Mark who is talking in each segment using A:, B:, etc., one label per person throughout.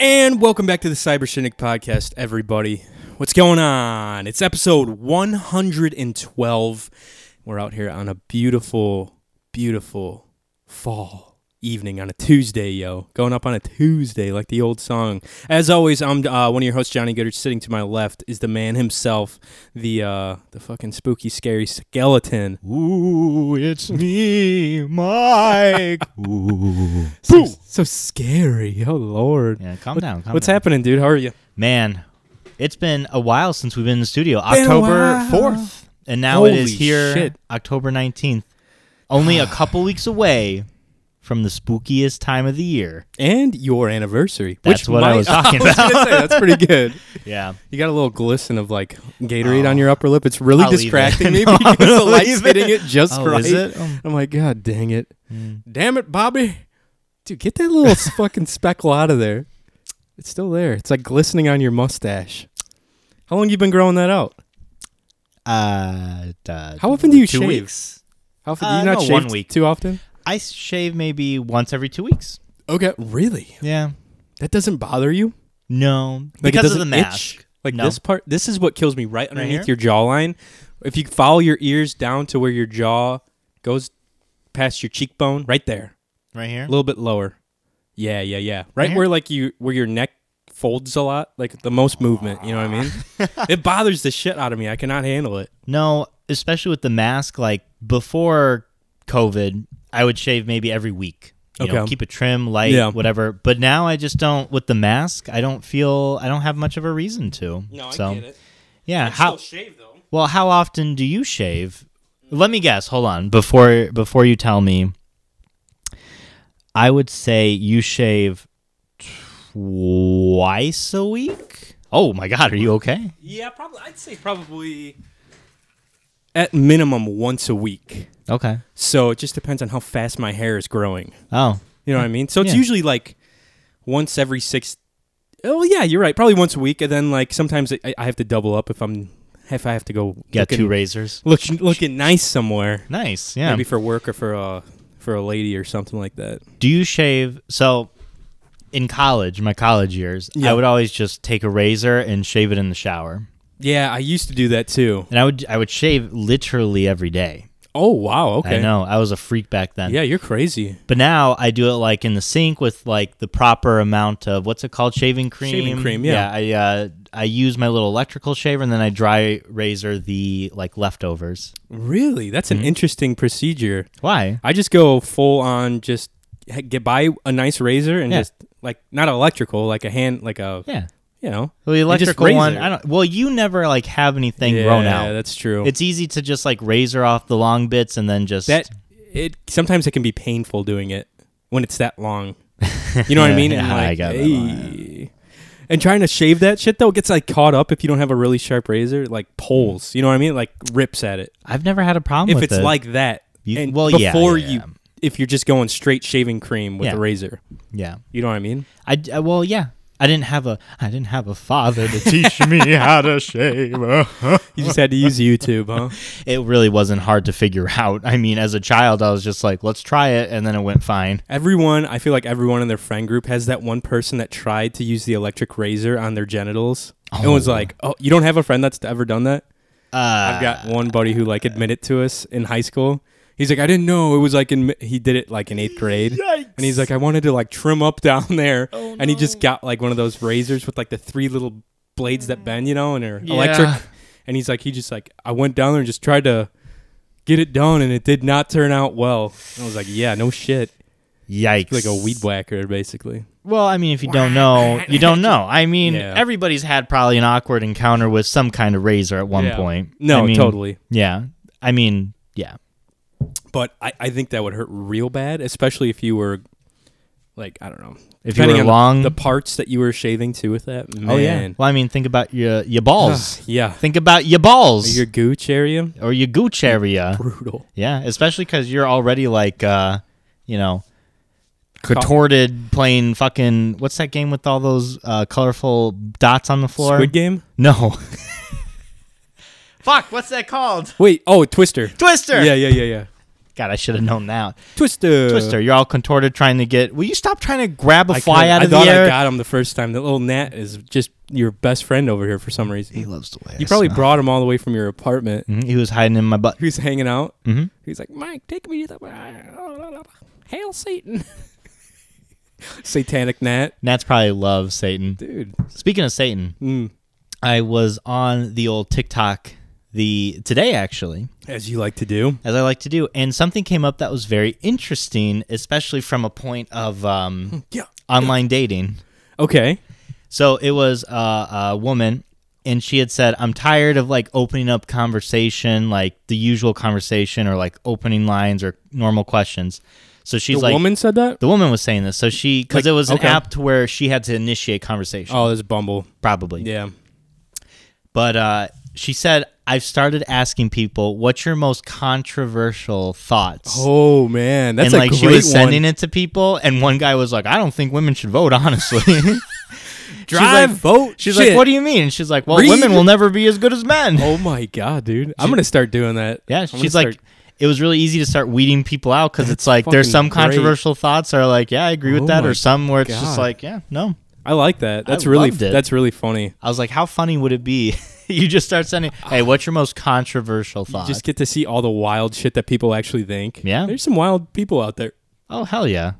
A: And welcome back to the Cyber Shindig podcast, everybody. What's going on? It's episode 112. We're out here on a beautiful, beautiful fall evening on a Tuesday, yo. Going up on a Tuesday, like the old song. As always, I'm uh, one of your hosts, Johnny Goodrich. Sitting to my left is the man himself, the uh, the fucking spooky, scary skeleton.
B: Ooh, it's me, Mike. Ooh.
A: So, so scary, oh lord.
B: Yeah, calm down. Calm
A: What's
B: down.
A: happening, dude? How are you?
B: Man, it's been a while since we've been in the studio.
A: Been a
B: October
A: while.
B: 4th. And now it is
A: Holy
B: here,
A: shit.
B: October 19th. Only a couple weeks away from the spookiest time of the year.
A: and your anniversary.
B: That's
A: which
B: what I
A: might,
B: was talking
A: I was gonna say, that's pretty good.
B: Yeah.
A: You got a little glisten of like Gatorade on your upper lip. It's really
B: Oh. I'll leave
A: distracting
B: it.
A: me
B: No,
A: because
B: I'll
A: the light's
B: leave it.
A: hitting it just
B: Oh, Mm.
A: right.
B: is it? Um,
A: I'm like, God dang it, damn it, Bobby, dude, get that little fucking speckle out of there. It's still there. It's like glistening on your mustache. How long you been growing that out?
B: Uh, uh,
A: How often do you
B: two
A: shave?
B: weeks.
A: How often
B: Uh,
A: do you not
B: no,
A: shave
B: one
A: t-
B: week.
A: too often?
B: I shave maybe once every two weeks.
A: Okay, really?
B: Yeah.
A: That doesn't bother you?
B: No.
A: Like, it
B: because of the
A: doesn't
B: mask.
A: itch? Like
B: No.
A: this part, this is what kills me right underneath
B: here?
A: your jawline. If you follow your ears down to where your jaw goes past your cheekbone, right there,
B: Right here?
A: a little bit lower. Yeah, yeah, yeah. Right
B: here?
A: where like you where your neck folds a lot, like the most movement. You know what I mean? it bothers the shit out of me. I cannot handle it.
B: No, especially with the mask. Like before COVID, I would shave maybe every week. You know,
A: Okay.
B: keep it trim, light,
A: Yeah.
B: whatever. But now I just don't. With the mask, I don't feel. I don't have much of a reason to. so,
A: it.
B: Yeah. how
A: shave though.
B: well? How often do you shave? Let me guess. Hold on. Before before you tell me, I would say you shave twice a week. Oh my God, are you okay?
A: Yeah, probably. I'd say probably at minimum once a week.
B: Okay.
A: So it just depends on how fast my hair is growing.
B: Oh,
A: You know what I mean? So it's
B: Yeah.
A: usually like once every six. Oh yeah, you're right. Probably once a week, and then like sometimes I, I have to double up if I'm if I have to go
B: you got
A: looking,
B: two razors.
A: look, looking nice somewhere,
B: Nice. Yeah.
A: maybe for work or for a for a lady or something like that.
B: do you shave so in college my college years
A: Yeah.
B: i would always just take a razor and shave it in the shower
A: Yeah, I used to do that too.
B: and i would i would shave literally every day
A: Oh wow, okay.
B: i know i was a freak back then
A: Yeah, you're crazy.
B: but now i do it like in the sink with like the proper amount of what's it called shaving cream
A: Shaving cream, yeah.
B: i uh i use my little electrical shaver and then i dry razor the like leftovers
A: Really, that's
B: Mm-hmm.
A: an interesting procedure.
B: why
A: I just go full on, just he- get buy a nice razor and
B: Yeah.
A: just like not electrical, like a hand, like a
B: yeah
A: you know,
B: well, the
A: and just
B: electrical one
A: razor.
B: i don't well you never like have anything
A: yeah,
B: grown out
A: That's true.
B: It's easy to just like razor off the long bits and then just
A: that it sometimes it can be painful doing it when it's that long. You know what I mean? And
B: Yeah, I
A: like,
B: got that
A: "Ay." And trying to shave that shit though gets like caught up if you don't have a really sharp razor,
B: Mm.
A: like pulls. You know what I mean? Like rips at it.
B: I've never had a problem
A: If
B: with
A: it's
B: it.
A: like that,
B: You-
A: and
B: well, yeah,
A: before
B: yeah,
A: you,
B: yeah.
A: if you're just going straight shaving cream with
B: Yeah.
A: a razor,
B: yeah,
A: you know what I mean?
B: I d- uh, well yeah. I didn't have a I didn't have a father to teach me how to shave.
A: You just had to use YouTube, huh?
B: it really wasn't hard to figure out. I mean, as a child, I was just like, let's try it, and then it went fine.
A: Everyone, I feel like everyone in their friend group has that one person that tried to use the electric razor on their genitals and was
B: Oh.
A: like, "Oh, you don't have a friend that's ever done that."
B: Uh,
A: I've got one buddy who like admitted to us in high school. He's like, I didn't know it was like in. He did it like in eighth grade, and he's like, I wanted to like trim up down there,
B: Oh,
A: and he just
B: no.
A: got like one of those razors with like the three little blades that bend, you know, and are electric.
B: Yeah.
A: And he's like, he just like, I went down there and just tried to get it done, and it did not turn out well. And I was like, yeah, no shit,
B: yikes!
A: like a weed whacker basically.
B: Well, I mean, if you don't know, you don't know. I mean,
A: Yeah.
B: everybody's had probably an awkward encounter with some kind of razor at one
A: Yeah.
B: point.
A: No,
B: I mean,
A: totally.
B: Yeah, I mean, yeah.
A: But I, I think that would hurt real bad, especially if you were like I don't know.
B: If you
A: Depending
B: were
A: on
B: long,
A: the parts that you were shaving too with that. Man.
B: oh yeah. Well, I mean, think about your your
A: Ugh,
B: balls.
A: yeah.
B: Think about your balls
A: Your gooch area.
B: or your gooch area.
A: Brutal.
B: Yeah, especially because you're already like, uh, you know, contorted playing fucking what's that game with all those uh, colorful dots on the floor?
A: Squid Game.
B: No. Fuck! What's that called?
A: Wait. Oh, Twister.
B: Twister.
A: Yeah, Uh, yeah, yeah, yeah.
B: God, I should have known that.
A: Twister.
B: Twister, you're all contorted trying to get. Will you stop trying to grab a
A: I
B: fly
A: could-
B: out
A: I
B: of
A: thought
B: the air?
A: I got him the first time. The little Nat is just your best friend over here for some reason.
B: he loves the way.
A: you
B: I
A: probably
B: smell.
A: brought him all the way from your apartment.
B: Mhm, He was hiding in my butt.
A: He was hanging out.
B: hmm
A: He's like, Mike, take me to the. Hail Satan. Satanic Nat.
B: Nats probably loves Satan.
A: Dude.
B: Speaking of Satan,
A: Mm.
B: I was on the old TikTok the today actually,
A: As you like to do.
B: as I like to do, and something came up that was very interesting, especially from a point of um,
A: Yeah.
B: online dating.
A: Okay.
B: So it was uh, a woman, and she had said, "I'm tired of like opening up conversation, like the usual conversation, or like opening lines or normal questions." So she's
A: The
B: like,
A: woman said that?
B: the woman was saying this. So she, because
A: Like,
B: it was an
A: okay.
B: app to where she had to initiate conversation,
A: Oh, there's Bumble.
B: probably.
A: Yeah.
B: But uh, she said, "I've started asking people, what's your most controversial thoughts?"
A: Oh, man. That's
B: and
A: a
B: like
A: great
B: she was
A: one.
B: sending it to people, and one guy was like, "I don't think women should vote, honestly."
A: Drive, vote.
B: She's
A: shit.
B: like, "What do you mean?" She's like, "Well,
A: Read.
B: women will never be as good as men."
A: Oh my god, dude! I'm gonna start doing that.
B: yeah,
A: I'm gonna
B: she's like,
A: start-
B: "It was really easy to start weeding people out because it's like there's
A: fucking
B: some
A: great.
B: controversial thoughts are like, yeah, I agree with
A: Oh
B: that,
A: my
B: or some where it's just
A: God.
B: like, yeah, no."
A: I like that. That's
B: I
A: really
B: loved it.
A: that's really funny.
B: I was like, "How funny would it be?" you just start sending, "Hey, what's your most controversial
A: You
B: thought?"
A: just get to see all the wild shit that people actually think.
B: Uh, Yeah.
A: there's some wild people out there.
B: oh hell yeah!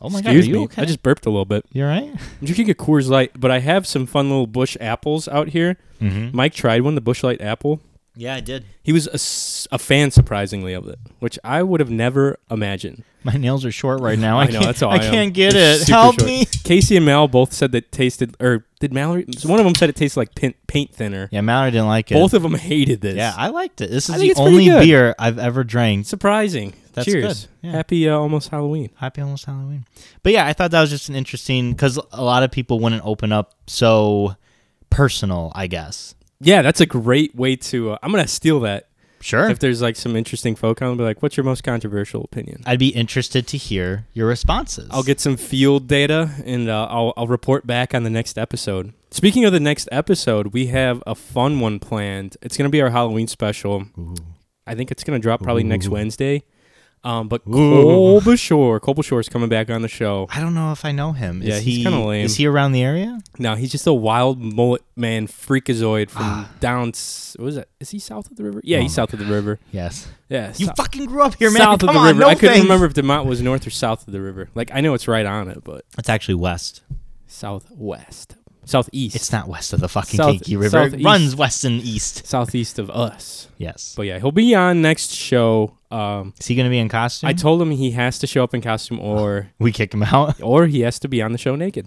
B: Oh my
A: Excuse
B: god, are you
A: me,
B: okay?
A: I just burped a little bit.
B: you're right.
A: I'm drinking a Coors Light, but I have some fun little bush apples out here.
B: Mm-hmm.
A: Mike tried one, the bush light apple.
B: Yeah, I did.
A: He was a, s- a fan, surprisingly, of it, which I would have never imagined.
B: My nails are short right now. I,
A: know
B: can't,
A: that's all.
B: I,
A: I, am.
B: can't get
A: They're
B: it.
A: super
B: Help
A: short.
B: me.
A: Casey and Mal both said that tasted, or did Mallory? One of them said it tasted like pin, paint thinner.
B: Yeah, Mallory didn't like it.
A: Both of them hated this.
B: Yeah, I liked it. This
A: I
B: is
A: think
B: the
A: it's pretty
B: only
A: good.
B: beer I've ever drank.
A: surprising.
B: That's
A: Cheers.
B: good. Yeah.
A: Happy uh, almost Halloween.
B: Happy almost Halloween. But yeah, I thought that was just an interesting because a lot of people wouldn't open up so personal. I guess.
A: Yeah, that's a great way to. Uh, I'm gonna steal that.
B: Sure.
A: If there's like some interesting folk, I'll be like, "What's your most controversial opinion?"
B: I'd be interested to hear your responses.
A: I'll get some field data and uh, I'll I'll report back on the next episode. Speaking of the next episode, we have a fun one planned. It's gonna be our Halloween special. I think it's gonna drop probably next Wednesday. Um, but Cole Bashore, Cole Bashore is coming back on the show.
B: I don't know if I know him.
A: Yeah,
B: is
A: he's
B: he,
A: kinda lame.
B: Is he around the area?
A: No, he's just a wild mullet man freakazoid
B: Ah.
A: from down. s- What is that? Is he south of the river? Yeah, he's south of the river.
B: Yes.
A: Yeah,
B: You
A: sou-
B: fucking grew up here, man.
A: south
B: Come
A: of the
B: on,
A: river.
B: no
A: I couldn't
B: thanks.
A: remember if Demont was north or south of the river. Like I know it's right on it, but
B: It's actually west.
A: southwest, southeast,
B: It's not west of the fucking
A: South-
B: Kentucky River. It
A: southeast.
B: runs west and east.
A: southeast of us.
B: Yes.
A: But yeah, he'll be on next show. Um,
B: Is he gonna be in costume?
A: I told him he has to show up in costume, or
B: we kick him out.
A: or he has to be on the show naked,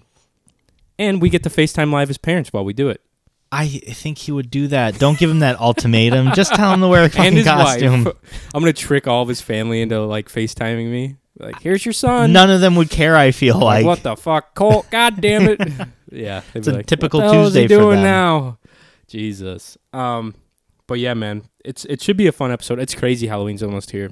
A: and we get to Facetime live his parents while we do it,
B: I think he would do that. Don't give him that ultimatum. Just tell him to wear a
A: and
B: fucking
A: his
B: costume.
A: wife. I'm gonna trick all of his family into like Facetiming me. Like, here's your son.
B: None of them would care. I feel
A: Like,
B: like.
A: what the fuck, Colt? God damn it! yeah, they'd
B: It's
A: be
B: a
A: like,
B: typical
A: what the hell is he
B: Tuesday for
A: doing
B: them.
A: now. Jesus. Um, but yeah, man, it's it should be a fun episode. It's crazy. Halloween's almost here.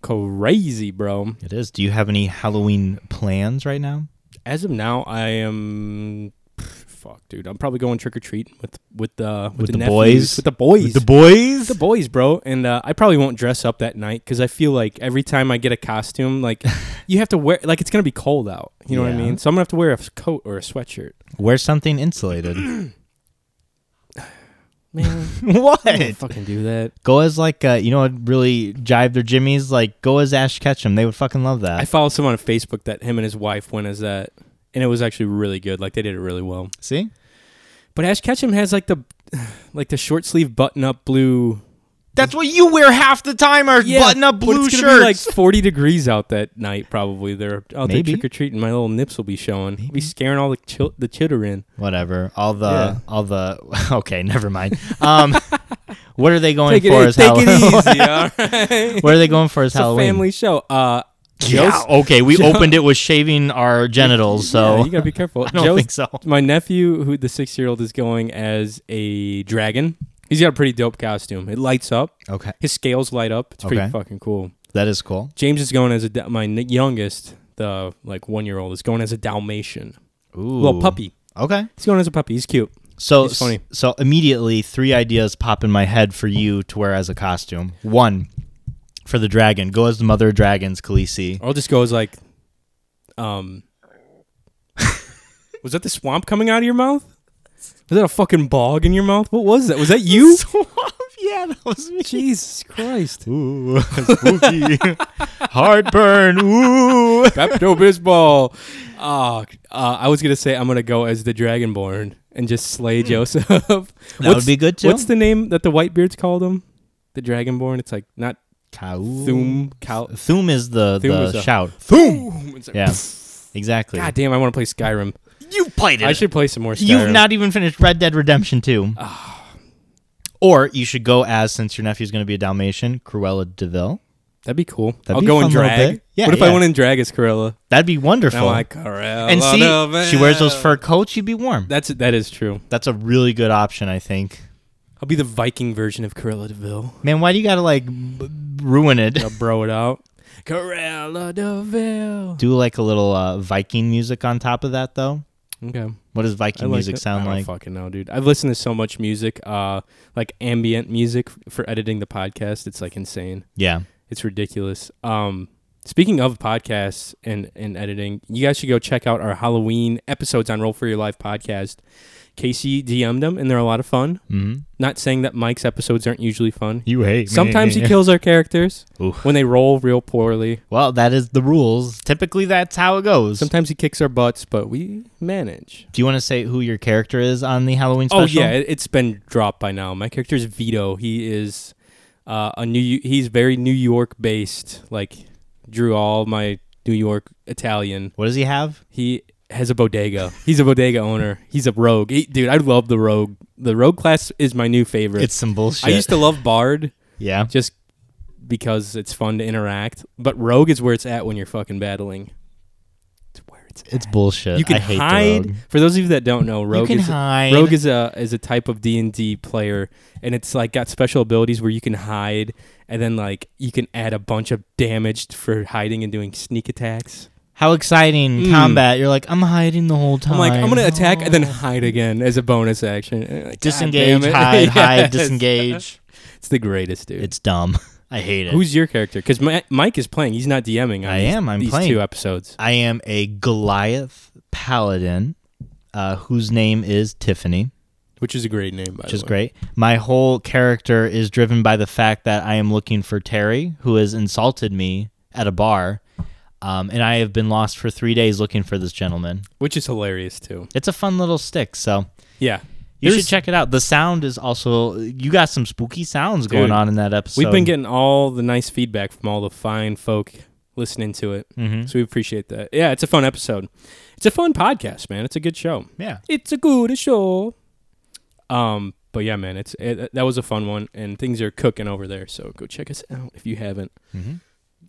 A: Crazy, bro.
B: It is. Do you have any Halloween plans right now?
A: As of now, I am. Fuck, dude. I'm probably going trick or treat with with uh, with,
B: With
A: the,
B: the
A: nephews,
B: boys?
A: with the boys, with the,
B: boys.
A: boys, bro. And uh, I probably won't dress up that night because I feel like every time I get a costume, like you have to wear like it's gonna be cold out. You know what I
B: Yeah.
A: mean? So I'm gonna have to wear a f- coat or a sweatshirt.
B: Wear something insulated.
A: Man, I
B: what?
A: don't fucking do that.
B: Go as like uh, you know what really jive their jimmies. Like go as Ash Ketchum. They would fucking love that.
A: I followed someone on Facebook that him and his wife went as that, and it was actually really good. Like they did it really well.
B: See,
A: But Ash Ketchum has like the, like the short sleeve button up blue.
B: that's what you wear half the time. Are button up
A: but
B: blue
A: it's gonna be like
B: shirts.
A: forty degrees out that night. Probably they're out
B: Maybe.
A: there trick or treating. My little nips will be showing. I'll
B: Maybe.
A: Be scaring all the chil- the chitter in.
B: Whatever. All the
A: Yeah.
B: all the. Okay, never mind. Um, what are they going
A: Take it,
B: for?
A: e-
B: as
A: take it
B: Halloween?
A: easy. All right.
B: What are they going for as
A: It's a
B: Halloween?
A: family show. Uh,
B: Yeah.
A: Joe's-
B: Okay. We
A: Joe-
B: opened it with shaving our genitals, so
A: yeah, you gotta be careful.
B: I don't
A: Joe's-
B: think so.
A: my nephew, who the six year old is going as a dragon. He's got a pretty dope costume. It lights up.
B: Okay,
A: His scales light up. It's pretty
B: Okay.
A: fucking cool.
B: that is cool.
A: James is going as a da- my n- youngest, the like one year old is going as a Dalmatian,
B: Ooh.
A: little puppy.
B: Okay.
A: He's going as a puppy. He's cute.
B: So
A: He's funny.
B: So immediately, three ideas pop in my head for you to wear as a costume. One, for the dragon. Go as the mother of dragons, Khaleesi.
A: I'll just go as like, um, was that the swamp coming out of your mouth? Was that a fucking bog in your mouth? What was that? Was that you?
B: yeah, that was me.
A: Jesus Christ!
B: Ooh, spooky. Heartburn. Ooh.
A: Pepto Bismol. Ah, uh, I was gonna say I'm gonna go as the Dragonborn and just slay Joseph. Hmm. that
B: That would be good too.
A: What's the name that the Whitebeards called him? The Dragonborn. It's like not Thum Cal.
B: Thum is the,
A: Thum
B: the
A: is the-
B: shout.
A: Thum. It's like,
B: Yeah, exactly.
A: God damn! I want to play Skyrim.
B: You've played
A: I should play some more Skyrim.
B: You've not even finished Red Dead Redemption 2. or you should go as, since your nephew's going to be a Dalmatian, Cruella DeVille.
A: That'd be cool.
B: That'd
A: I'll
B: be a
A: go
B: fun
A: in
B: little
A: drag.
B: bit. Yeah,
A: what if
B: yeah.
A: I went in drag as Corella?
B: That'd be
A: Now
B: wonderful.
A: I Corella.
B: and see,
A: Deville.
B: she wears those fur coats, you'd be warm.
A: That's that is true.
B: That's a really good option, I think.
A: I'll be the Viking version of Corella Deville.
B: Man, why do you got to, like, b- ruin it?
A: I'll bro it out. Corella Deville.
B: Do, like, a little uh, Viking music on top of that, though?
A: Okay.
B: What does
A: I
B: Viking
A: like
B: music
A: it. I
B: sound
A: don't
B: like?
A: fucking know, dude. I've listened to so much music, uh, like ambient music f- for editing the podcast. It's like insane.
B: Yeah.
A: It's ridiculous. Um, speaking of podcasts and, and editing, you guys should go check out our Halloween episodes on Roll for Your Life podcast. Casey DM'd them, and they're a lot of fun.
B: Mm-hmm.
A: Not saying that Mike's episodes aren't usually fun.
B: You hate
A: Sometimes he kills our characters
B: Oof.
A: when they roll real poorly.
B: Well, that is the rules. Typically, that's how it goes.
A: Sometimes he kicks our butts, but we manage.
B: Do you want to say who your character is on the Halloween special?
A: Oh yeah, it- it's been dropped by now. My character is Vito. He is uh, a new. He's very New York based. Like drew all my New York Italian.
B: What does he have?
A: He has a bodega. He's a bodega owner. He's a rogue. He- dude, I love the rogue. The rogue class is my new favorite.
B: It's some bullshit.
A: I used to love bard
B: yeah.
A: just because it's fun to interact, but rogue is where it's at when you're fucking battling. It's where it's at.
B: It's bullshit.
A: you can
B: I hate
A: hide.
B: The rogue.
A: For those of you that don't know,
B: you
A: rogue
B: can
A: is
B: hide.
A: Rogue is a is a type of D and D player, and it's like got special abilities where you can hide, and then like you can add a bunch of damage for hiding and doing sneak attacks.
B: How exciting
A: Mm.
B: combat! You're like I'm hiding the whole time.
A: I'm like, I'm gonna attack and then
B: Oh.
A: hide again as a bonus action. And, like, God
B: disengage,
A: damn it.
B: hide, hide,
A: Yes.
B: disengage.
A: It's the greatest, dude.
B: It's dumb. I hate it.
A: Who's your character? Because Mike is playing. He's not DMing. On
B: I
A: these-
B: am, I'm
A: these
B: playing.
A: two episodes.
B: I am a Goliath paladin, uh, whose name is Tiffany.
A: which is a great name, by
B: which
A: the
B: is
A: way.
B: great. My whole character is driven by the fact that I am looking for Terry, who has insulted me at a bar, um, and I have been lost for three days looking for this gentleman.
A: Which is hilarious too.
B: It's a fun little stick, so
A: Yeah,
B: you
A: There's-
B: should check it out. The sound is also you got some spooky sounds going
A: Dude,
B: on in that episode.
A: we've been getting all the nice feedback from all the fine folk listening to it,
B: Mhm.
A: so we appreciate that. Yeah, it's a fun episode. It's a fun podcast, man. It's a good show.
B: yeah.
A: It's a good show. Um, but yeah, man, it's it, that was a fun one, and things are cooking over there. So go check us out if you haven't.
B: Mm-hmm.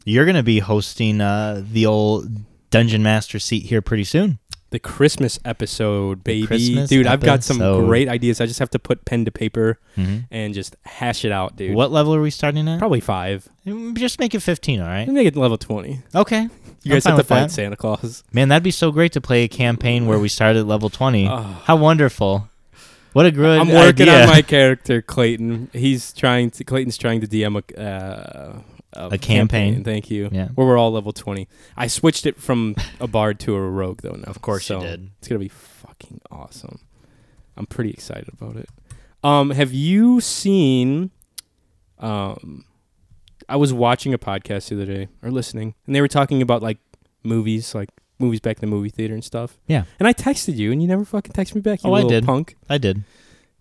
B: You're gonna be hosting uh, the old dungeon master seat here pretty soon.
A: The Christmas episode, baby,
B: Christmas
A: dude. I've got some
B: episode.
A: great ideas. I just have to put pen to paper
B: Mhm.
A: and just hash it out, dude.
B: What level are we starting at?
A: Probably five.
B: Just make it 15, all right?
A: Let me get level twenty.
B: Okay.
A: You guys
B: I'm
A: have to
B: fine with
A: fight
B: that.
A: Santa Claus.
B: Man, that'd be so great to play a campaign where we start at level 20.
A: Ah.
B: How wonderful. What a good
A: I'm working
B: idea.
A: on my character, Clayton. He's trying to. Clayton's trying to DM a uh,
B: A campaign.
A: Thank you.
B: Yeah.
A: Where we're all level twenty. I switched it from a bard to a rogue though. Now, of
B: course you did.
A: It's gonna be fucking awesome. I'm pretty excited about it. Um, have you seen? Um, I was watching a podcast the other day or listening, and they were talking about like movies, like movies back in the movie theater and stuff.
B: Yeah.
A: And I texted you, and you never fucking texted me back. You
B: Oh, I
A: little
B: did.
A: punk.
B: I did.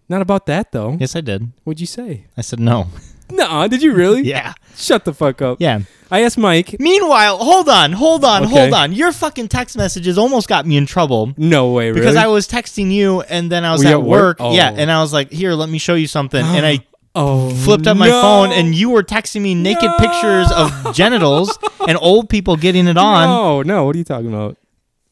A: Not about that though.
B: Yes, I did.
A: What'd you say?
B: I said no.
A: Nah, did you really?
B: Yeah.
A: Shut the fuck up.
B: Yeah.
A: I asked Mike.
B: Meanwhile, hold on, hold on,
A: Okay.
B: hold on. Your fucking text messages almost got me in trouble
A: No way, really.
B: because I was texting you and then I was
A: Were you
B: at,
A: at work?
B: work. Yeah.
A: Oh.
B: And I was like, here, let me show you something. and I
A: oh
B: flipped up my
A: no.
B: phone and you were texting me naked
A: No.
B: pictures of genitals and old people getting it on.
A: No, no. What are you talking about?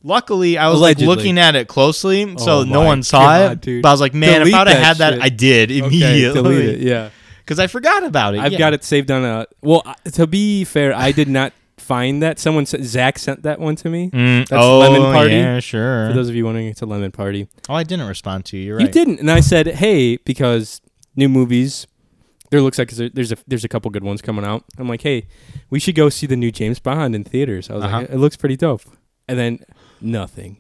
B: Luckily, I was like
A: Allegedly.
B: looking at it closely, so
A: Oh
B: no
A: my
B: one saw
A: God,
B: it.
A: dude.
B: But I was like, man,
A: Delete
B: if I'd have
A: that
B: had that,
A: shit.
B: I did
A: Okay, delete it.
B: immediately
A: Yeah,
B: because I forgot about it.
A: I've
B: yeah.
A: got it saved on a. Well, I- to be fair, I did not find that. Someone said Zach sent that one to me.
B: Mm,
A: That's
B: oh,
A: Lemon Party.
B: Yeah, sure.
A: For those of you wondering, it's a lemon party.
B: oh, I didn't respond to you. You're right.
A: You didn't, and I said, "Hey," because new movies. there looks like 'cause there- there's a there's a couple good ones coming out. I'm like, hey, we should go see the new James Bond in theaters. I was like,
B: Uh-huh.
A: it looks pretty dope. And then nothing.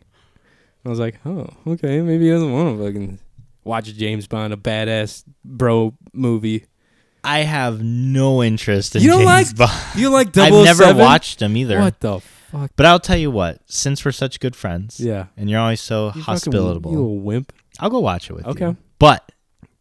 A: I was like, oh, okay, maybe he doesn't want to fucking watch James Bond, a badass bro movie.
B: I have no interest in
A: You don't
B: James
A: like
B: Bond.
A: You like
B: I've
A: Double
B: never watched him either.
A: What the fuck?
B: But I'll tell you what, since we're such good friends,
A: Yeah,
B: and you're always so
A: You fucking-
B: hospitable,
A: You little wimp.
B: I'll go watch it with you.
A: Okay.
B: But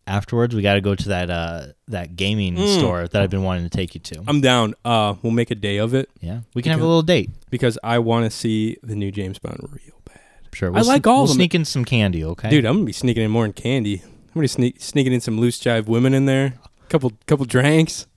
B: afterwards, we got to go to that uh that gaming
A: Mm.
B: store that I've been wanting to take you to.
A: I'm down. Uh, we'll make a day of it
B: yeah, we can have a
A: Because-
B: little date.
A: because I want to see the new James Bond real bad.
B: Sure.
A: I like all
B: we'll
A: of them.
B: sneak in some candy, okay?
A: Dude, I'm gonna be sneaking in more than candy. I'm gonna sneak sneaking in some loose jive women in there. Couple couple drinks.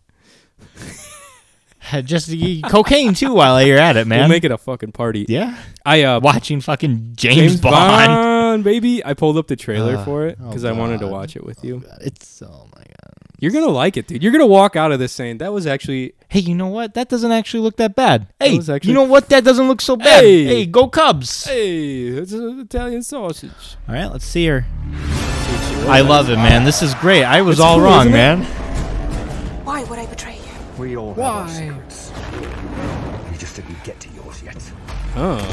B: just eat cocaine too while you're at it, man.
A: We'll make it a fucking party.
B: yeah.
A: I uh
B: Watching fucking James, Bond.
A: baby. I pulled up the trailer
B: Uh,
A: for it because
B: oh
A: I wanted to
B: God.
A: watch it with you.
B: It's oh my god.
A: You're gonna like it, dude. You're gonna walk out of this saying that was actually
B: Hey, you know what? That doesn't actually look that bad. Hey,
A: was actually-
B: you know what? That doesn't look so bad.
A: Hey!
B: Hey, go Cubs.
A: hey, it's an Italian sausage.
B: All right, let's see her. I love it, man. This is great. I was
A: It's
B: all
A: cool,
B: wrong,
A: isn't it?
B: man.
C: Why would I betray you?
D: We all have our
A: Why?
D: secrets. You just didn't get to yours yet.
A: Oh,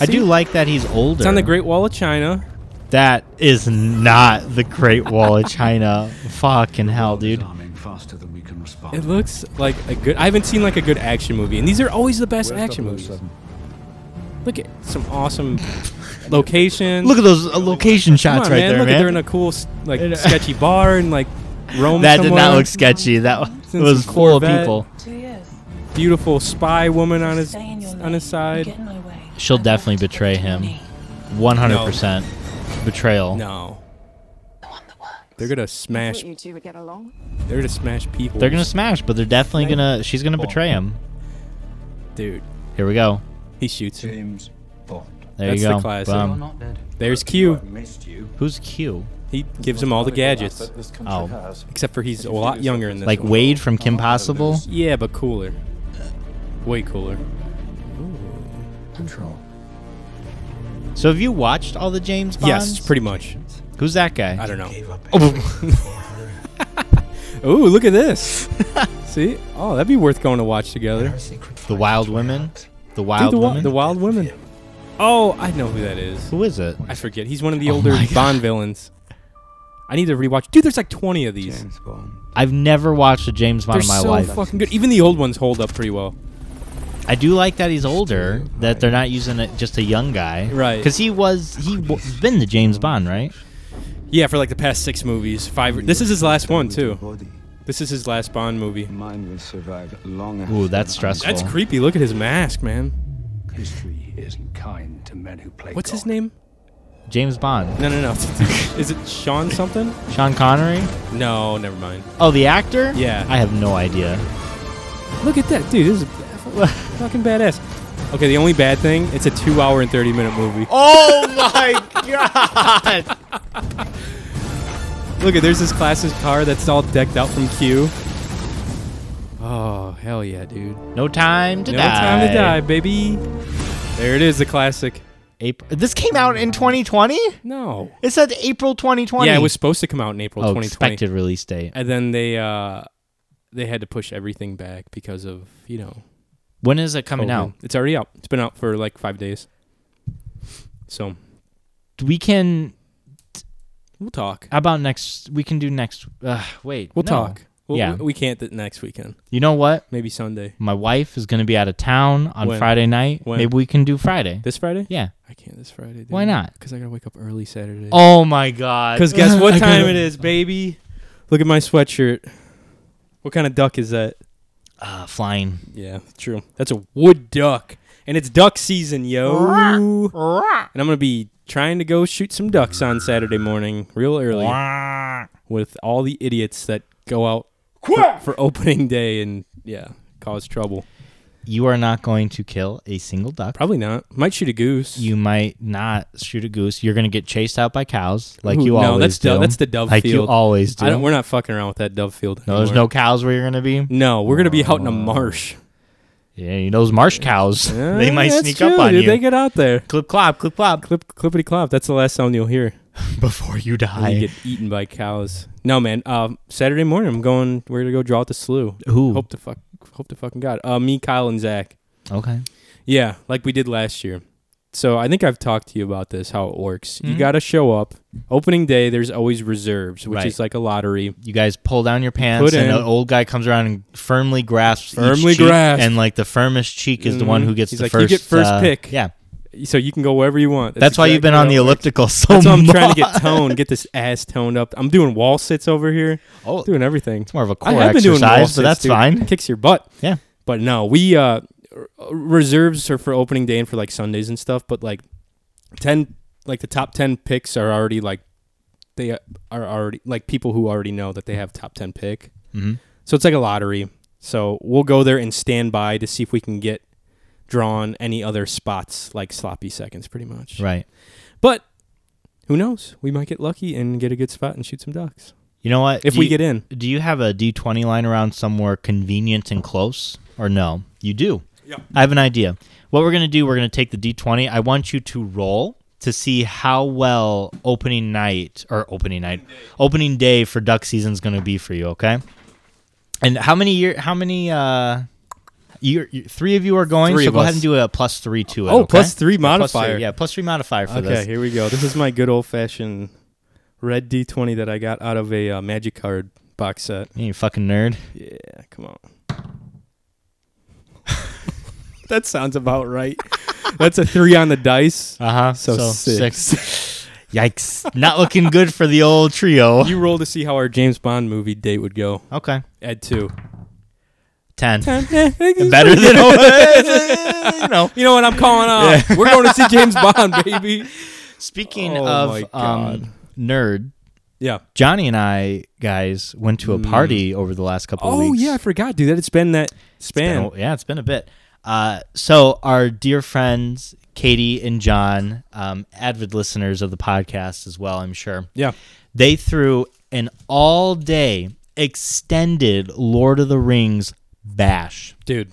B: I do like that he's older.
A: it's on the Great Wall of China.
B: That is not the Great Wall of China. Fucking hell,
D: It's
B: dude.
D: arming faster than we can respond.
A: It looks like a good. I haven't seen like a good action movie, and these are always the best
D: Where's
A: action movies.
D: 007?
A: Look at some awesome location.
B: Look at those uh, location
A: Come
B: shots
A: on,
B: right
A: man.
B: there,
A: look at
B: man.
A: they're in a cool, s- like
B: And, uh,
A: sketchy bar and like Rome.
B: that did
A: somewhere.
B: not look sketchy. That
A: in
B: was
A: some
B: full of
A: Corvette.
B: people.
C: Two years.
A: Beautiful spy woman on his
C: Stay in your
A: on
C: lane.
A: his
C: You get
A: side.
C: in my way.
B: She'll
C: I want
B: definitely
C: to get
B: betray
C: to your
B: him.
C: knee.
B: 100% betrayal.
A: No,
C: The one that works.
A: they're gonna smash.
E: thought you two would get along.
A: They're gonna smash people.
B: They're gonna smash, but they're definitely gonna. She's gonna betray him.
A: dude.
B: Here we go.
A: He shoots. him.
D: James Bond.
B: There
A: That's
B: you
A: the
B: go.
A: classic.
B: Boom.
D: not dead.
A: There's
D: You.
A: Q.
D: missed you.
B: Who's Q?
A: He gives him all the gadgets,
D: This country
B: Oh.
D: has.
A: except for he's a lot younger in this.
B: Like
A: one.
B: Wade from Kim Possible?
A: Yeah, but cooler. Way cooler.
D: Control.
B: So have you watched all the James Bonds?
A: Yes, pretty much.
B: Who's that guy?
A: I don't know.
D: Gave
B: Oh,
D: up.
A: Ooh, look at this. See? Oh, that'd be worth going to watch together.
D: Our secret
B: The
D: fight
B: Wild
D: to
B: Women.
D: out.
B: The Wild
A: Dude, the, wi-
B: Women.
A: the Wild Women. Oh, I know who that is.
B: Who is it?
A: I forget. He's one of the
B: Oh
A: older
B: my God.
A: Bond villains. I need to rewatch. Dude, there's like 20 of these.
D: James Bond.
B: I've never watched a James
A: They're
B: Bond in my
A: so
B: life.
A: fucking good. Even the old ones hold up pretty well.
B: I do like that he's older. That they're not using it just a young guy,
A: Right.
B: Because he was he w- been the James Bond, right?
A: Yeah, for like the past six movies, five. This is his last one too.
D: Body.
A: This is his last Bond movie.
D: Mine will survive long
B: Ooh, that's
D: after I'm
B: stressful.
A: That's creepy. Look at his mask, man.
D: gone. History isn't kind to men who play
A: What's his
D: God.
A: name?
B: James Bond,
A: No, no, no. is it Sean something?
B: Sean Connery.
A: No, never mind.
B: Oh, the actor.
A: Yeah.
B: I have no idea.
A: Look at that, dude. This is fucking badass. Okay, the only bad thing, it's a two hour and 30 minute movie.
B: Oh my god!
A: Look at there's this classic car that's all decked out from Q. Oh hell yeah, dude!
B: No time to
A: no
B: die.
A: time to die, baby. There it is, the classic.
B: April. This came out in 2020.
A: No.
B: It said April 2020.
A: Yeah, it was supposed to come out in April
B: oh,
A: 2020,
B: expected release date.
A: and then they uh they had to push everything back because of you know.
B: When is it coming
A: COVID.
B: out?
A: It's already out. It's been out for like five days. So
B: We can.
A: we'll talk.
B: How about next? We can do next. Uh, wait.
A: We'll
B: Uh, no.
A: talk. We'll,
B: Yeah.
A: we- We can't th- next weekend.
B: You know what?
A: Maybe Sunday.
B: My wife is going to be out of town on
A: When?
B: Friday night.
A: When?
B: Maybe we can do Friday.
A: This Friday?
B: Yeah.
A: I can't this Friday. Dude.
B: Why not?
A: Because I gotta wake up early Saturday.
B: Oh my God.
A: Because guess what
B: I
A: time
B: gotta-
A: it is, baby? Look at my sweatshirt. What kind of duck is that?
B: Uh, flying.
A: Yeah, true. That's a wood duck. And it's duck season, yo. And I'm going to be trying to go shoot some ducks on Saturday morning, real early, with all the idiots that go out for, for opening day and, yeah, cause trouble.
B: You are not going to kill a single duck.
A: Probably not. Might shoot a goose.
B: You might not shoot a goose. You're going to get chased out by cows, like
A: Ooh,
B: you
A: no,
B: always
A: that's
B: do.
A: do- that's the dove
B: like
A: field.
B: you always do.
A: I don't, we're not fucking around with that dove field.
B: no, there's
A: anymore.
B: no cows where you're going to be.
A: No, we're going to be out in a marsh.
B: Yeah, those marsh cows,
A: Yeah,
B: they might
A: that's
B: sneak
A: true,
B: up on
A: dude.
B: you.
A: They get out there.
B: clip clop, clip clop,
A: Clip, clippity clop. That's the last sound you'll hear.
B: before you
A: When
B: die.
A: you get eaten by cows. No, man. Um, Saturday morning, I'm going. We're gonna go draw at the slough.
B: Who?
A: Hope to fuck. Hope to fucking god. Uh, me, Kyle, and Zach.
B: okay.
A: Yeah, like we did last year. So I think I've talked to you about this. How it works.
B: Hmm?
A: You gotta show up. Opening day, there's always reserves, which
B: Right.
A: is like a lottery.
B: You guys pull down your pants,
A: Put
B: and
A: in.
B: an old guy comes around and firmly grasps, each
A: Firmly
B: cheek,
A: grasp.
B: and like the firmest cheek is the one
A: Mhm.
B: who gets
A: He's
B: the
A: like,
B: first.
A: "You get first
B: uh,
A: pick."
B: Yeah,
A: So you can go wherever you want.
B: that's, why you've
A: exactly
B: been on
A: how
B: the
A: it works.
B: elliptical so
A: That's why I'm
B: much.
A: trying to get tone, get this ass toned up. I'm doing wall sits over here,
B: Oh,
A: doing everything.
B: it's more of a core
A: I have been doing wall
B: exercise,
A: sits,
B: but that's
A: dude.
B: fine.
A: Kicks your butt.
B: Yeah.
A: But no, we uh r- reserves are for opening day and for like Sundays and stuff, but like 10 like the top 10 picks are already like they are already like people who already know that they have top 10 pick.
B: Mhm.
A: So it's like a lottery. So we'll go there and stand by to see if we can get drawn any other spots like sloppy seconds pretty much.
B: Right.
A: But who knows? We might get lucky and get a good spot and shoot some ducks.
B: You know what?
A: If
B: Do
A: we
B: you-
A: get in.
B: do you have a D twenty line around somewhere convenient and close, or no? You do.
A: Yeah.
B: I have an idea. What we're gonna do? We're gonna take the D twenty. I want you to roll to see how well opening night or opening night, opening day for duck season is gonna be for you. Okay. And how many year? How many? uh you three of you are going,
A: Three
B: so
A: of
B: go ahead
A: us.
B: and do a plus three to it.
A: Oh,
B: okay?
A: plus three modifier.
B: yeah, plus three modifier for
A: Okay,
B: this.
A: here we go. This is my good old fashioned red D20 that I got out of a uh, Magic Card box set.
B: You fucking nerd.
A: Yeah, come on. that sounds about right. That's a three on the dice.
B: Uh huh.
A: So six.
B: Yikes! Not looking good for the old trio.
A: You roll to see how our James Bond movie date would go.
B: Okay,
A: Add two.
B: ten.
A: Better.
B: Better than you know.
A: You know what I'm calling on? We're going to see James Bond, baby.
B: Speaking
A: Oh
B: of
A: my God.
B: um, nerd,
A: Yeah.
B: Johnny and I guys went to a party over the last couple of
A: Oh
B: weeks.
A: yeah, I forgot, dude. That it's been that
B: Been
A: span.
B: a- yeah, it's been a bit. Uh, so our dear friends Katie and John, um, avid listeners of the podcast as well, I'm sure.
A: yeah.
B: They threw an all-day extended Lord of the Rings bash.
A: Dude,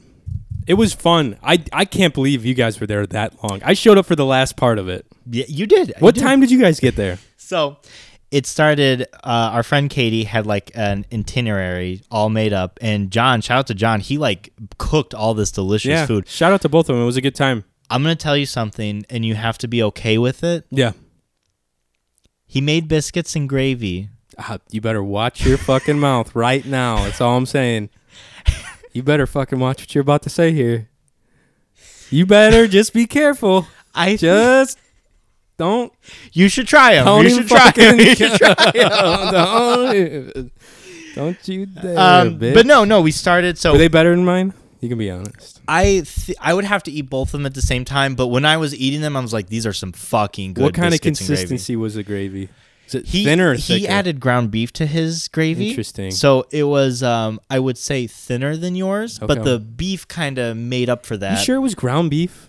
A: it was fun. I I can't believe you guys were there that long. I showed up for the last part of it.
B: Yeah, you did.
A: What
B: You did.
A: time did you guys get there?
B: So it started. Uh, our friend Katie had like an itinerary all made up, and John, shout out to John, he like cooked all this delicious
A: Yeah.
B: food.
A: Shout out to both of them. It was a good time.
B: I'm gonna tell you something, and you have to be okay with it.
A: Yeah.
B: He made biscuits and gravy.
A: Ah, you better watch your fucking mouth right now. That's all I'm saying. You better fucking watch what you're about to say here. You better just be careful.
B: I
A: Just don't.
B: you should try him.
A: Don't
B: you
A: even
B: should try him. You should try
A: don't, don't you dare,
B: Um,
A: bitch.
B: but no, no, we started. So
A: Were they better than mine? You can be honest.
B: I, th- I would have to eat both of them at the same time. But when I was eating them, I was like, these are some fucking good.
A: what kind of
B: biscuits and gravy.
A: consistency was the gravy? Is it
B: he,
A: thinner or
B: he
A: thicker?
B: added ground beef to his gravy.
A: Interesting.
B: So it was, um, I would say, thinner than yours,
A: Okay.
B: but the beef kind of made up for
A: you
B: that.
A: sure it was ground beef?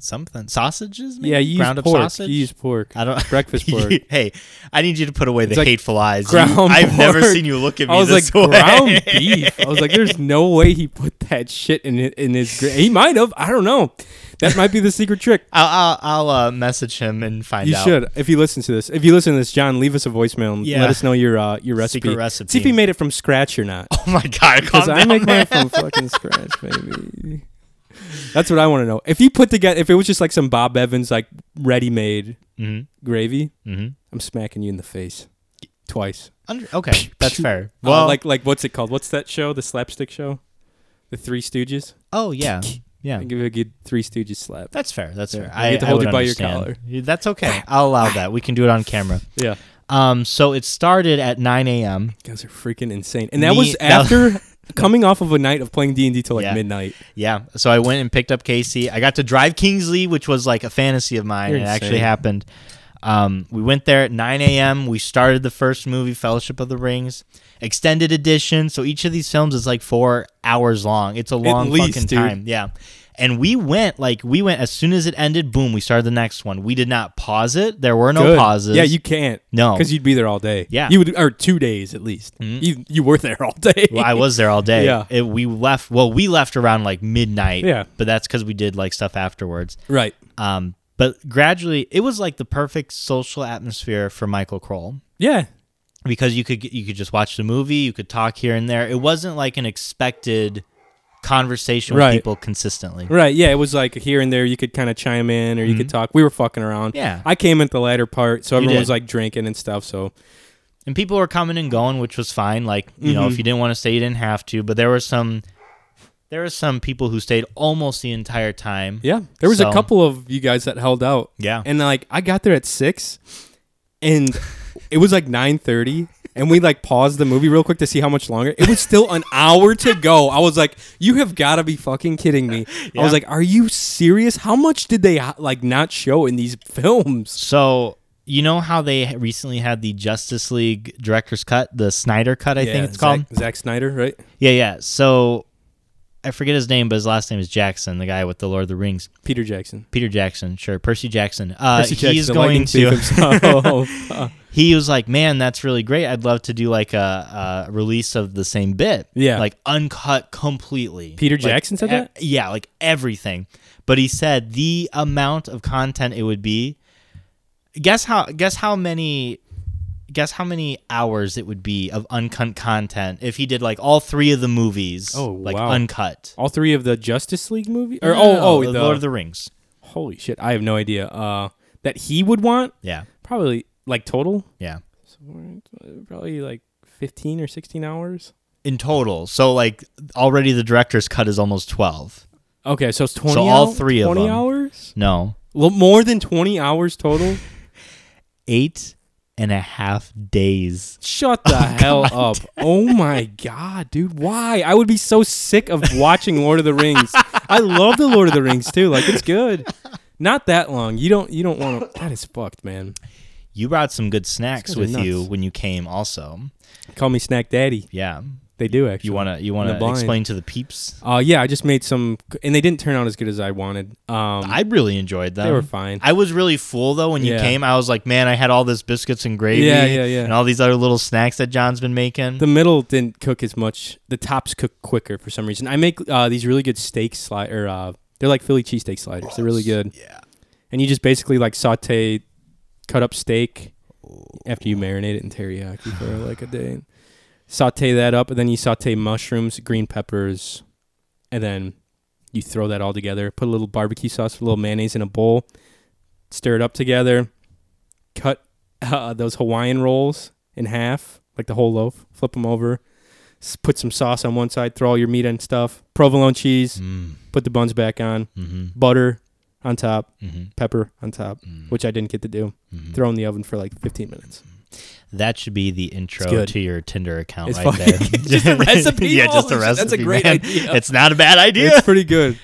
B: Something sausages? Maybe?
A: Yeah, you
B: ground
A: use
B: up
A: pork.
B: sausage.
A: You use pork.
B: I don't
A: breakfast pork.
B: hey, I need you to put away the
A: like
B: hateful eyes. You-
A: ground
B: I've never
A: pork.
B: seen you look at me
A: I was
B: this
A: like
B: way.
A: ground beef. I was like, there's no way he put that shit in it, in his. Gra- he might have. I don't know. That might be the secret trick.
B: I'll, I'll, I'll uh, message him and find
A: You
B: out.
A: should, if you listen to this. If you listen to this, John, leave us a voicemail and
B: Yeah.
A: let us know your uh, your recipe.
B: Secret recipe.
A: See if he made it from scratch or not.
B: Oh my god, calm
A: Because
B: down,
A: I make mine
B: man.
A: from fucking scratch, baby. That's what I want to know. If he put together, if it was just like some Bob Evans like ready made
B: Mhm.
A: gravy,
B: Mhm.
A: I'm smacking you in the face twice.
B: Under- okay, that's fair.
A: Uh,
B: Well,
A: like like what's it called? What's that show? The slapstick show, the Three Stooges.
B: oh yeah, yeah.
A: I give you a good Three Stooges slap.
B: That's fair. That's fair.
A: You get to hold
B: would
A: it by your
B: understand.
A: collar.
B: You- That's okay. I'll allow that. We can do it on camera.
A: Yeah,
B: Um, so it started at 9 a.m.
A: guys are freaking insane. And that
B: Me-
A: was
B: that
A: after coming off of a night of playing D and D till like
B: Yeah.
A: midnight.
B: Yeah. So I went and picked up Casey. I got to drive Kingsley, which was like a fantasy of mine.
A: You're
B: it actually
A: insane.
B: happened. Um, we went there at 9 a.m. We started the first movie, Fellowship of the Rings, extended edition. So each of these films is like four hours long. It's a long
A: least,
B: fucking
A: dude.
B: time. Yeah. And we went like we went as soon as it ended. Boom, we started the next one. We did not pause it. There were no
A: Good.
B: pauses.
A: Yeah, you can't.
B: No.
A: because you'd be there all day.
B: Yeah. Mm-hmm.
A: you would or two days at least. You you were there all day.
B: Well, I was there all day.
A: Yeah.
B: It- we left. Well, we left around like midnight.
A: Yeah.
B: but that's because we did like stuff afterwards.
A: right.
B: Um, but gradually, it was like the perfect social atmosphere for Michael Kroll
A: Yeah,
B: because you could get- you could just watch the movie, you could talk here and there. It wasn't like an expected conversation
A: Right.
B: with people consistently.
A: right. Yeah, it was like here and there. You could kind of chime in or you could talk. We were fucking around.
B: Yeah.
A: I came at the latter part, so everyone
B: did.
A: was like drinking and stuff. So
B: And people were coming and going, which was fine. Like you know,
A: Mm-hmm.
B: if you didn't want to stay, you didn't have to. But there were some. There were some people who stayed almost the entire time.
A: yeah, there was a
B: So-
A: couple of you guys that held out.
B: Yeah.
A: and like I got there at six, and it was like nine thirty. And we like paused the movie real quick to see how much longer. It was still an hour to go. I was like, "You have got to be fucking kidding me!" I
B: Yeah.
A: was like, "Are you serious? How much did they like not show in these films?"
B: So you know how they recently had the Justice League director's cut, the Snyder cut, I think it's called.
A: Zack, Zack Snyder, right?
B: Yeah, yeah. So I forget his name, but his last name is Jackson, the guy with the Lord of the Rings.
A: Peter Jackson.
B: Peter Jackson, sure, Percy Jackson. Uh,
A: Percy Jackson,
B: he's
A: the
B: going
A: lightning
B: to.
A: thief
B: Oh,
A: himself. Uh,
B: He was like, "Man, that's really great. I'd love to do like a, a release of the same bit,
A: Yeah.
B: like uncut completely."
A: Peter
B: Like,
A: Jackson said
B: e-
A: that?
B: Yeah, like everything. But he said the amount of content it would be. Guess how? Guess how many? Guess how many hours it would be of uncut content if he did like all three of the movies,
A: Oh,
B: like
A: wow.
B: uncut.
A: all three of the Justice League movie, or oh, oh,
B: the
A: the,
B: Lord of the Rings.
A: holy shit! I have no idea. Uh, that he would want
B: Yeah,
A: probably like total,
B: yeah.
A: probably like fifteen or sixteen hours.
B: In total, so like already the director's cut is almost twelve.
A: Okay, so it's twenty.
B: all
A: hour-
B: three of
A: 20
B: them.
A: hours.
B: No,
A: Well, more than twenty hours total.
B: eight and a half days.
A: Shut the hell up! Oh my god, dude, why? I would be so sick of watching Lord of the Rings. I love the Lord of the Rings too. Like it's good. Not that long. You don't. You don't want to. That is fucked, man.
B: You brought some good snacks
A: guys are
B: with you
A: nuts.
B: when you came, also.
A: Call me Snack Daddy.
B: Yeah.
A: They do actually.
B: You wanna you
A: the
B: wanna
A: blind.
B: explain to the peeps?
A: Uh, yeah, I just made some, and they didn't turn out as good as I wanted. Um,
B: I really enjoyed them.
A: were fine.
B: I was really full though when you
A: Yeah.
B: came. I was like, man, I had all this biscuits and gravy,
A: Yeah, yeah, yeah.
B: and all these other little snacks that John's been making.
A: the middle didn't cook as much. The tops cook quicker for some reason. I make uh, these really good steak slide, or uh, they're like Philly cheesesteak sliders. They're really good.
B: yeah.
A: And you just basically like saute, cut up steak after you marinate it in teriyaki for like a day. Saute that up, and then you saute mushrooms, green peppers, and then you throw that all together. Put a little barbecue sauce, a little mayonnaise in a bowl, stir it up together. Cut uh, those Hawaiian rolls in half, like the whole loaf. Flip them over. S- Put some sauce on one side. Throw all your meat and stuff. Provolone cheese.
B: Mm. Mm-hmm,
A: Put the buns back on. Butter on top.
B: mm-hmm,
A: Pepper on top,
B: Mm.
A: which I didn't get to do. Throw in the oven for like 15 minutes.
B: That should be the intro
A: good.
B: to your Tinder account
A: It's
B: right
A: fine.
B: there.
A: Just a recipe?
B: yeah, just
A: Holy
B: a
A: shit,
B: recipe.
A: that's a great
B: man.
A: idea.
B: It's not a bad idea.
A: It's pretty good.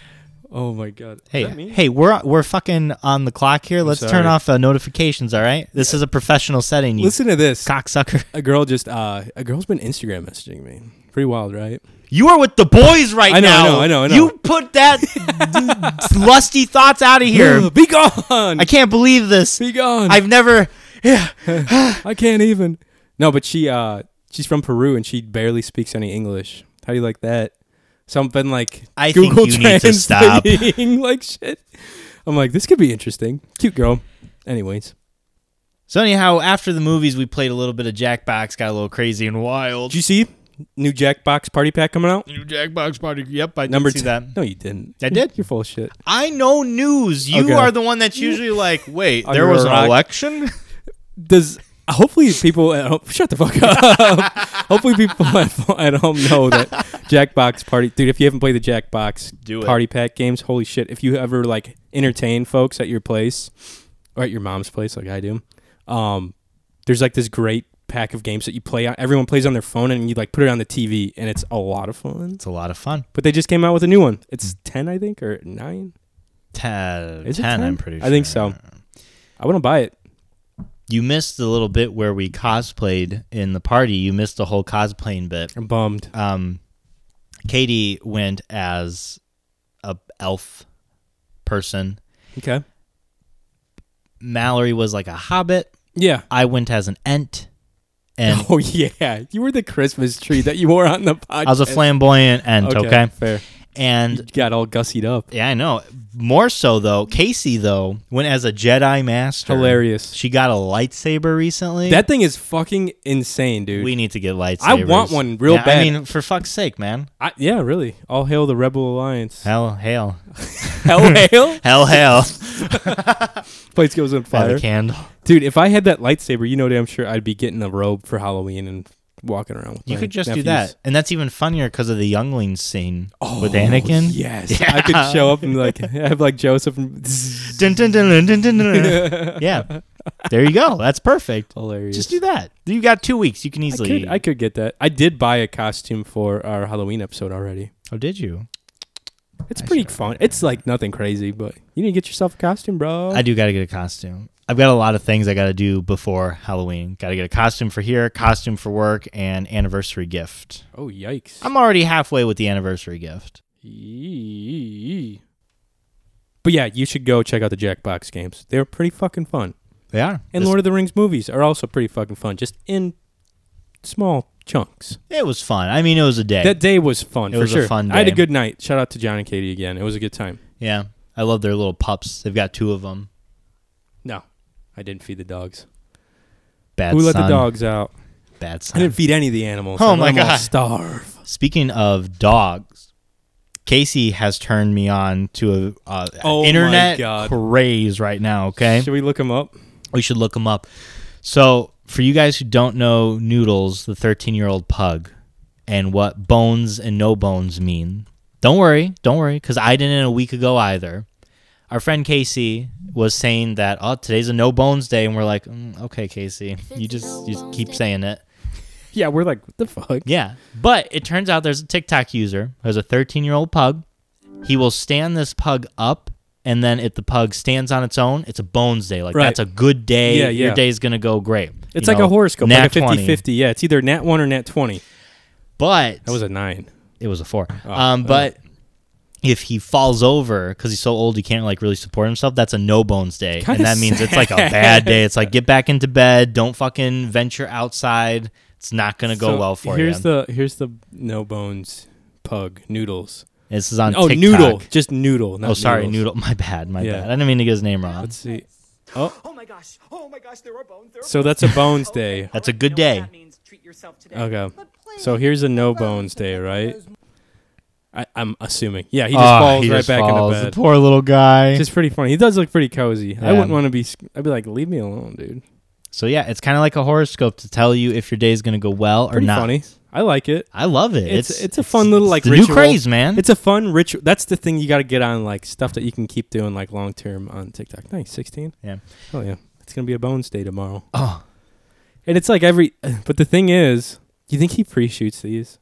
A: Oh my god. Is
B: Hey,
A: that me?
B: hey, we're we're fucking on the clock here. Let's turn
A: sorry.
B: off uh, notifications, all right? This is a professional setting. You
A: Listen to this.
B: cocksucker.
A: A girl just uh, a girl's been Instagram messaging me. Pretty wild, right?
B: You are with the boys right
A: I know,
B: now.
A: I know, I know, I know.
B: You put that lusty thoughts out of here.
A: Ugh, be gone.
B: I can't believe this.
A: be gone.
B: I've never.
A: I can't even. No, but she uh she's from Peru and she barely speaks any English. How do you like that? Something like
B: I think
A: Google
B: you need to stop.
A: translating like shit. I'm like, this could be interesting. Cute girl. Anyways,
B: So anyhow, after the movies, we played a little bit of Jackbox, got a little crazy and wild.
A: did you see new Jackbox Party Pack coming out?
B: New Jackbox party. Yep, I did
A: Number
B: see
A: two.
B: that.
A: No, you didn't.
B: I did.
A: You're full of shit.
B: I know news. You
A: Okay.
B: are the one that's usually like, wait,
A: Under
B: there was
A: a
B: an
A: rock.
B: election.
A: Does hopefully people at home shut the fuck up? hopefully people at, at home know that Jackbox Party, dude. If you haven't played the Jackbox
B: Do it.
A: Party Pack games, holy shit! If you ever like entertain folks at your place or at your mom's place, like I do, um, there's like this great pack of games that you play on. Everyone plays on their phone, and you like put it on the TV, and it's a lot of fun.
B: It's a Mm. lot of fun.
A: But they just came out with a new one. It's ten, I think, or nine.
B: Ten,
A: Is it
B: 10,
A: 10?
B: I'm pretty sure.
A: I think so. I wouldn't buy it.
B: You missed the little bit where we cosplayed in the party. You missed the whole cosplaying bit.
A: I'm bummed.
B: um, Katie went Um, as a elf person.
A: Okay.
B: Mallory was like a hobbit.
A: Yeah.
B: I went as an ent, and
A: Oh yeah, you were the Christmas tree that you wore on the podcast.
B: I was a flamboyant ent. Okay,
A: fair. You
B: and
A: got all gussied up.
B: yeah, I know. More so though, Casey though went as a Jedi master.
A: Hilarious.
B: She got a lightsaber recently.
A: That thing is fucking insane, dude.
B: we need to get lightsabers.
A: I want one real
B: Yeah,
A: bad.
B: I mean, for fuck's sake, man.
A: I, yeah, really. All hail the Rebel Alliance.
B: Hell, hail,
A: Hell hail.
B: hell, hell.
A: Place goes on
B: By
A: fire.
B: the candle.
A: Dude, if I had that lightsaber, you know damn sure I'd be getting a robe for Halloween and walking around with
B: You
A: my
B: could just
A: nephews.
B: do that, and that's even funnier because of the younglings scene
A: Oh,
B: with Anakin.
A: Yes. I could show up and like have like Joseph and zzz,
B: Dun, dun, dun, dun, dun, dun, dun. yeah, there you go. That's perfect.
A: hilarious.
B: Just do that. You got two weeks. You can
A: I
B: easily.
A: could, I could get that. I did buy a costume for our Halloween episode already.
B: oh, did you?
A: It's pretty fun. It's like nothing crazy, but you need to get yourself a costume, bro.
B: I do got to get a costume. I've got a lot of things I got to do before Halloween. Got to get a costume for here, costume for work, and anniversary gift.
A: oh yikes!
B: I'm already halfway with the anniversary gift.
A: Yee. But yeah, you should go check out the Jackbox games. They're pretty fucking fun.
B: They are.
A: And
B: This-
A: Lord of the Rings movies are also pretty fucking fun, just in small chunks.
B: it was fun. I mean, it was a day.
A: That day was fun
B: It
A: for
B: was a
A: sure.
B: fun
A: I had a
B: day.
A: good night. Shout out to John and Katie again. It was a good time.
B: yeah, I love their little pups. They've got two of them.
A: No, I didn't feed the dogs.
B: Bad
A: Who let the
B: son.
A: dogs out?
B: Bad
A: I
B: son.
A: didn't feed any of the animals.
B: Oh
A: I let
B: my
A: them all
B: God.
A: Starve.
B: Speaking of dogs, Casey has turned me on to a uh,
A: Oh my
B: internet
A: God.
B: craze right now. Okay,
A: Should we look them up?
B: we should look him up. So, for you guys who don't know Noodles, the 13 year old pug, and what bones and no bones mean, don't worry, don't worry, because I didn't a week ago either. Our friend Casey was saying that oh today's a no bones day, and we're like, "Mm, okay, Casey, you just you just keep saying it.
A: Yeah, we're like, what the fuck?
B: Yeah. But it turns out there's a TikTok user who has a 13 year old pug. He will stand this pug up, and then if the pug stands on its own, it's a bones day. Like,
A: Right.
B: that's a good day.
A: Yeah, yeah.
B: Your day's going to go great.
A: It's
B: You
A: like
B: know,
A: a horoscope,
B: nat
A: like a 50
B: 20.
A: 50. Yeah, it's either nat 1 or nat 20.
B: But
A: That was a Oh, uh. 9.
B: it was a four. um, but if he falls over because he's so old, he can't like really support himself. That's a no bones day,
A: Kinda
B: and that means it's like a bad day. It's like get back into bed. Don't fucking venture outside. It's not gonna go
A: So
B: well for
A: here's
B: you.
A: the here's the no bones pug noodles.
B: this is on
A: Oh,
B: TikTok.
A: noodle, just noodle. Not
B: Oh, sorry,
A: noodles.
B: noodle. My bad. My
A: Yeah.
B: bad. I didn't mean to get his name wrong.
A: Let's see. Oh,
E: Oh my gosh. Oh my gosh, there are bones. There are
A: so that's a bones day.
B: That's a good day.
A: Okay. So here's a no bones day, right? I, I'm assuming. Yeah, he just
B: Ah,
A: falls
B: he
A: right
B: just
A: back
B: falls.
A: into
B: The
A: bed.
B: poor little guy.
A: It's just pretty funny. He does look pretty cozy. I
B: Yeah.
A: wouldn't want to be. sc- I'd be like, leave me alone, dude.
B: so yeah, it's kind of like a horoscope to tell you if your day is gonna go well or
A: Pretty
B: not.
A: funny. I like it.
B: I love it.
A: It's it's, a fun little like
B: it's the
A: ritual.
B: new craze, man.
A: It's a fun ritual. That's the thing you got to get on like stuff that you can keep doing like long term on TikTok. Nice, sixteen.
B: yeah.
A: Oh yeah, it's gonna be a bones day tomorrow.
B: Oh,
A: And it's like every. But the thing is, do you think he pre-shoots these?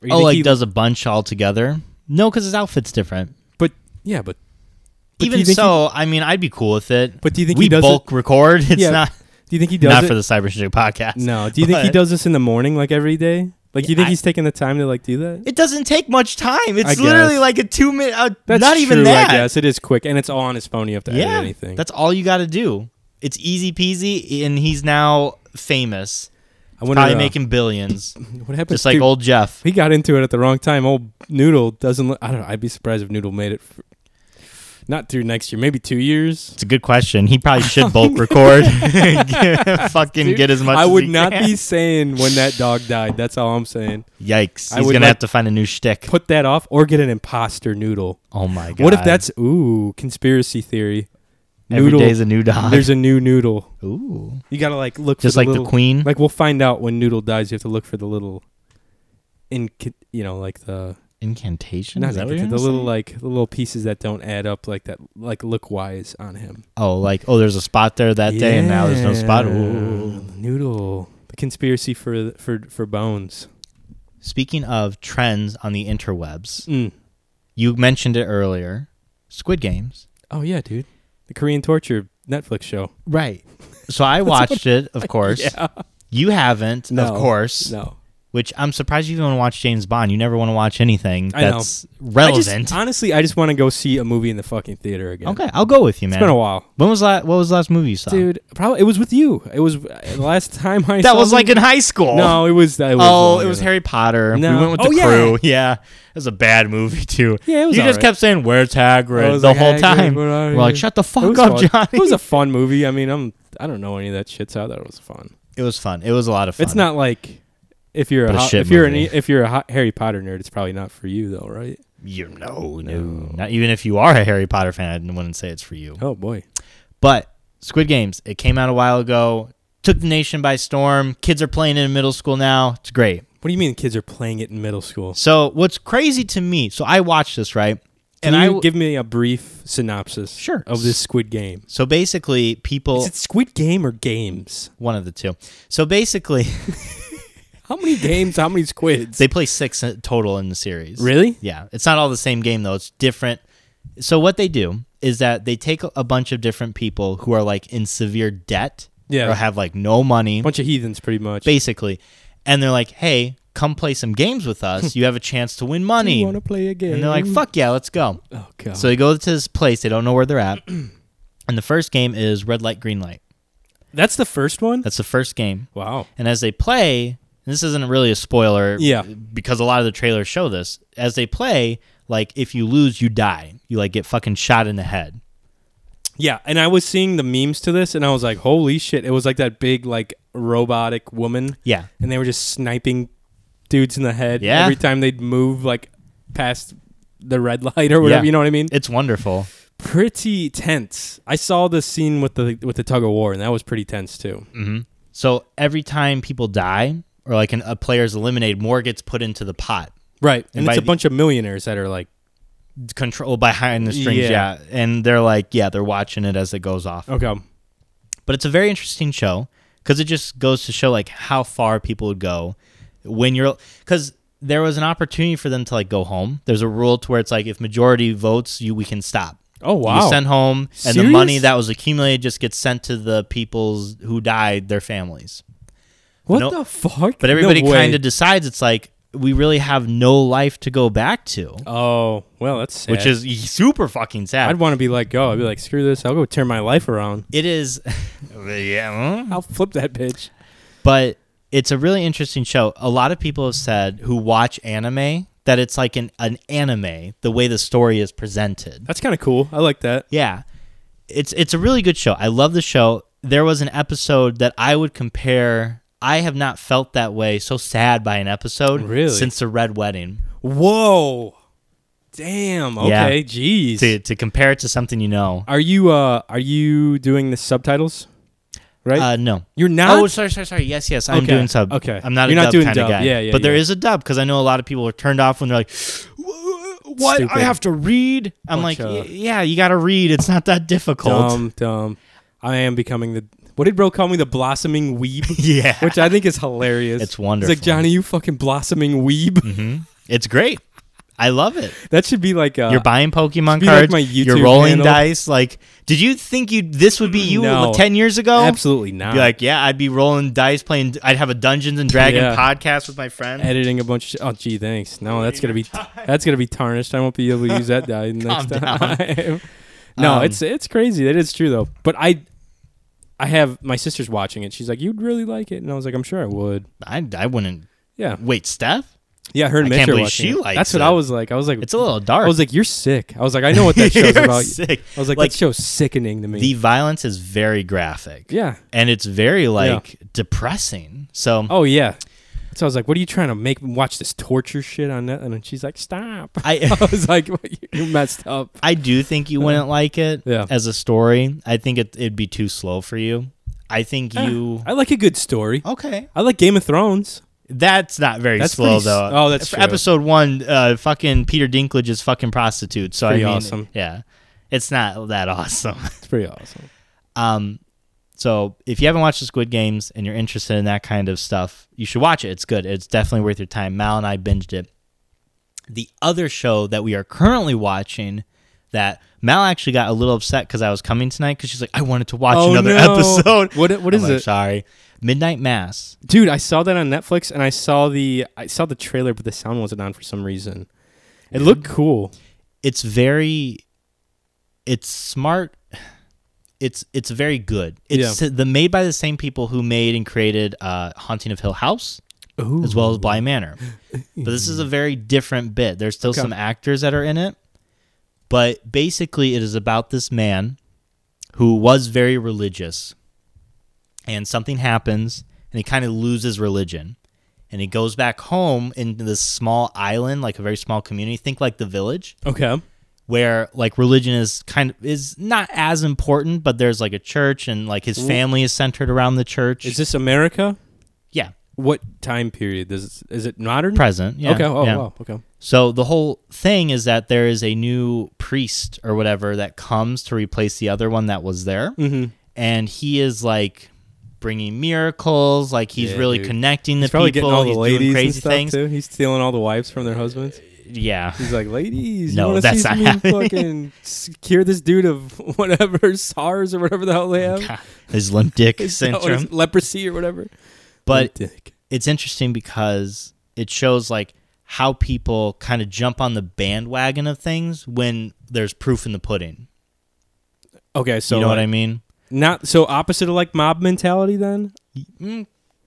A: Or you
B: oh,
A: think
B: like
A: he-
B: does a bunch all together? No, because his outfit's different.
A: But yeah, but, but do
B: Even
A: you think
B: so, I mean, I'd be cool with it.
A: But do you think
B: we
A: he does it-
B: bulk record? It's
A: Yeah,
B: not
A: he- do you think he does
B: not
A: it?
B: for the Cyber Shindig podcast.
A: no. Do you think he
B: But-
A: does this in the morning, like every day? Like, do you think
B: I-
A: he's taking the time to like do that?
B: It doesn't take much time. It's
A: I guess.
B: literally like a two minute. Uh,
A: That's
B: not even
A: true,
B: that.
A: I guess it is quick, and it's all on his phone. You have to edit
B: Yeah,
A: anything.
B: that's all you got to do. It's easy peasy, and he's now famous.
A: I wonder
B: probably
A: uh,
B: making billions,
A: what happens.
B: just like
A: dude,
B: old Jeff.
A: he got into it at the wrong time. Old Noodle doesn't. Look, I don't know. I'd be surprised if Noodle made it. For, not through next year, maybe two years.
B: It's a good question. He probably should bulk record, fucking get as much.
A: I
B: as
A: would
B: he
A: not
B: can.
A: be saying when that dog died. That's all I'm saying.
B: Yikes!
A: I
B: He's
A: would
B: gonna
A: like-
B: have to find a new shtick.
A: Put that off or get an imposter noodle.
B: oh my god!
A: What if that's ooh conspiracy theory?
B: every day's a new dog?
A: There's a new noodle.
B: Ooh,
A: You gotta like look
B: Uh, just
A: for the
B: like
A: little,
B: the queen.
A: Like we'll find out when noodle dies. You have to look for the little, in you know like the
B: incantation.
A: not
B: Is that what
A: the,
B: you're
A: the
B: gonna
A: little
B: say?
A: like the little pieces that don't add up like that like look wise on him.
B: Oh, like oh, there's a spot there that day, and now there's no spot.
A: Yeah,
B: Ooh.
A: Noodle. The conspiracy for for for bones.
B: Speaking of trends on the interwebs,
A: Mm.
B: you mentioned it earlier. Squid Games.
A: Oh yeah, dude. The Korean torture Netflix show.
B: Right. So I watched it, of course. You haven't,
A: No.
B: of course.
A: No.
B: which I'm surprised you even watch James Bond. You never want to watch anything
A: I know.
B: that's
A: I just-
B: relevant.
A: honestly, I just want to go see a movie in the fucking theater again.
B: okay, I'll go with you, man.
A: It's been a while.
B: When was la- what was the last movie you saw?
A: Dude, probably it was with you. It was uh, the last time I
B: that
A: saw
B: was
A: you-
B: like in high school.
A: No, it was. It was
B: Oh,
A: longer
B: it was
A: than-
B: Harry Potter.
A: No.
B: We went with the
A: Oh, yeah.
B: crew. Yeah, it was a bad movie too.
A: Yeah, it was
B: You just
A: alright.
B: kept saying, "Where's
A: I
B: Hagrid?"
A: was
B: the
A: like,
B: whole
A: "Hagrid,
B: time.
A: where are
B: We're like,
A: you?"
B: "Shut the
A: It
B: fuck
A: was
B: up,
A: fun.
B: Johnny."
A: It was a fun movie. I mean, I'm I don't know any of that shit's out. That was fun.
B: It was fun. It was a lot of fun.
A: It's not like if you're a,
B: But a
A: ho-
B: shit
A: if you're
B: movie.
A: an, e, if you're a ho- Harry Potter nerd, it's probably not for you though, right?
B: You no, no, Not even if you are a Harry Potter fan, I wouldn't say it's for you.
A: Oh boy,
B: But Squid Games, it came out a while ago, took the nation by storm. Kids are playing it in middle school now. It's great.
A: what do you mean kids are playing it in middle school?
B: So what's crazy to me? So I watched this right,
A: Can
B: I
A: you
B: w-
A: give me a brief synopsis?
B: Sure.
A: Of this Squid Game.
B: so basically people
A: Is it Squid Game or games?
B: one of the two. So basically
A: How many games? how many squids?
B: they play six in- total in the series.
A: Really?
B: Yeah. It's not all the same game though. It's different. So what they do is that they take a bunch of different people who are like in severe debt
A: Yeah.
B: or have like no money.
A: bunch of heathens, pretty much.
B: basically. And they're like, hey, come play some games with us. You have a chance to win money.
A: You want to play a game?
B: and they're like, fuck yeah, let's go.
A: Oh god.
B: So they go to this place. They don't know where they're at. and the first game is red light, green light.
A: that's the first one.
B: That's the first game.
A: wow.
B: And as they play, and this isn't really a spoiler
A: Yeah.
B: because a lot of the trailers show this. As they play, like if you lose, you die. You like get fucking shot in the head.
A: Yeah, and I was seeing the memes to this, and I was like, "Holy shit!" It was like that big, like robotic woman.
B: Yeah.
A: and they were just sniping dudes in the head
B: Yeah.
A: every time they'd move like past the red light or whatever.
B: Yeah.
A: You know what I mean?
B: It's wonderful.
A: pretty tense. I saw the scene with the with the tug of war, and that was pretty tense too.
B: Mm. So every time people die or like an, a player is eliminated, more gets put into the pot.
A: Right,
B: And
A: and,
B: by
A: it's a
B: the-
A: bunch of millionaires that are like,
B: control behind the strings. Yeah.
A: Yeah.
B: And they're like, yeah, they're watching it as it goes off.
A: "Okay,
B: But it's a very interesting show because it just goes to show like how far people would go when you're because there was an opportunity for them to like go home. There's a rule to where it's like if majority votes, you we can stop.
A: oh wow,
B: You sent home, and the money
A: Serious?
B: that was accumulated just gets sent to the people's who died, their families.
A: what
B: No-
A: the fuck?"
B: But
A: No
B: everybody
A: way.
B: kind of decides it's like we really have no life to go back to,
A: Oh well, that's sad.
B: which is super fucking sad.
A: I'd want to be let go. I'd be like, "Screw this! I'll go turn my life around.
B: it is yeah
A: I'll flip that bitch."
B: but it's a really interesting show a lot of people have said who watch anime that it's like an, an anime the way the story is presented
A: That's kind of cool. I like that.
B: yeah it's it's a really good show i love the show there was an episode that i would compare i have not felt that way so sad by an episode
A: Really?
B: since the red wedding
A: Whoa. Damn.
B: Yeah.
A: Okay. Jeez.
B: to, to compare it to something you know
A: Are you uh are you doing the subtitles? Right?
B: uh, no
A: You're not
B: Oh, sorry, sorry, sorry. Yes, yes. I'm
A: Okay,
B: doing sub.
A: okay.
B: I'm not
A: You're
B: a
A: not
B: dub
A: doing
B: kind of
A: dub.
B: guy.
A: Yeah, yeah,
B: But there
A: yeah.
B: is a dub because I know a lot of people are turned off when they're like, "What? I
A: Stupid.
B: have to read." I'm
A: Bunch
B: like,
A: of-
B: "Y- "Yeah, you got to read. It's not that difficult."
A: dumb, dumb. I am becoming the what did bro call me the blossoming weeb?
B: Yeah.
A: Which I think is hilarious.
B: It's wonderful. Mm.
A: It's like Johnny, you fucking blossoming weeb.
B: it's great. I love it.
A: That should be like uh
B: You're buying Pokemon
A: be like
B: cards.
A: my
B: you're
A: YouTube
B: rolling
A: handle.
B: dice. Like, did you think you this would be you
A: No.
B: ten years ago?
A: absolutely not.
B: Be like, yeah, I'd be rolling dice, playing. I'd have a Dungeons and Dragon
A: Yeah.
B: podcast with my friends.
A: editing a bunch of shit. Oh gee, thanks. No, that's gonna be that's gonna be tarnished. I won't be able to use that die next time. no,
B: Um,
A: it's it's crazy. That is true though. But I I have my sister's watching it. She's like, You'd really like it and I was like, I'm sure I would.
B: I, I wouldn't.
A: Yeah.
B: Wait, Steph.
A: Yeah, her and
B: I
A: Mitch
B: can't
A: are
B: believe
A: watching
B: she
A: it.
B: likes
A: That's what
B: it.
A: I was like. I was like
B: It's a little dark.
A: I was like, You're sick. I was like, I know what that show's
B: You're
A: about.
B: sick.
A: I was like,
B: Like,
A: that show's sickening to me.
B: the violence is very graphic.
A: Yeah.
B: And it's very like depressing. So
A: oh yeah. So I was like, What are you trying to make me watch this torture shit on that? And then she's like, Stop. I
B: I
A: was like, you messed up.
B: I do think you wouldn't like it
A: Yeah.
B: as a story. I think it, it'd be too slow for you. I think you
A: I like a good story.
B: Okay.
A: I like Game of Thrones.
B: That's not very
A: That's
B: slow
A: pretty s-
B: though.
A: oh, that's
B: For
A: true.
B: episode 1 uh fucking Peter Dinklage is fucking prostitute. So
A: Pretty
B: I mean
A: awesome.
B: yeah. It's not that awesome.
A: It's pretty awesome.
B: um so if you haven't watched the Squid Games and you're interested in that kind of stuff, you should watch it. It's good. It's definitely worth your time. Mal and I binged it. The other show that we are currently watching that Mal actually got a little upset because I was coming tonight because she's like, I wanted to watch
A: Oh,
B: another
A: no.
B: episode.
A: What- what
B: I'm
A: is
B: like,
A: it?
B: Sorry, Midnight Mass.
A: Dude, I saw that on Netflix and I saw the I saw the trailer, but the sound wasn't on for some reason. It looked cool.
B: It's very, it's smart. It's it's very good. It's the made by the same people who made and created uh, Haunting of Hill House.
A: Ooh.
B: as well as Bly Manor. But this is a very different bit. There's still
A: Okay.
B: some actors that are in it, but basically it is about this man who was very religious and something happens and he kind of loses religion and he goes back home into this small island like a very small community think like the village
A: Okay.
B: where like religion is kind of is not as important but there's like a church and like his family is centered around the church
A: Is this America?
B: yeah
A: What time period? Is is it modern?
B: present yeah
A: okay. Oh
B: yeah.
A: wow. Okay.
B: So the whole thing is that there is a new priest or whatever that comes to replace the other one that was there, mm-hmm. and he is like bringing miracles, like he's
A: Yeah,
B: really
A: dude.
B: connecting the
A: He's probably
B: people,
A: getting all the
B: he's
A: ladies
B: doing crazy
A: and stuff
B: things.
A: too. He's stealing all the wives from their husbands.
B: Yeah,
A: He's like, ladies,
B: No,
A: you want to
B: that's
A: see
B: not
A: me
B: happening."
A: fucking s- cure this dude of whatever SARS or whatever the hell they have,
B: his limp dick
A: Is that what
B: syndrome.
A: it's- leprosy or whatever.
B: But
A: Dick.
B: it's interesting because it shows like how people kind of jump on the bandwagon of things when there's proof in the pudding.
A: okay, so
B: you know what
A: like,
B: I mean?
A: Not so opposite of like mob mentality then.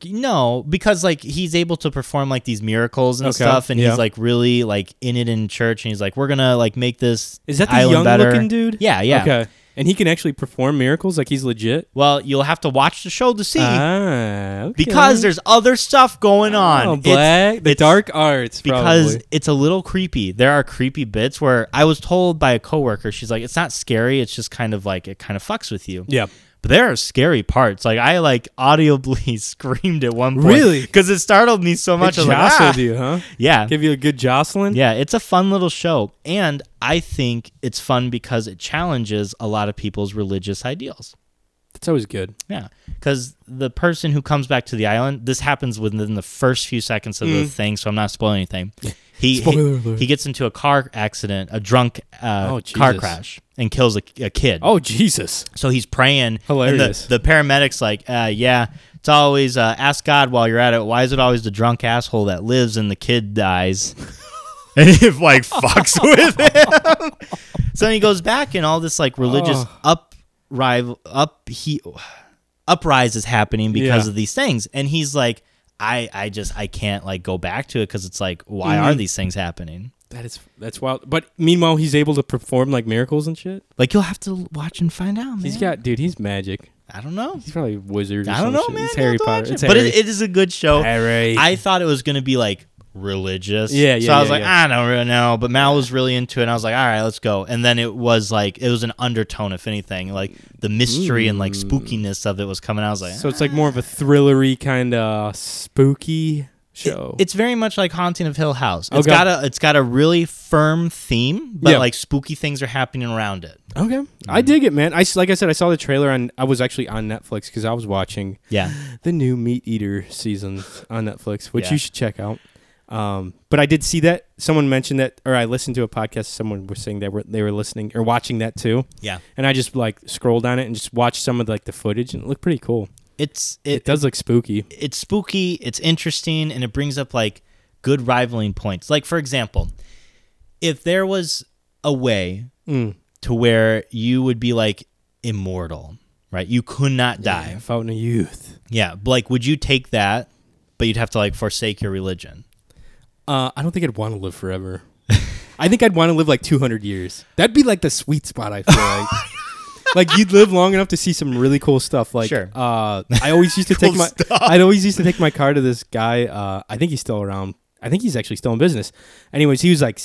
B: No, because like he's able to perform like these miracles and
A: Okay,
B: stuff, and
A: yeah.
B: he's like really like in it in church, and he's like, we're gonna like make this.
A: Is that the
B: island
A: young
B: better."
A: looking dude?
B: Yeah, yeah.
A: Okay, and he can actually perform miracles. Like he's legit.
B: Well, you'll have to watch the show to see
A: Ah, okay.
B: because there's other stuff going on.
A: oh,
B: It's-
A: black the
B: it's-
A: dark arts
B: because
A: probably.
B: it's a little creepy. There are creepy bits where I was told by a coworker, she's like, it's not scary. It's just kind of like it kind of fucks with you.
A: yeah.
B: But there are scary parts. Like I like audibly screamed at one point.
A: Really?
B: Because it startled me so much.
A: It
B: I was like,
A: jostled
B: "Ah!"
A: you, huh?
B: Yeah.
A: Give you a good jostling.
B: Yeah, it's a fun little show. And I think it's fun because it challenges a lot of people's religious ideals.
A: that's always good.
B: Yeah. Because the person who comes back to the island, this happens within the first few seconds of
A: Mm.
B: the thing, so I'm not spoiling anything. He,
A: Spoiler
B: he,
A: alert.
B: he gets into a car accident, a drunk uh,
A: Oh,
B: car
A: Jesus.
B: crash, and kills a, a kid.
A: Oh Jesus!
B: So he's praying.
A: Hilarious.
B: And the, the paramedic's like, uh, yeah, it's always uh, ask God while you're at it. Why is it always the drunk asshole that lives and the kid dies? and it like fucks with him. so he goes back and all this like religious up rival up he uprise is happening because
A: Yeah.
B: of these things. And he's like, I I just I can't like go back to it because it's like, why are these things happening?
A: That is that's wild. But meanwhile, he's able to perform like miracles and shit.
B: Like you'll have to watch and find out, man.
A: He's got dude. He's magic.
B: I don't know.
A: He's probably a wizard. Or
B: I
A: some
B: don't know,
A: shit.
B: man.
A: He's
B: You'll
A: Harry
B: have
A: Potter.
B: to watch it.
A: It's
B: But
A: Harry.
B: it, it is a good show.
A: Harry.
B: I thought it was going to be like religious.
A: Yeah, yeah,
B: So I was
A: yeah,
B: like,
A: yeah.
B: I don't really know. But Mal was really into it. And I was like, all right, let's go. And then it was like, it was an undertone, if anything. Like the mystery and like spookiness of it was coming out. I was like,
A: Mm. so it's like more of a thrillery kind of spooky show.
B: it's very much like Haunting of Hill House. It's
A: Okay.
B: got a it's got a really firm theme, but
A: Yeah.
B: like spooky things are happening around it.
A: okay. I dig it, man. I s- like I said, I saw the trailer on. I was actually on Netflix because I was watching
B: Yeah.
A: the new Meat Eater seasons on Netflix, which
B: Yeah.
A: you should check out. Um, but I did see that someone mentioned that, or I listened to a podcast. Someone was saying they were they were listening or watching that too.
B: Yeah.
A: and I just like scrolled on it and just watched some of like the footage, and it looked pretty cool.
B: It's
A: It,
B: it,
A: does look spooky.
B: it's spooky, it's interesting, and it brings up like good rivaling points. Like for example, if there was a way
A: Mm.
B: to where you would be like immortal, right? You could not die.
A: Fountain of Youth.
B: Yeah, but, like would you take that? But you'd have to like forsake your religion.
A: Uh, I don't think I'd want to live forever. I think I'd want to live like 200 years. That'd be like the sweet spot. I feel like. Like you'd live long enough to see some really cool stuff. Like,
B: Sure.
A: uh, I always used to
B: Cool
A: take my,
B: stuff.
A: I'd always used to take my car to this guy. Uh, I think he's still around. I think he's actually still in business. Anyways, he was like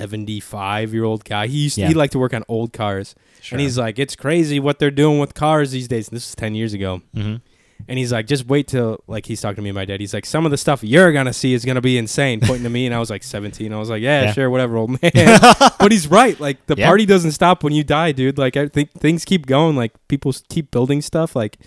A: 75 year old guy. He used
B: Yeah.
A: he liked to work on old cars, and he's like, it's crazy what they're doing with cars these days. This is 10 years ago.
B: Mm-hmm.
A: And he's like, just wait till like he's talking to me and my dad. He's like, some of the stuff you're gonna see is gonna be insane. Pointing to me, and I was like 17. I was like, yeah,
B: Yeah.
A: sure, whatever, old man. but he's right. Like the
B: Yeah.
A: party doesn't stop when you die, dude. Like I think things keep going. Like people s- keep building stuff. Like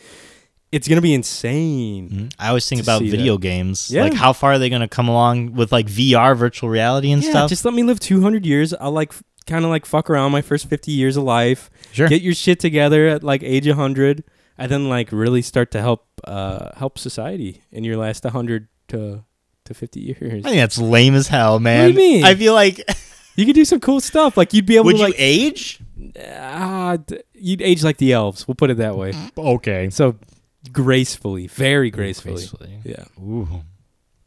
A: it's gonna be insane.
B: Mm-hmm. I always think
A: To
B: about
A: see
B: video games.
A: Yeah.
B: Like how far are they going to come along with like VR virtual reality and
A: Yeah,
B: stuff?
A: just let me live 200 years. I'll like f- kind of like fuck around my first 50 years of life.
B: Sure.
A: Get your shit together at like age 100 and then like really start to help uh help society in your last 100 to to 50 years.
B: I think that's lame as hell, man.
A: you mean?
B: I feel like
A: You could do some cool stuff. Like you'd be able
B: would
A: to
B: you
A: like
B: age?
A: ah, d- you'd age like the elves. We'll put it that way.
B: Okay.
A: So gracefully, very gracefully.
B: Gracefully.
A: Yeah.
B: Ooh.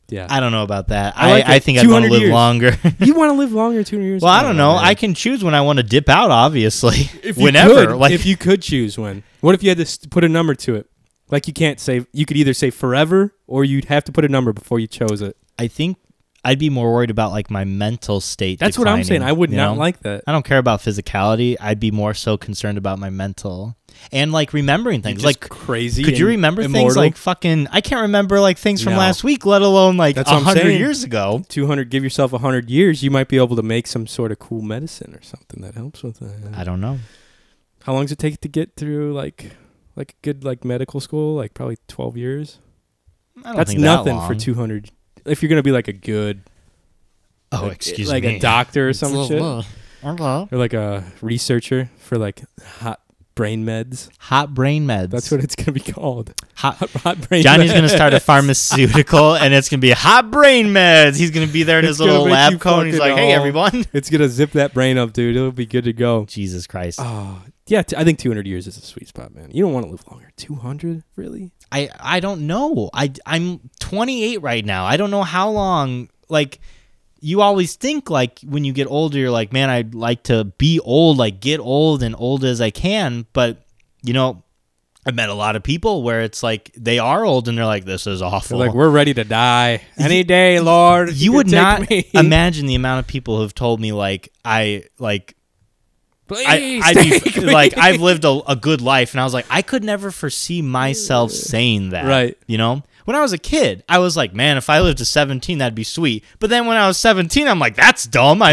A: Yeah.
B: I don't know about that.
A: I
B: I,
A: like
B: I,
A: it.
B: think I'd
A: 200
B: want to live
A: years.
B: longer.
A: you want to live longer 200 years?
B: well, I don't know.
A: man.
B: I can choose when I want to dip out. Obviously,
A: if you
B: whenever.
A: could,
B: like
A: if you could choose when. What if you had to s- put a number to it? Like you can't say you could either say forever or you'd have to put a number before you chose it.
B: I think I'd be more worried about like my mental state.
A: That's what I'm saying.
B: declining,
A: I would
B: you
A: not
B: know?
A: like that.
B: I don't care about physicality. I'd be more so concerned about my mental and like remembering things.
A: Just
B: Like,
A: crazy.
B: could you
A: and
B: remember things
A: immortal.
B: like fucking? I can't remember like things from
A: No.
B: last week, let alone like a
A: That's what I'm
B: hundred
A: saying.
B: years ago.
A: 200? Give yourself 100 years. You might be able to make some sort of cool medicine or something that helps with that.
B: I don't know.
A: How long does it take to get through like like good like medical school? Like probably 12 years.
B: I don't
A: That's
B: think
A: nothing
B: that long.
A: for 200. If you're gonna be like a good
B: Oh,
A: like,
B: excuse
A: like
B: me.
A: a doctor or some shit.
B: Okay.
A: or like a researcher for like hot brain meds.
B: Hot brain meds.
A: That's what it's gonna be called.
B: Hot-
A: Hot brain.
B: Johnny's
A: meds.
B: gonna start a pharmaceutical, and it's gonna be hot brain meds. He's gonna be there in
A: It's
B: his little
A: gonna make you
B: lab coat. And he's
A: fucking
B: like, "Hey,
A: all-
B: everyone."
A: It's gonna zip that brain up, dude. It'll be good to go.
B: Jesus Christ.
A: Oh, yeah. T- I think 200 years is a sweet spot, man. You don't want to live longer. 200, really?
B: I I don't know. I I'm 28 right now. I don't know how long. Like you always think like when you get older, you're like, man, I'd like to be old, like get old and old as I can. But you know, I've met a lot of people where it's like they are old and they're like, this is
A: They're
B: awful.
A: like we're ready to die any day, Lord. if
B: you would
A: could take
B: not
A: me.
B: imagine the amount of people who've told me like I like I,
A: Please
B: I'd
A: take
B: be,
A: me.
B: like I've lived a, a good life, and I was like, I could never foresee myself saying that.
A: Right.
B: You know, when I was a kid, I was like, man, if I lived to 17, that'd be sweet. But then when I was 17, I'm like, that's dumb. I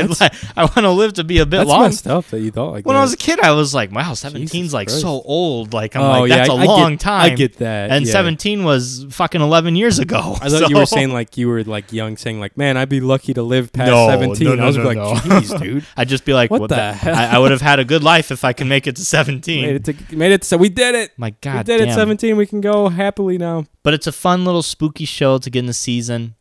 B: I want to live to be a bit
A: That's
B: long.
A: messed up that you thought like
B: When I
A: that.
B: was a kid, I was like, wow, 17's
A: Jesus
B: like
A: Christ.
B: so old. Like I'm
A: Oh,
B: like,
A: yeah,
B: that's a
A: I- I get-
B: long time.
A: I get that,
B: And
A: yeah.
B: 17 was fucking 11 years ago.
A: I thought you were saying like you were like young, saying like, "Man, I'd be lucky to live past
B: No,
A: 17.
B: no,
A: I
B: no,
A: was
B: no,
A: like,
B: no.
A: "Jeez, dude,
B: I'd just be like,
A: What
B: what,
A: the
B: the?
A: hell?"
B: I, I would have had a good life if I could make it to
A: made
B: 17.
A: it, to, made it, so we did it.
B: My
A: we
B: God,
A: did it.
B: damn.
A: 17. We can go happily now.
B: But it's a fun little spooky show to get in the season.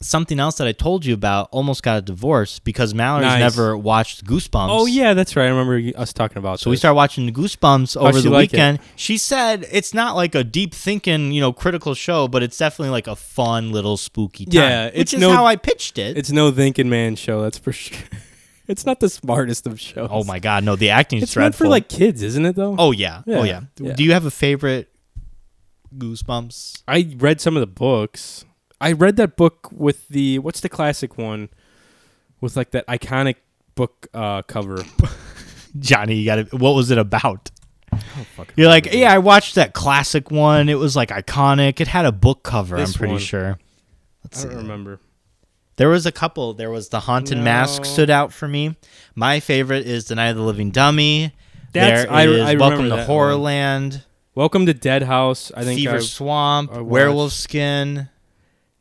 B: Something else that I told you about almost got a divorce because Mallory's
A: Nice.
B: never watched Goosebumps.
A: Oh yeah, that's right. I remember you- us talking about.
B: So we
A: this.
B: started watching the Goosebumps
A: How'd
B: over
A: she
B: the
A: like it?
B: weekend. She said it's not like a deep thinking, you know, critical show, but it's definitely like a fun little spooky time.
A: Yeah,
B: which
A: it's
B: is
A: no-
B: how I pitched it.
A: It's no thinking man show. That's for sure. it's not the smartest of shows.
B: oh my god, no, the acting is
A: It's meant for
B: dreadful.
A: like kids, isn't it though?
B: oh yeah,
A: Yeah,
B: oh yeah.
A: yeah.
B: Do you have a favorite Goosebumps?
A: I read some of the books. I read that book with the what's the classic one with like that iconic book uh, cover.
B: Johnny, you got to. What was it about?
A: Oh, fucking
B: You're like, yeah, I watched that classic one. It was like iconic. It had a book cover.
A: This
B: I'm pretty
A: one.
B: sure. Let's
A: I
B: see.
A: don't remember.
B: There was a couple. There was the Haunted Mask
A: No.
B: stood out for me. My favorite is the Night of the Living Dummy.
A: That's-
B: there
A: I-
B: is
A: I
B: Welcome
A: remember
B: to
A: that one.
B: Horrorland,
A: Welcome to Dead House. I think
B: Fever
A: I-
B: Swamp,
A: I watched-
B: Werewolf Skin.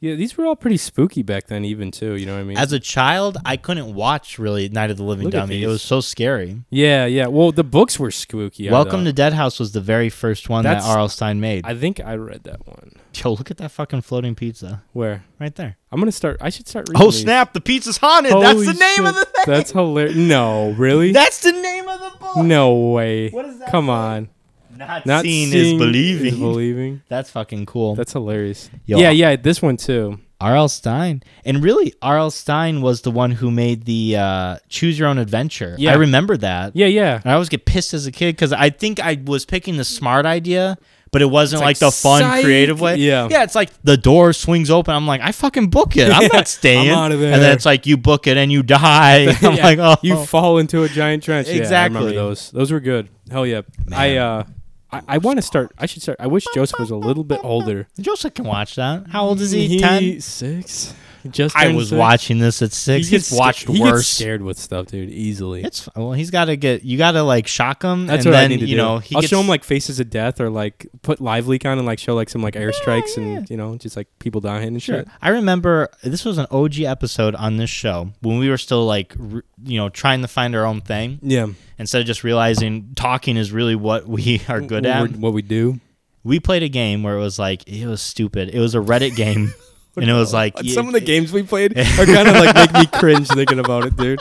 A: Yeah, these were all pretty spooky back then, even too. You know what I mean?
B: As a child, I couldn't watch really Night of the Living
A: Look at
B: Dummy. It
A: these.
B: was so scary.
A: yeah, yeah. Well, the books were spooky.
B: Welcome
A: I
B: to
A: thought.
B: Dead House was the very first one
A: That's-
B: that R.L. Stein made.
A: I think I read that one.
B: Yo, look at that fucking floating pizza
A: Where
B: right there.
A: I'm gonna start. I should start. reading
B: Oh
A: these.
B: snap! The pizza's haunted.
A: Holy
B: That's the name of the
A: shit,
B: thing.
A: That's hilarious. No, really?
B: That's the name of the book.
A: no way. What
B: is that
A: Come
B: for?
A: on.
B: Not,
A: Not
B: seen
A: seeing
B: is believing.
A: Is believing.
B: That's fucking cool.
A: That's hilarious.
B: Yo,
A: yeah,
B: I-
A: yeah. This one too.
B: R.L. Stein, and really R.L. Stein was the one who made the uh, Choose Your Own Adventure.
A: Yeah.
B: I remember that.
A: Yeah, yeah.
B: And I always get pissed as a kid because I think I was picking the smart idea, but it wasn't
A: It's like,
B: like, the fun,
A: psych.
B: creative way.
A: Yeah.
B: yeah. It's like the door swings open. I'm like, I fucking book it. I'm
A: Yeah,
B: not staying.
A: I'm outta
B: And
A: there.
B: then it's like you book it and you die. I'm
A: Yeah,
B: like, oh,
A: you fall into a giant trench. Yeah, I
B: Exactly.
A: remember those. Those were good. Hell yeah. I uh, I, I want to start. I should start. I wish Oh, Joseph was a little bit older.
B: Joseph can watch that. How old is he? Ten.
A: six. Just
B: I
A: turned
B: was
A: six.
B: watching this at six. He's
A: sca-
B: watched
A: he gets
B: worse.
A: scared with stuff, dude. Easily.
B: It's well, he's got to get you got to like shock him,
A: That's
B: and
A: what
B: then
A: I need to
B: you
A: do.
B: know he
A: I'll
B: gets,
A: show him like faces of death or like put live leak on and like show like some like airstrikes and you know just like people dying and
B: Sure.
A: shit.
B: I remember this was an OG episode on this show when we were still like, re- you know, trying to find our own thing
A: Yeah.
B: instead of just realizing talking is really what we are good at.
A: What we do.
B: We played a game where it was like it was stupid. It was a Reddit game, and it was like
A: some of the games we played are kind of like make me cringe thinking about it, dude.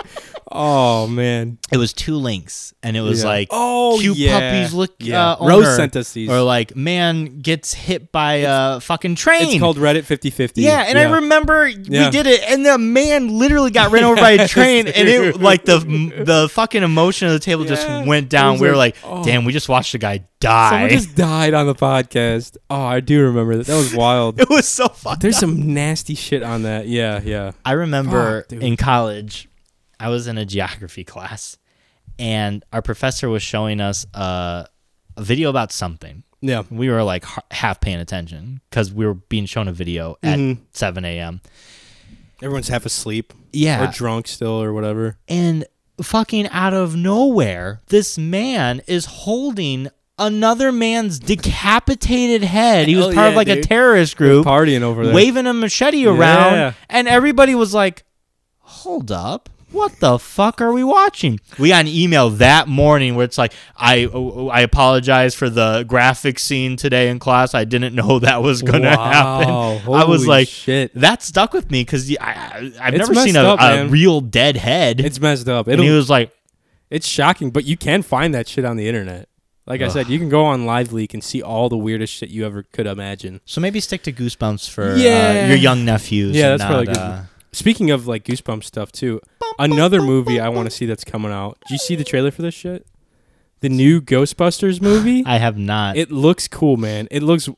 A: Oh man.
B: It was two links, and it was
A: Yeah.
B: like
A: Oh,
B: cute
A: yeah.
B: puppies look.
A: Yeah.
B: Uh,
A: Rose
B: owner,"
A: sent us these.
B: or like man gets hit by a fucking train.
A: It's called Reddit 50-50.
B: yeah, and I remember
A: Yeah.
B: we did it, and the man literally got ran over by a train, and it like the the fucking emotion of the table
A: Yeah.
B: just went
A: It
B: down.
A: was
B: We were
A: like,
B: like,
A: oh.
B: damn, we just watched a guy die.
A: Someone just died on the podcast. Oh, I do remember that. That was wild.
B: it was so fun.
A: There's some nasty shit on that. Yeah, yeah.
B: I remember
A: Fuck, dude.
B: in college, I was in a geography class, and our professor was showing us uh, a video about something.
A: Yeah.
B: we were like h- half paying attention because we were being shown a video at
A: Mm-hmm.
B: 7 a.m.
A: Everyone's half asleep.
B: Yeah.
A: Or drunk still or whatever.
B: And fucking out of nowhere, this man is holding another man's decapitated head. He was
A: Hell
B: part of
A: Oh, yeah,
B: like a
A: dude.
B: terrorist group
A: Partying over there.
B: waving a machete around.
A: Yeah.
B: And everybody was like, hold up. What the fuck are we watching? We got an email that morning where it's like, I oh, oh, I apologize for the graphic scene today in class. I didn't know that was gonna
A: Wow,
B: happen. I was
A: holy
B: like,
A: shit.
B: that stuck with me because I've
A: It's
B: never seen
A: messed
B: a,
A: up,
B: a
A: man.
B: real dead head.
A: It's messed up.
B: and
A: It'll,
B: he was like,
A: it's shocking, but you can find that shit on the internet. Like I said, you can go on Live Leak and see all the weirdest shit you ever could imagine.
B: so maybe stick to Goosebumps for
A: Yeah.
B: uh, your young nephews.
A: Yeah,
B: and
A: that's probably
B: not,
A: good.
B: uh,
A: Speaking of like Goosebumps stuff too, another movie I want to see that's coming out. Do you see the trailer for this shit? The new Ghostbusters movie.
B: I have not.
A: it looks cool, man. It looks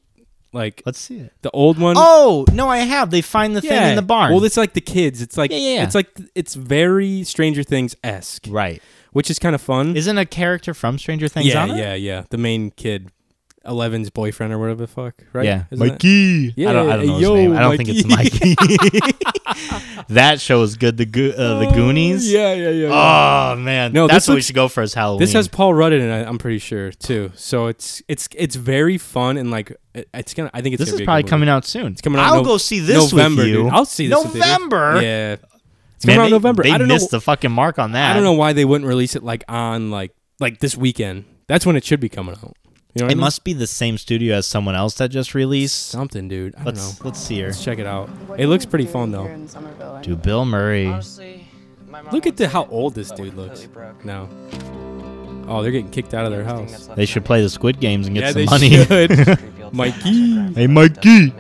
A: like
B: Let's see it.
A: the old one.
B: Oh no, I have. They find the thing in the barn.
A: Um, Well, it's like the kids. It's like
B: Yeah, yeah, yeah.
A: it's like it's very Stranger Things esque,
B: right.
A: which is kind of fun.
B: Isn't a character from Stranger Things
A: yeah,
B: on it?
A: yeah, yeah. The main kid, Eleven's boyfriend or whatever the fuck, right?
B: Yeah,
A: Isn't it?
B: Mikey. I don't, I
A: Yeah,
B: don't know his
A: yo,
B: name. I don't
A: Mikey.
B: think it's Mikey. that show is good. The Go- uh, the Goonies.
A: Oh, Yeah, yeah, yeah. yeah.
B: Oh man,
A: No,
B: that's
A: this
B: what we
A: looks-
B: should go for as Halloween.
A: This has Paul Rudd in it, I- I'm pretty sure too. So it's it's it's very fun and like it- it's gonna. I think it's
B: this
A: gonna
B: is
A: be a
B: probably
A: good
B: coming
A: movie.
B: out soon.
A: It's coming out.
B: I'll
A: Nov-
B: go see this
A: November,
B: with you.
A: dude. I'll see this in theaters.
B: November.
A: Yeah, it's
B: Man,
A: coming out
B: they,
A: November.
B: They
A: I don't
B: missed
A: know.
B: the fucking mark on that.
A: I don't know why they wouldn't release it like on like like this weekend. That's when it should be coming out. You know what I
B: It
A: mean?
B: must be the same studio as someone else that just released.
A: something, dude. I don't know.
B: Let's let's see here.
A: Let's check it out. It looks pretty fun though.
B: Do Bill Murray.
A: Look at the, how old this dude looks now. Oh, they're getting kicked out of their house.
B: They should play the Squid Games and get
A: Yeah,
B: some
A: they
B: money.
A: should. Mikey.
B: Hey, Mikey.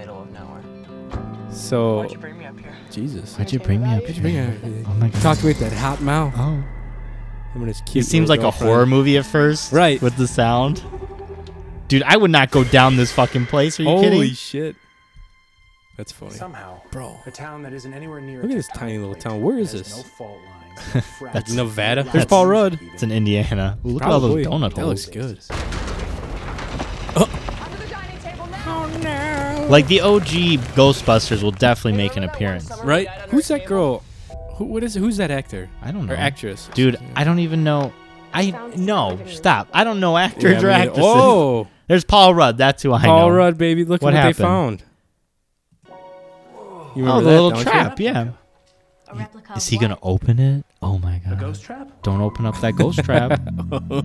A: So,
C: Bring me up here.
A: Jesus.
B: Why'd you bring me up? here? Oh my god.
A: Talk to me with that hot mouth.
B: Oh.
A: Him and his cute.
B: It seems
A: little
B: like a
A: girlfriend.
B: horror movie at first,
A: Right.
B: With the sound, dude. I would not go down this fucking place. Are you
A: Holy
B: kidding?
A: shit. That's funny.
F: Somehow,
A: Bro.
F: a town that isn't anywhere near.
A: Look at
F: a
A: this tiny
F: tectonic
A: little
F: plate.
A: town. Where is
F: There's
A: this?
F: No fault lines. no fragile
A: Nevada.
F: lights,
A: There's Paul Rudd.
F: even
B: it's in Indiana. Ooh, look
A: Probably.
B: at all those donut
A: That
B: holes.
A: looks good.
B: Like the OG Ghostbusters will definitely make an appearance.
A: Right? Who's that girl? Who, what is who's that actor?
B: I don't know.
A: Or actress.
B: Dude, I don't even know. I no stop. I don't know
A: Yeah,
B: actors or
A: I mean,
B: actresses.
A: Oh,
B: There's Paul Rudd. That's who I know.
A: Paul Rudd, baby. Look at
B: What
A: what
B: happened?
A: they found. You remember
B: Oh, the
A: that,
B: little
A: don't you?
B: trap. Yeah. Is he gonna open it? Oh my god.
F: Ghost trap.
B: Don't open up that ghost trap.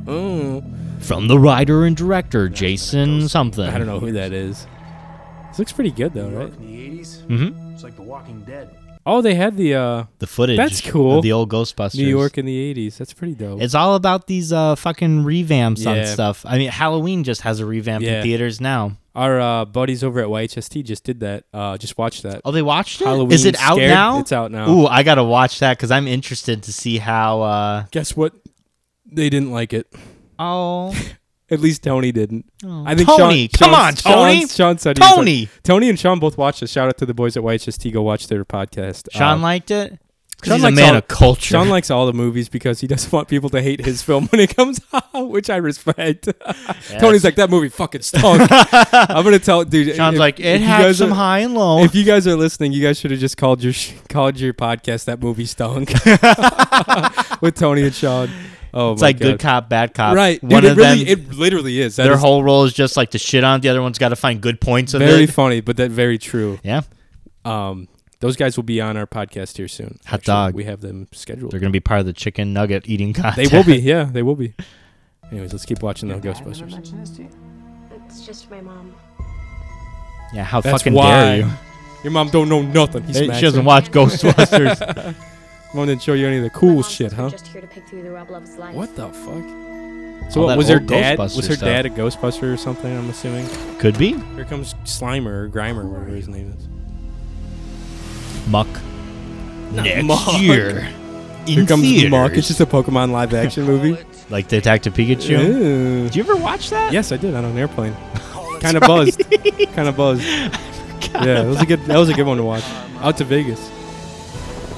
A: Oh.
B: From the writer and director Jason something.
A: I don't know who that is. This looks pretty good though,
F: New
A: right?
F: York in the 80s.
B: Mhm.
F: It's like The Walking Dead.
A: Oh, they had the uh,
B: The footage.
A: That's cool.
B: Of the old Ghostbusters.
A: New York in the '80s. That's pretty dope.
B: It's all about these uh, fucking revamps on
A: Yeah.
B: stuff. I mean, Halloween just has a revamp
A: Yeah.
B: in theaters now.
A: Our uh, buddies over at YHST just did that. Uh, just watched that.
B: Oh, they watched it. Is
A: Halloween
B: it out
A: Scared?
B: now?
A: It's out now.
B: Ooh, I gotta watch that because I'm interested to see how. Uh,
A: Guess what? They didn't like it.
B: oh,
A: At least Tony didn't. I
B: Tony, come on,
A: Sean-
B: Tony.
A: Sean, said he was
B: Tony.
A: like- Tony and Sean both watched it. Shout out to the boys at YHST. Go watch their podcast.
B: Sean
A: Uh,
B: liked it. 'cause he's
A: likes
B: a man
A: all-
B: of culture.
A: Sean likes all the movies because he doesn't want people to hate his film when it comes out, which I respect. Tony's like, that movie fucking stunk. I'm going to tell, dude.
B: Sean's
A: if-
B: like, it
A: if you
B: had
A: guys
B: some
A: are-
B: high and low.
A: If you guys are listening, you guys should have just called your sh- called your podcast that movie stunk with Tony and Sean. Oh,
B: it's
A: my
B: like
A: God.
B: good cop, bad cop.
A: right? Dude,
B: One
A: it
B: of
A: really,
B: them,
A: it literally is. That
B: their
A: is
B: whole role is just like to shit on. it. The other one's got to find good points of
A: very
B: it.
A: funny, but that very true.
B: yeah,
A: Um, those guys will be on our podcast here soon.
B: Hot dog.
A: We have them scheduled.
B: they're gonna be part of the chicken nugget eating
A: They
B: contest.
A: will be. Yeah, they will be. Anyways, let's keep watching the Ghostbusters.
F: mentioned this to you.
G: It's just my mom.
B: Yeah, how
A: That's
B: fucking
A: why
B: dare you?
A: Your mom don't know nothing. He
B: Hey,
A: smacks
B: she doesn't
A: her.
B: watch Ghostbusters.
A: Mom didn't show you any of the
G: My
A: cool
G: mom's
A: shit,
G: were
A: huh?
G: Just here to pick through the rubble of his life.
A: What the fuck? So
B: All
A: what,
B: that
A: was her
B: old
A: dad? Was her
B: Ghostbuster stuff.
A: dad a Ghostbuster or something? I'm assuming.
B: Could be
A: Here comes Slimer or
B: Oh,
A: Grimer, whatever his name is.
B: Muck. Next
A: Muck.
B: year, in
A: Here comes
B: theaters.
A: Mark. It's just a Pokemon live action movie.
B: like Detective Pikachu.
A: Ew.
B: Did you ever watch that?
A: Yes, I did on an airplane. kind of buzzed. kind of buzzed. Yeah, that was a good. That was a good one to watch. Out to Vegas.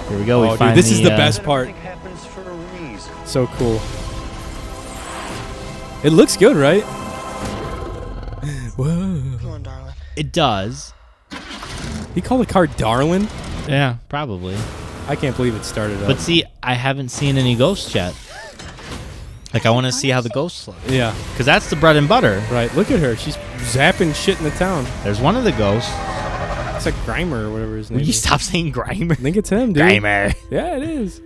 B: Here we go. we
A: Oh, dude,
B: find
A: this is the
B: uh,
A: best part. So cool. It looks good, right? Whoa.
B: It does.
A: He called the car Darwin.
B: Yeah, probably.
A: I can't believe it started up.
B: But see, I haven't seen any ghosts yet. Like I want to see how the ghosts look,
A: yeah,
B: because that's the bread and butter.
A: right. Look at her. She's zapping shit in the town.
B: There's one of the ghosts.
A: It's like Grimer or whatever his name
B: Will you
A: is.
B: stop saying Grimer?
A: I think it's him, dude.
B: Grimer.
A: Yeah, it is.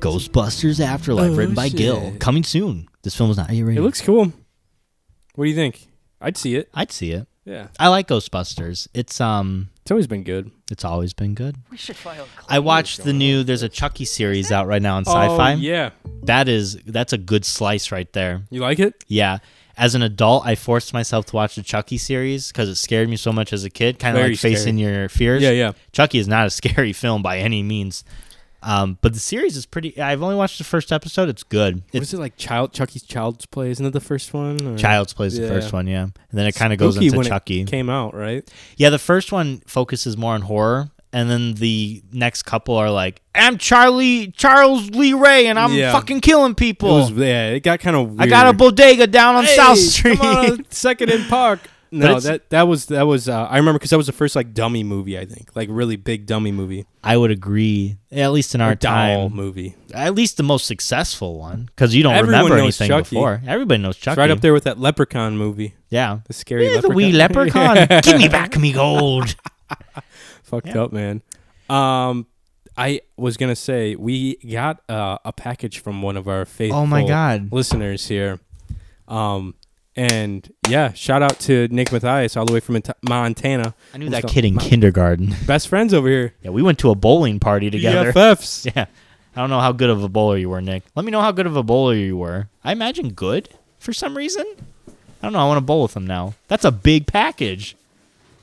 B: Ghostbusters Afterlife,
A: Oh,
B: written by Gil,
A: shit.
B: coming soon. This film is not yet rated.
A: It looks cool. What do you think? I'd see it.
B: I'd see it.
A: Yeah.
B: I like Ghostbusters. It's um,
A: It's always been good.
B: it's always been good. I watched the new. There's a Chucky series out right now on
A: Oh,
B: Sci-Fi.
A: yeah.
B: That is that's a good slice right there.
A: You like it?
B: Yeah. As an adult, I forced myself to watch the Chucky series because it scared me so much as a kid. Kind of
A: Very
B: like facing your fears.
A: Yeah, yeah.
B: Chucky is not a scary film by any means, um, but the series is pretty. I've only watched the first episode. It's good.
A: What
B: It's
A: is it like? Child Chucky's Child's Play? Isn't it the first one? Or-
B: Child's Play is
A: Yeah.
B: the first one, yeah, and then it kind of goes
A: Spooky
B: into
A: when it
B: Chucky.
A: came out, right?
B: Yeah, the first one focuses more on horror, and then the next couple are like, "I'm Charlie Charles Lee Ray, and I'm
A: Yeah.
B: fucking killing
A: It
B: people.
A: was, yeah, it got kind of weird.
B: I got a bodega down on
A: Hey,
B: South Street."
A: Come on, second in Park. No,
B: it's-
A: that that was that was. Uh, I remember because that was the first like dummy movie. I think like really big dummy movie.
B: I would agree, at least in our
A: Or doll
B: time,
A: movie.
B: at least the most successful one, because you don't
A: Everyone
B: remember
A: knows
B: anything
A: Chucky.
B: before. Everybody knows Chucky.
A: It's right up there with that Leprechaun movie.
B: Yeah.
A: The scary
B: Yeah, the
A: leprechaun.
B: wee leprechaun. Give me back me gold.
A: Fucked up, man. Um, I was gonna say we got uh, a package from one of our faithful
B: Oh my God.
A: listeners here. Um, and yeah, shout out to Nick Matthias all the way from Mont- Montana.
B: I knew
A: Almost
B: that
A: got-
B: kid in
A: my
B: kindergarten.
A: Best friends over here.
B: Yeah, we went to a bowling party together.
A: BFFs.
B: Yeah. I don't know how good of a bowler you were, Nick. Let me know how good of a bowler you were. I imagine good for some reason. I don't know. I want to bowl with him now. That's a big package.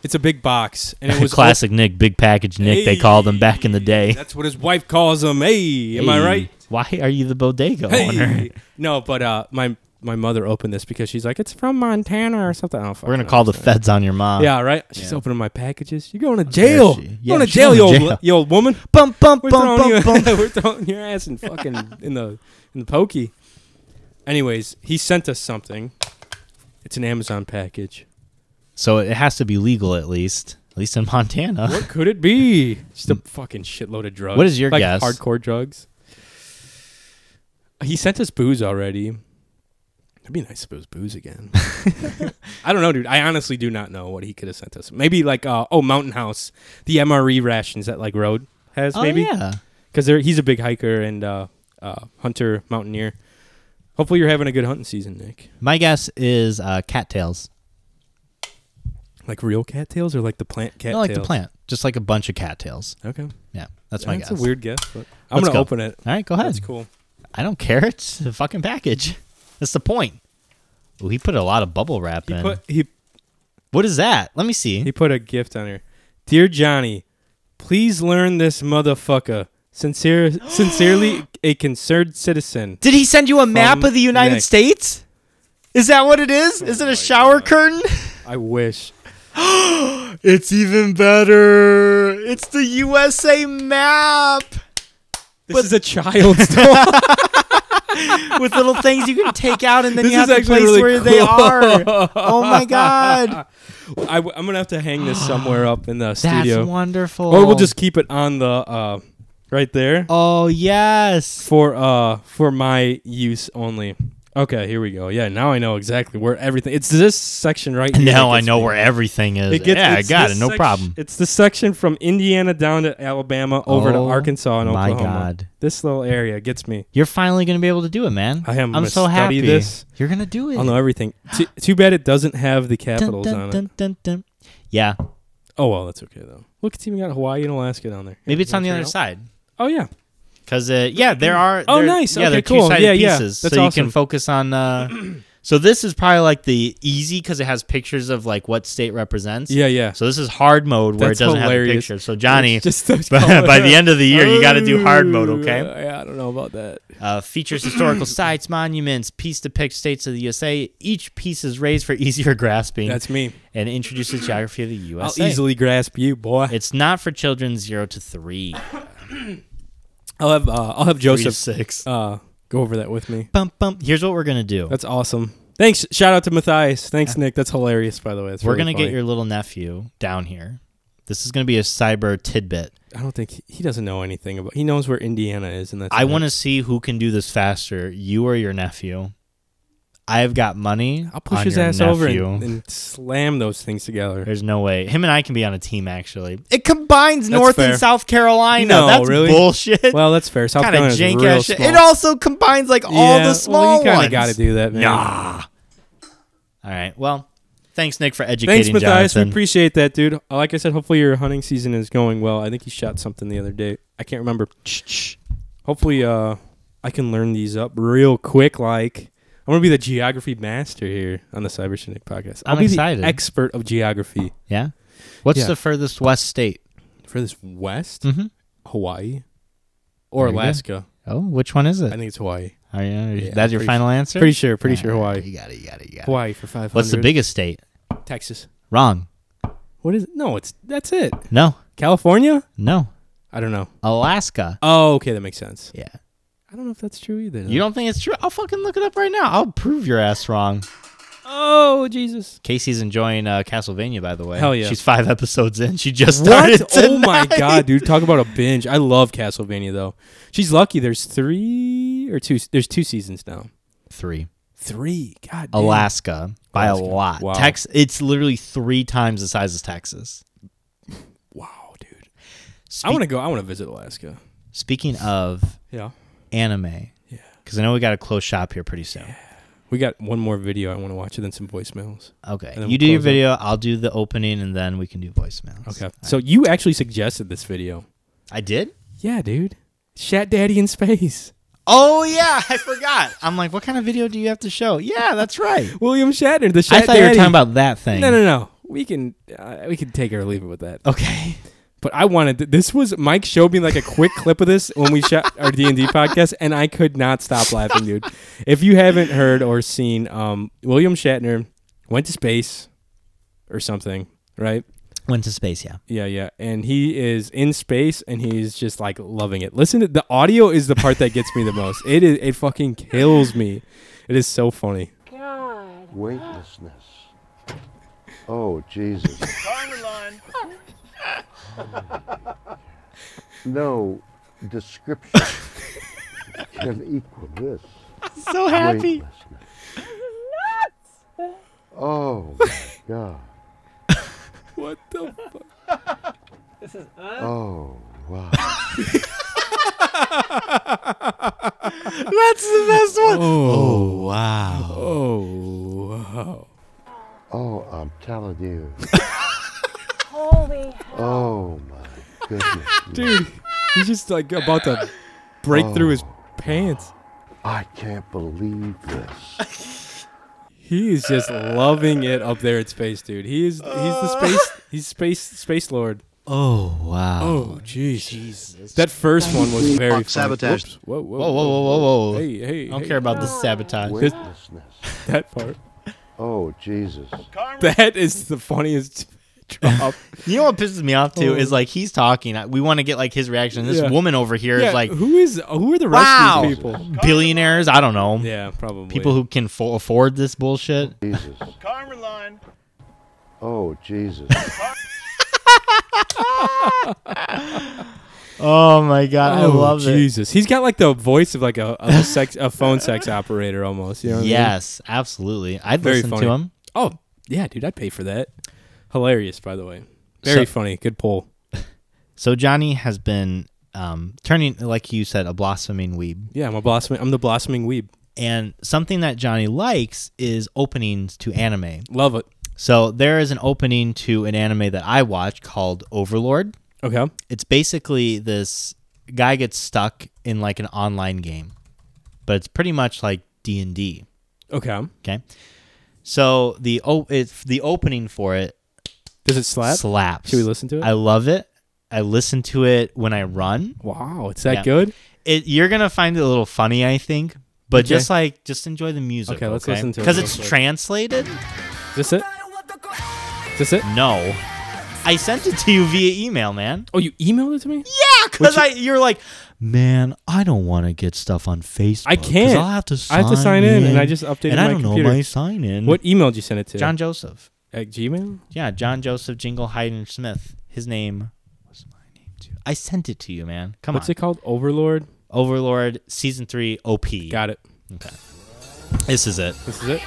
A: It's a big box, and it was
B: Classic Nick, big package Nick, they called him back in the day.
A: That's what his wife calls him. Hey, am I
B: Hey,
A: right?
B: Why are you the bodega owner?
A: Hey. No, but uh, my my mother opened this because she's like, it's from Montana or something. I don't
B: We're going
A: fucking
B: to call
A: know.
B: the feds on your mom.
A: Yeah, right. She's opening my packages. You're going to jail.
B: Uh, she?
A: You're
B: Yeah,
A: going to
B: she's
A: jail,
B: going
A: you
B: to
A: old,
B: jail.
A: you old woman.
B: Bum, bum,
A: We're,
B: bum,
A: throwing
B: bum, bum.
A: you, we're throwing your ass in fucking in the in the pokey. Anyways, he sent us something. It's an Amazon package.
B: So it has to be legal at least, at least in Montana.
A: What could it be? Just a fucking shitload of drugs.
B: What is your
A: like
B: guess?
A: Hardcore drugs. He sent us booze already. It'd be nice if it was booze again. I don't know, dude. I honestly do not know what he could have sent us. Maybe like, uh, oh, Mountain House, the MRE rations that like Road has,
B: Oh,
A: maybe
B: yeah.
A: because he's a big hiker and uh, uh, hunter, mountaineer. Hopefully, you're having a good hunting season, Nick.
B: My guess is uh, cattails.
A: Like real cattails or like the plant cattails?
B: No, like the plant, just like a bunch of cattails.
A: Okay,
B: Yeah, that's my
A: that's
B: guess.
A: a weird guess, but I'm
B: Let's
A: gonna
B: go.
A: open it.
B: All right, go ahead.
A: That's cool.
B: I don't care. It's a fucking package. That's the point. Ooh, he put a lot of bubble wrap
A: He
B: in.
A: put he
B: what is that? Let me see.
A: He put a gift on her. Dear Johnny, please learn this motherfucker. Sincere, sincerely, a concerned citizen.
B: Did he send you a map of the United
A: Nick.
B: States? Is that what it is? Is it
A: Oh
B: a shower curtain?
A: I wish.
B: It's even better. It's the USA map.
A: This is a child's doll.
B: with little things you can take out and then
A: This
B: you have
A: is
B: to
A: actually
B: place
A: really
B: where they
A: cool.
B: are. Oh my god.
A: I, am gonna have to hang this somewhere up in the
B: That's
A: studio,
B: wonderful.
A: or we'll just keep it on the uh, right there
B: Oh yes.
A: for uh for my use only. Okay, here we go. Yeah, now I know exactly where everything. It's this section right here.
B: Now
A: that
B: I
A: gets
B: know
A: me.
B: where everything is.
A: It gets,
B: yeah, I
A: it's
B: got it.
A: this
B: No
A: sec-
B: problem.
A: It's the section from Indiana down to Alabama over to
B: Oh,
A: Arkansas and
B: my
A: Oklahoma.
B: God.
A: This little area gets me.
B: You're finally gonna be able to do it, man.
A: I am
B: I'm
A: gonna
B: so
A: study
B: happy.
A: this.
B: You're gonna do it.
A: I'll know everything. too, too bad it doesn't have the
B: Dun,
A: capitals
B: dun,
A: on it.
B: dun, dun, dun. Yeah.
A: Oh well, that's okay though. Look, it's even got Hawaii and Alaska down there.
B: Maybe it's
A: Here,
B: on the
A: check it
B: other
A: out.
B: side.
A: Oh yeah,
B: Because uh, yeah, there are.
A: Oh,
B: there-
A: nice.
B: Yeah,
A: Okay,
B: they're
A: cool.
B: two-sided
A: Yeah, yeah.
B: pieces,
A: That's
B: so you
A: awesome.
B: can focus on. Uh, so this is probably like the easy because it has pictures of like what state represents.
A: yeah, yeah.
B: So this is hard mode where
A: That's
B: it doesn't
A: hilarious.
B: have a picture. So Johnny,
A: It's just those
B: by,
A: colors.
B: by the end of the year, you got to do hard mode. Okay.
A: Uh, yeah, I don't know about that.
B: Uh, features historical sites, monuments, piece depicts states of the USA. Each piece is raised for easier grasping
A: That's me.
B: and introduces geography of the
A: I'll
B: USA.
A: easily grasp you, boy.
B: It's not for children zero to three.
A: I'll have uh, I'll have
B: Three to
A: Joseph
B: six.
A: uh, go over that with me.
B: Bump bump. Here's what we're gonna do.
A: That's awesome. Thanks. Shout out to Matthias. Thanks, Nick. That's hilarious, by the way. That's
B: We're
A: really
B: gonna
A: funny.
B: get your little nephew down here. This is gonna be a cyber tidbit.
A: I don't think he, he doesn't know anything about. He knows where Indiana is, and that's.
B: I want to see who can do this faster, you or your nephew. I've got money.
A: I'll push
B: on
A: his
B: your
A: ass over
B: nephew.
A: and, and slam those things together.
B: There's no way. Him and I can be on a team. Actually, it combines North
A: fair.
B: and South Carolina.
A: No,
B: That's
A: really?
B: bullshit.
A: Well, that's fair. South
B: kind of
A: Carolina's
B: jank
A: real
B: ass shit.
A: small.
B: It also combines like all
A: Yeah,
B: the small
A: well, you
B: ones.
A: got to do that, man.
B: All right. Well, thanks Nick for educating
A: Thanks, Matthias.
B: Jonathan.
A: We appreciate that, dude. Uh, Like I said, hopefully your hunting season is going well. I think he shot something the other day. I can't remember. Hopefully, uh, I can learn these up real quick. Like I'm gonna be the geography master here on the Cyber Shindig podcast. I'll
B: I'm
A: be
B: excited.
A: the expert of geography
B: yeah. What's
A: Yeah.
B: the furthest west state?
A: for this West
B: Mhm.
A: Hawaii or
B: There you go.
A: Alaska.
B: Oh, which one is it?
A: I think it's Hawaii.
B: Are you,
A: Yeah,
B: that's your
A: pretty
B: final answer?
A: Pretty sure. Pretty
B: All
A: sure
B: right,
A: Hawaii.
B: You got it. You got it. You got it.
A: Hawaii for five.
B: What's the biggest state?
A: Texas?
B: Wrong.
A: What is? It? No, it's that's it.
B: No.
A: California?
B: No.
A: I don't know.
B: Alaska.
A: Oh, okay, that makes sense.
B: Yeah.
A: I don't know if that's true either.
B: You don't think it's true? I'll fucking look it up right now. I'll prove your ass wrong.
A: Oh Jesus!
B: Casey's enjoying uh, Castlevania, by the way.
A: Hell yeah.
B: She's five episodes in. She just started.
A: What? Oh my
B: tonight.
A: God, dude! Talk about a binge. I love Castlevania though. She's lucky. There's three or two. There's two seasons now.
B: Three.
A: Three. God. damn.
B: Alaska by
A: Alaska.
B: a lot.
A: Wow.
B: Tex. It's literally three times the size of Texas.
A: Wow, dude. I
B: Speak-
A: want to go. I want to visit Alaska.
B: Speaking of
A: Yeah.
B: anime, yeah, because I know we got to close shop here pretty soon.
A: We got one more video I want to watch, and then some voicemails.
B: Okay,
A: And then
B: you
A: we'll
B: do your
A: close out.
B: video. I'll do the opening, and then we can do voicemails.
A: Okay. So you actually suggested this video.
B: I did.
A: Yeah, dude. Shat Daddy in space.
B: Oh yeah, I forgot. I'm like, what kind of video do you have to show? Yeah, that's right.
A: William Shatner. The
B: I
A: Shat
B: thought you were
A: Daddy.
B: talking about that thing.
A: No, no, no. We can uh, we can take or leave it with that.
B: Okay.
A: But I wanted th- this was Mike showed me like a quick clip of this when we shot our D and D podcast, and I could not stop laughing, dude. If you haven't heard or seen, um, William Shatner went to space or something, right?
B: Went to space. Yeah.
A: Yeah, yeah, and he is in space, and he's just like loving it. Listen, to, the audio is the part that gets me the most. It is it fucking kills me. It is so funny.
G: God.
H: Weightlessness. Oh, Jesus. No description can equal this.
B: So happy.
H: Weightlessness. Oh, my God.
A: What the fuck?
H: Oh, wow.
B: That's the best one. Oh, wow.
A: Oh, wow.
H: Oh, I'm telling you.
G: Holy
H: Oh, my goodness.
A: dude, he's just like about to break through his pants.
H: I can't believe this.
A: He is just loving it up there in space, dude. He is he's the space he's space space lord.
B: Oh wow.
A: Oh jeez. That first one was very sabotage. Whoa, whoa,
B: Whoa, whoa, whoa, whoa, whoa.
A: Hey, hey,
B: I don't
A: hey.
B: care about this sabotage.
H: Weightlessness.
A: that part.
H: Oh, Jesus.
A: That is the funniest
B: drop. you know what pisses me off too is like he's talking. I- We want to get like his reaction. This
A: Oh. Yeah.
B: woman over here is
A: yeah,
B: like,
A: who is who are the rest
B: wow,
A: of these people?
B: billionaires. I don't know.
A: Yeah, probably
B: People who can fo- afford this bullshit.
H: Oh, Jesus.
E: Carmeline.
H: Oh, Jesus.
B: Oh my god, I
A: Oh,
B: love it.
A: Jesus, he's got like the voice of like a of a, sex, a phone sex operator almost. You know what I mean?
B: Yes, absolutely. I'd
A: Very
B: listen
A: funny.
B: to him.
A: Oh yeah, dude, I'd pay for that. Hilarious, by the way. Very
B: So-
A: funny. Good poll.
B: So Johnny has been um, turning, like you said, a blossoming weeb.
A: Yeah, I'm a blossoming. I'm the blossoming weeb.
B: And something that Johnny likes is openings to anime.
A: Love it.
B: So there is an opening to an anime that I watch called Overlord.
A: Okay.
B: It's basically this guy gets stuck in like an online game, but it's pretty much like D and D.
A: Okay.
B: Okay, so the o- it's the opening for it
A: Does it slap?
B: slaps.
A: Should we listen to it?
B: I love it. I listen to it when I run.
A: wow, it's that
B: Yeah.
A: good.
B: It, you're gonna find it a little funny, I think. But
A: Okay.
B: just like, just enjoy the music.
A: Okay, let's listen to it
B: because
A: real
B: it's
A: quick.
B: translated.
A: Is this it? Is this it?
B: No, I sent it to you via email, man.
A: Oh, you emailed it to me?
B: Yeah, because I you're like, man, I don't want to get stuff on Facebook.
A: I
B: 'cause
A: can't.
B: I'll have to
A: I
B: sign
A: have to sign in, and I just updated
B: and I
A: my
B: don't
A: computer.
B: know my sign in.
A: What email did you send it to?
B: Mm. John Joseph?
A: at Gmail.
B: Yeah, John Joseph Jingle Hyden Smith. His name was my name too. I sent it to you, man. Come
A: What's
B: on,
A: it called? Overlord.
B: Overlord Season Three OP.
A: Got it.
B: Okay, this is it.
A: This is it.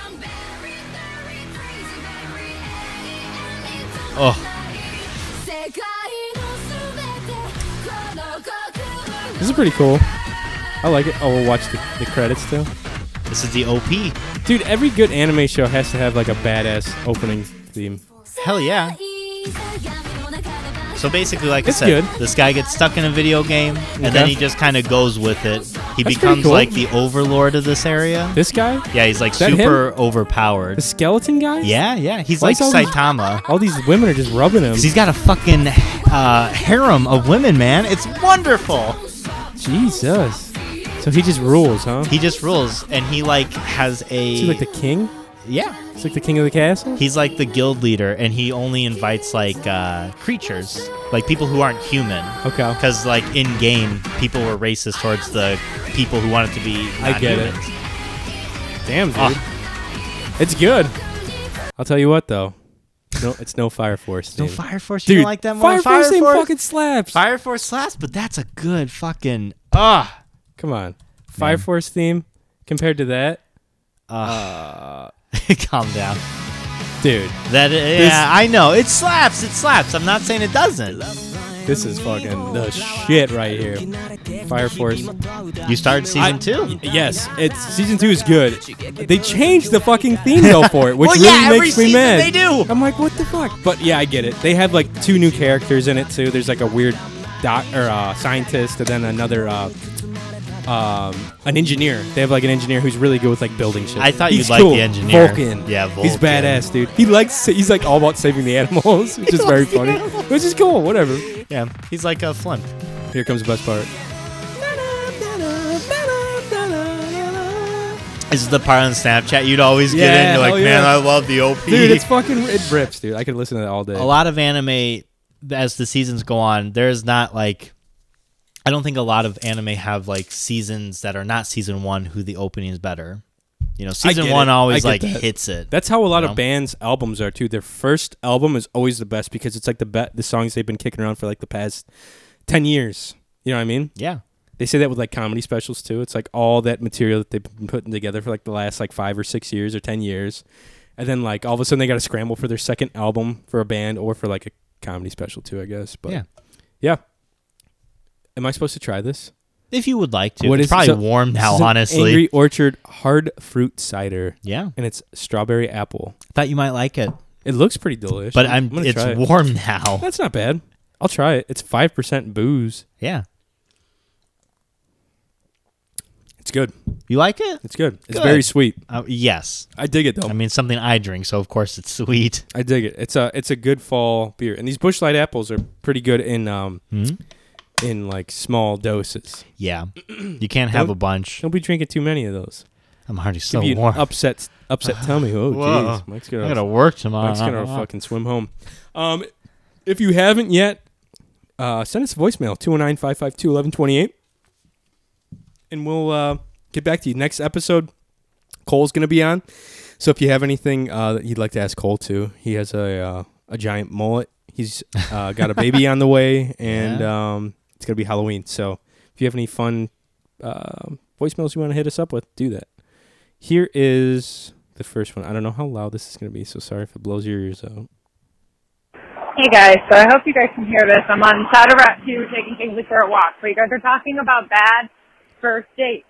B: Oh,
A: This is pretty cool. I like it. Oh, we'll watch the, the credits too.
B: this is the OP.
A: Dude, every good anime show has to have like a badass opening theme.
B: Hell yeah. So basically, like
A: It's
B: I said,
A: good.
B: this guy gets stuck in a video game, and then
A: Okay.
B: he just kind of goes with it. He
A: pretty
B: becomes
A: cool.
B: like the overlord of this area.
A: This guy,
B: Yeah, he's like
A: Is that him?
B: super
A: the
B: overpowered.
A: skeleton guy.
B: Yeah, yeah, he's
A: Why
B: like
A: is all these-
B: Saitama.
A: All these women are just rubbing him.
B: 'Cause he's got a fucking uh, harem of women, man. It's wonderful.
A: Jesus. So he just rules, huh?
B: He just rules, and he like has a
A: Is he like the king?
B: yeah.
A: He's like the king of the castle.
B: He's like the guild leader, and he only invites like uh, creatures, like people who aren't human.
A: Okay.
B: Because like in game, people were racist towards the people who wanted to be.
A: I get it.
B: non-humans.
A: Damn, dude.
B: Ah,
A: It's good. I'll tell you what, though. No, it's no Fire Force.
B: no
A: dude.
B: Fire Force. You
A: Dude,
B: don't like that more?
A: Fire, Force name fucking slaps.
B: Fire Force slaps, but that's a good fucking ah.
A: Come on, Fire Force theme compared to that,
B: Calm down.
A: dude.
B: That yeah, I know it slaps. It slaps. I'm not saying it doesn't.
A: This is fucking the shit right here. Fire Force.
B: You started season two.
A: Yes, it's season two is good. They changed the fucking theme though for it, which
B: Well,
A: really
B: yeah, every
A: makes me
B: season
A: mad.
B: they do.
A: I'm like, what the fuck? But yeah, I get it. They have like two new characters in it too. There's like a weird doc or uh, scientist, and then another. Uh, um, an engineer. They have like an engineer who's really good with like building shit.
B: I thought
A: He's
B: you'd like the
A: cool.
B: engineer.
A: Vulcan.
B: Yeah,
A: He's
B: Vulcan.
A: badass, dude. He likes. He's like all about saving the animals, which is very funny. Which is cool. Whatever.
B: Yeah, he's like a Flynn.
A: Here comes the best part.
B: This is the part on Snapchat you'd always get
A: Yeah,
B: in. You're
A: hell
B: like, man,
A: yeah."
B: I love the OP.
A: Dude, it's fucking it rips, dude. I could listen to that all day.
B: a lot of anime as the seasons go on there's not like i don't think a lot of anime have like seasons that are not season one who the opening is better you know season
A: get
B: one
A: it.
B: always
A: I
B: like
A: get that.
B: hits it
A: That's how a lot
B: know?
A: of bands' albums are too. Their first album is always the best because it's like the be- the songs they've been kicking around for like the past ten years. You know what I mean?
B: yeah
A: They say that with like comedy specials too. It's like all that material that they've been putting together for like the last like five or six years or ten years, and then like all of a sudden they got to scramble for their second album for a band or for like a comedy special too. I guess, but
B: Yeah.
A: yeah. Am I supposed to try this?
B: if you would like to
A: What
B: it's
A: is-
B: probably
A: so-
B: warm
A: This
B: now
A: is an
B: honestly
A: Angry Orchard hard fruit cider,
B: yeah
A: and it's strawberry apple.
B: thought you might like it
A: It looks pretty delicious.
B: but i'm,
A: gonna
B: it's
A: try it.
B: warm now
A: That's not bad. I'll try it. It's five percent booze.
B: yeah
A: It's good.
B: you like it
A: It's good. It's
B: Good.
A: very sweet.
B: uh, yes
A: I dig it though.
B: i mean something i drink so of course it's sweet
A: I dig it. It's a it's a good fall beer. And these bushlight apples are pretty good in um
B: Hmm?
A: in like small doses.
B: yeah you can't have
A: Don't-
B: a bunch
A: Don't be drinking too many of those.
B: I'm already so
A: Give you an
B: warm.
A: upset upset tummy. Oh
B: Whoa.
A: jeez, Mike's
B: I
A: gonna
B: gotta work tomorrow. Ah,
A: Mike's gonna fucking swim home. Um, if you haven't yet, uh, send us a voicemail 209-552-1128. and we'll uh, get back to you next episode. Cole's gonna be on, so if you have anything uh, that you'd like to ask Cole to, he has a uh, a giant mullet. He's uh, got a baby on the way, and um, it's gonna be Halloween. So if you have any fun um voicemails you want to hit us up with, do that. Here is the first one. I don't know how loud this is going to be, so sorry if it blows your ears out.
I: Hey guys, so I hope you guys can hear this. I'm on Sadarat 2 taking Kingsley for a walk, but you guys are talking about bad first dates.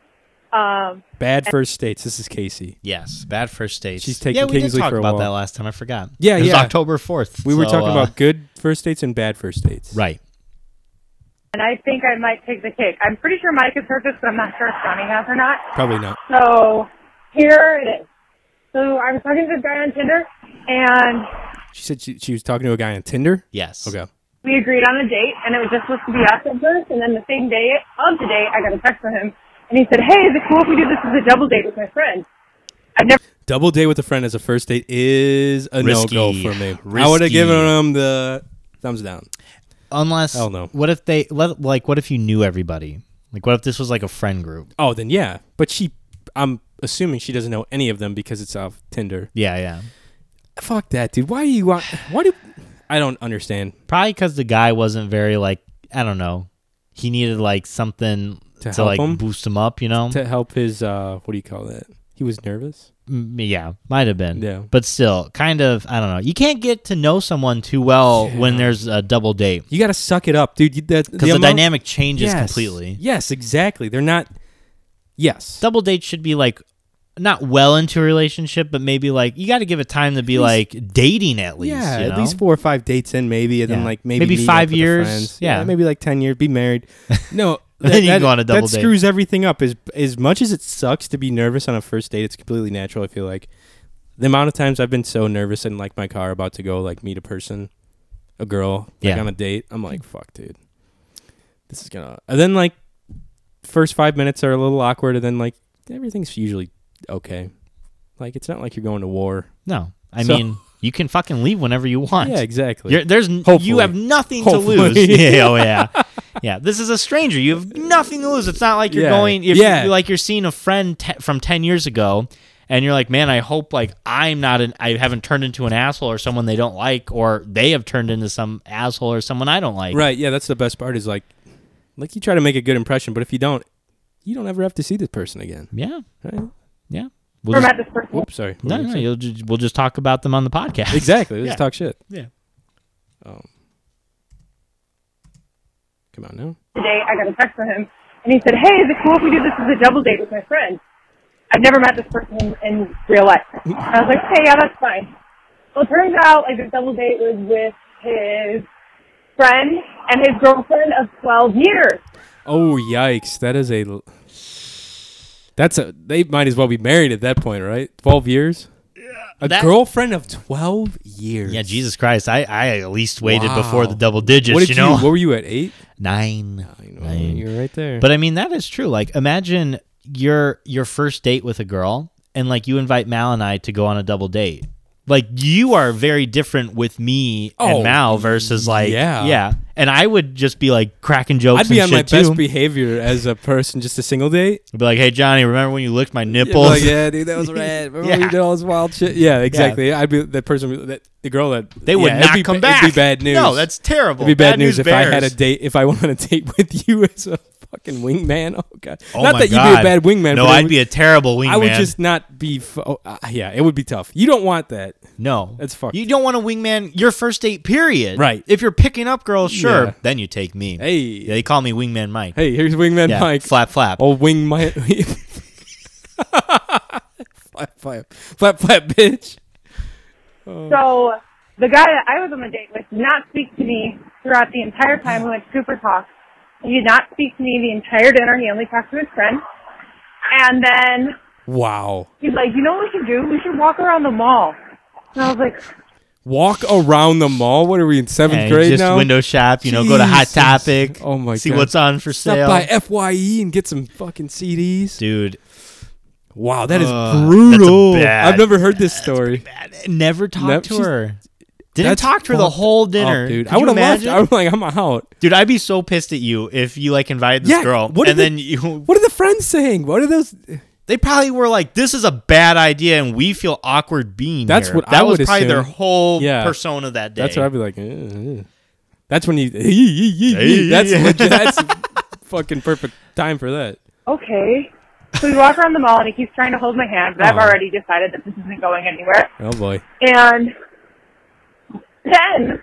I: Um,
A: Bad first dates. This is Casey.
B: Yes, bad first dates.
A: She's taking
B: yeah, we
A: Kingsley
B: did talk
A: for a
B: about
A: walk.
B: that last time. I forgot.
A: Yeah,
B: it was
A: yeah.
B: October fourth.
A: We were
B: so,
A: talking
B: uh,
A: about good first dates and bad first dates.
B: right.
I: and I think I might take the cake. I'm pretty sure Mike has heard this, but I'm not sure if Johnny has or not.
A: Probably not.
I: So here it is. So I was talking to this guy on Tinder, and
A: She said she, she was talking to a guy on Tinder.
B: Yes.
A: Okay.
I: we agreed on a date, and it was just supposed to be us at first. And then the same day of the date, I got a text from him, and he said, "Hey, is it cool if we do this as a double date with my friend?" I've never
A: Double date with a friend as a first date is a no
B: Risky.
A: go for me. I
B: Risky.
A: would have given him the thumbs down.
B: Unless,
A: Hell no.
B: What if they let, like? What if you knew everybody? Like, what if this was like a friend group?
A: Oh, then yeah. But she, I'm assuming she doesn't know any of them because it's off Tinder.
B: Yeah, yeah.
A: Fuck that, dude. Why do you want? Why do? I don't understand.
B: Probably because the guy wasn't very like. I don't know. He needed like something
A: To
B: to,
A: help
B: like
A: him?
B: boost him up. You know.
A: to help his uh what do you call that? He was nervous.
B: Mm, yeah, might have been.
A: Yeah.
B: But still, kind of. I don't know. You can't get to know someone too well when there's a double date
A: You got to suck it up, dude. You- That
B: because the,
A: amount-
B: dynamic changes
A: Yes.
B: completely.
A: Yes, exactly. They're not. Yes,
B: double date should be like not well into a relationship, but maybe like you got to give it time to be like dating at least.
A: yeah,
B: you
A: at
B: know?
A: least four or five dates in, maybe, and then
B: Yeah.
A: like maybe
B: Maybe
A: meet
B: five
A: up with the
B: years.
A: friends.
B: Yeah.
A: maybe like ten years. Be married. No,
B: Then you can go on a double
A: that
B: date.
A: screws everything up. As as much as it sucks to be nervous on a first date, it's completely natural. I feel like the amount of times I've been so nervous in like my car about to go like meet a person, a girl, like
B: Yeah.
A: on a date, I'm like, fuck, dude, this is gonna. And then like first five minutes are a little awkward, and then like everything's usually okay. Like it's not like you're going to war.
B: No, I
A: So-
B: mean you can fucking leave whenever you want.
A: Yeah, exactly.
B: You're, there's n
A: Hopefully.
B: you have nothing
A: Hopefully.
B: to lose. yeah, oh yeah, yeah. This is a stranger. You have nothing to lose. It's not like you're
A: Yeah.
B: going. If
A: Yeah.
B: you, like you're seeing a friend te- from ten years ago, and you're like, man, I hope like I'm not an I haven't turned into an asshole or someone they don't like, or they have turned into some asshole or someone I don't like.
A: Right. Yeah, that's the best part is like, like you try to make a good impression, but if you don't, you don't ever have to see this person again.
B: Yeah.
A: Right?
B: Yeah. We'll just,
I: met this person.
A: Whoops, sorry.
B: no, no, you'll just, we'll just talk about them on the podcast.
A: Exactly. Let's
B: Yeah.
A: talk shit.
B: Yeah.
A: Um, come on now.
I: today, I got a text from him, and he said, "Hey, is it cool if we do this as a double date with my friend?" I've never met this person in, in real life. And I was like, "Hey, yeah, that's fine." Well, it turns out like this double date was with his friend and his girlfriend of 12 years.
A: Oh yikes! That is a. l- That's a. They might as well be married at that point, right? Twelve years. Yeah. A
B: That-
A: girlfriend of twelve years.
B: Yeah, Jesus Christ. I, I at least waited
A: Wow.
B: before the double digits,
A: What did
B: you
A: you?
B: know?
A: What were you at eight?
B: Nine. Nine.
A: You were right there.
B: But I mean that is true. Like imagine your your first date with a girl and like you invite Mal and I to go on a double date. Like you are very different with me
A: Oh,
B: and Mal versus like
A: yeah.
B: yeah. And I would just be like cracking jokes
A: I'd be
B: and
A: on my
B: shit too.
A: best behavior as a person, just a single date.
B: I'd be like, "Hey Johnny, remember when you licked my
A: Yeah, be
B: nipples?"
A: like, yeah, dude, that was rad. Remember when you
B: Yeah.
A: did all this wild shit? Yeah, exactly. I'd be that person, would- that the girl that
B: They would
A: yeah, it'd
B: not
A: be,
B: come
A: ba-
B: back.
A: It'd be bad news.
B: No, that's terrible.
A: it'd be bad, news, if I had a
B: bears.
A: date, if I went on a date with you as a fucking wingman. Oh god,
B: Oh
A: not
B: my
A: that you'd be a
B: God.
A: bad wingman.
B: No,
A: but it
B: I'd
A: would-
B: be a terrible wingman.
A: I would just not be. F- oh, uh, yeah, it would be tough. You don't want that.
B: no.
A: That's fucked.
B: You don't want a wingman your first date, period.
A: Right.
B: If you're picking up girls, sure.
A: Yeah.
B: Then you take me.
A: Hey.
B: Yeah, they call me wingman Mike.
A: Hey, here's wingman
B: yeah.
A: Mike.
B: Flap flap.
A: Oh, wing Mike. flap, flap, flap, flap, bitch.
I: So the guy that I was on the date with did not speak to me throughout the entire time we went to Cooper Talk. He did not speak to me the entire dinner. He only talked to his friend. And then
A: Wow.
I: he's like, you know what we should do? We should walk around the mall. And I was like,
A: Walk around the mall. What are we in seventh
B: And
A: grade
B: just
A: now?
B: window shop, you know, go to Hot
A: Jesus.
B: Topic.
A: Oh my
B: See
A: God.
B: what's on for
A: Stop
B: sale.
A: by Fye and get some fucking CDs.
B: Dude,
A: Wow, that is
B: Ugh, Uh, that's a
A: brutal.
B: bad-
A: I've never heard this story.
B: Never talked
A: Never-
B: to
A: she's-
B: her. Didn't
A: That's
B: talk to her the
A: fucked
B: whole
A: up,
B: dinner,
A: dude.
B: Could
A: I
B: you
A: would have left.
B: imagine?
A: I'm like, I'm out.
B: Dude, I'd be so pissed at you if you like invited this
A: Yeah,
B: girl
A: what
B: and
A: did
B: then
A: they-
B: you
A: What are the friends saying? What are those?
B: they probably were like, "This is a bad idea," and we feel awkward being
A: That's
B: here.
A: what
B: that
A: I
B: was
A: would
B: probably their
A: assume.
B: whole
A: Yeah.
B: persona that day.
A: That's what I'd be like. "Eh, eh." That's when you. that's legit- that's fucking perfect time for that.
I: Okay. So we walk around the mall and he keeps trying to hold my hand, but I've
A: Aw.
I: already decided that this isn't going anywhere.
A: Oh boy.
I: And then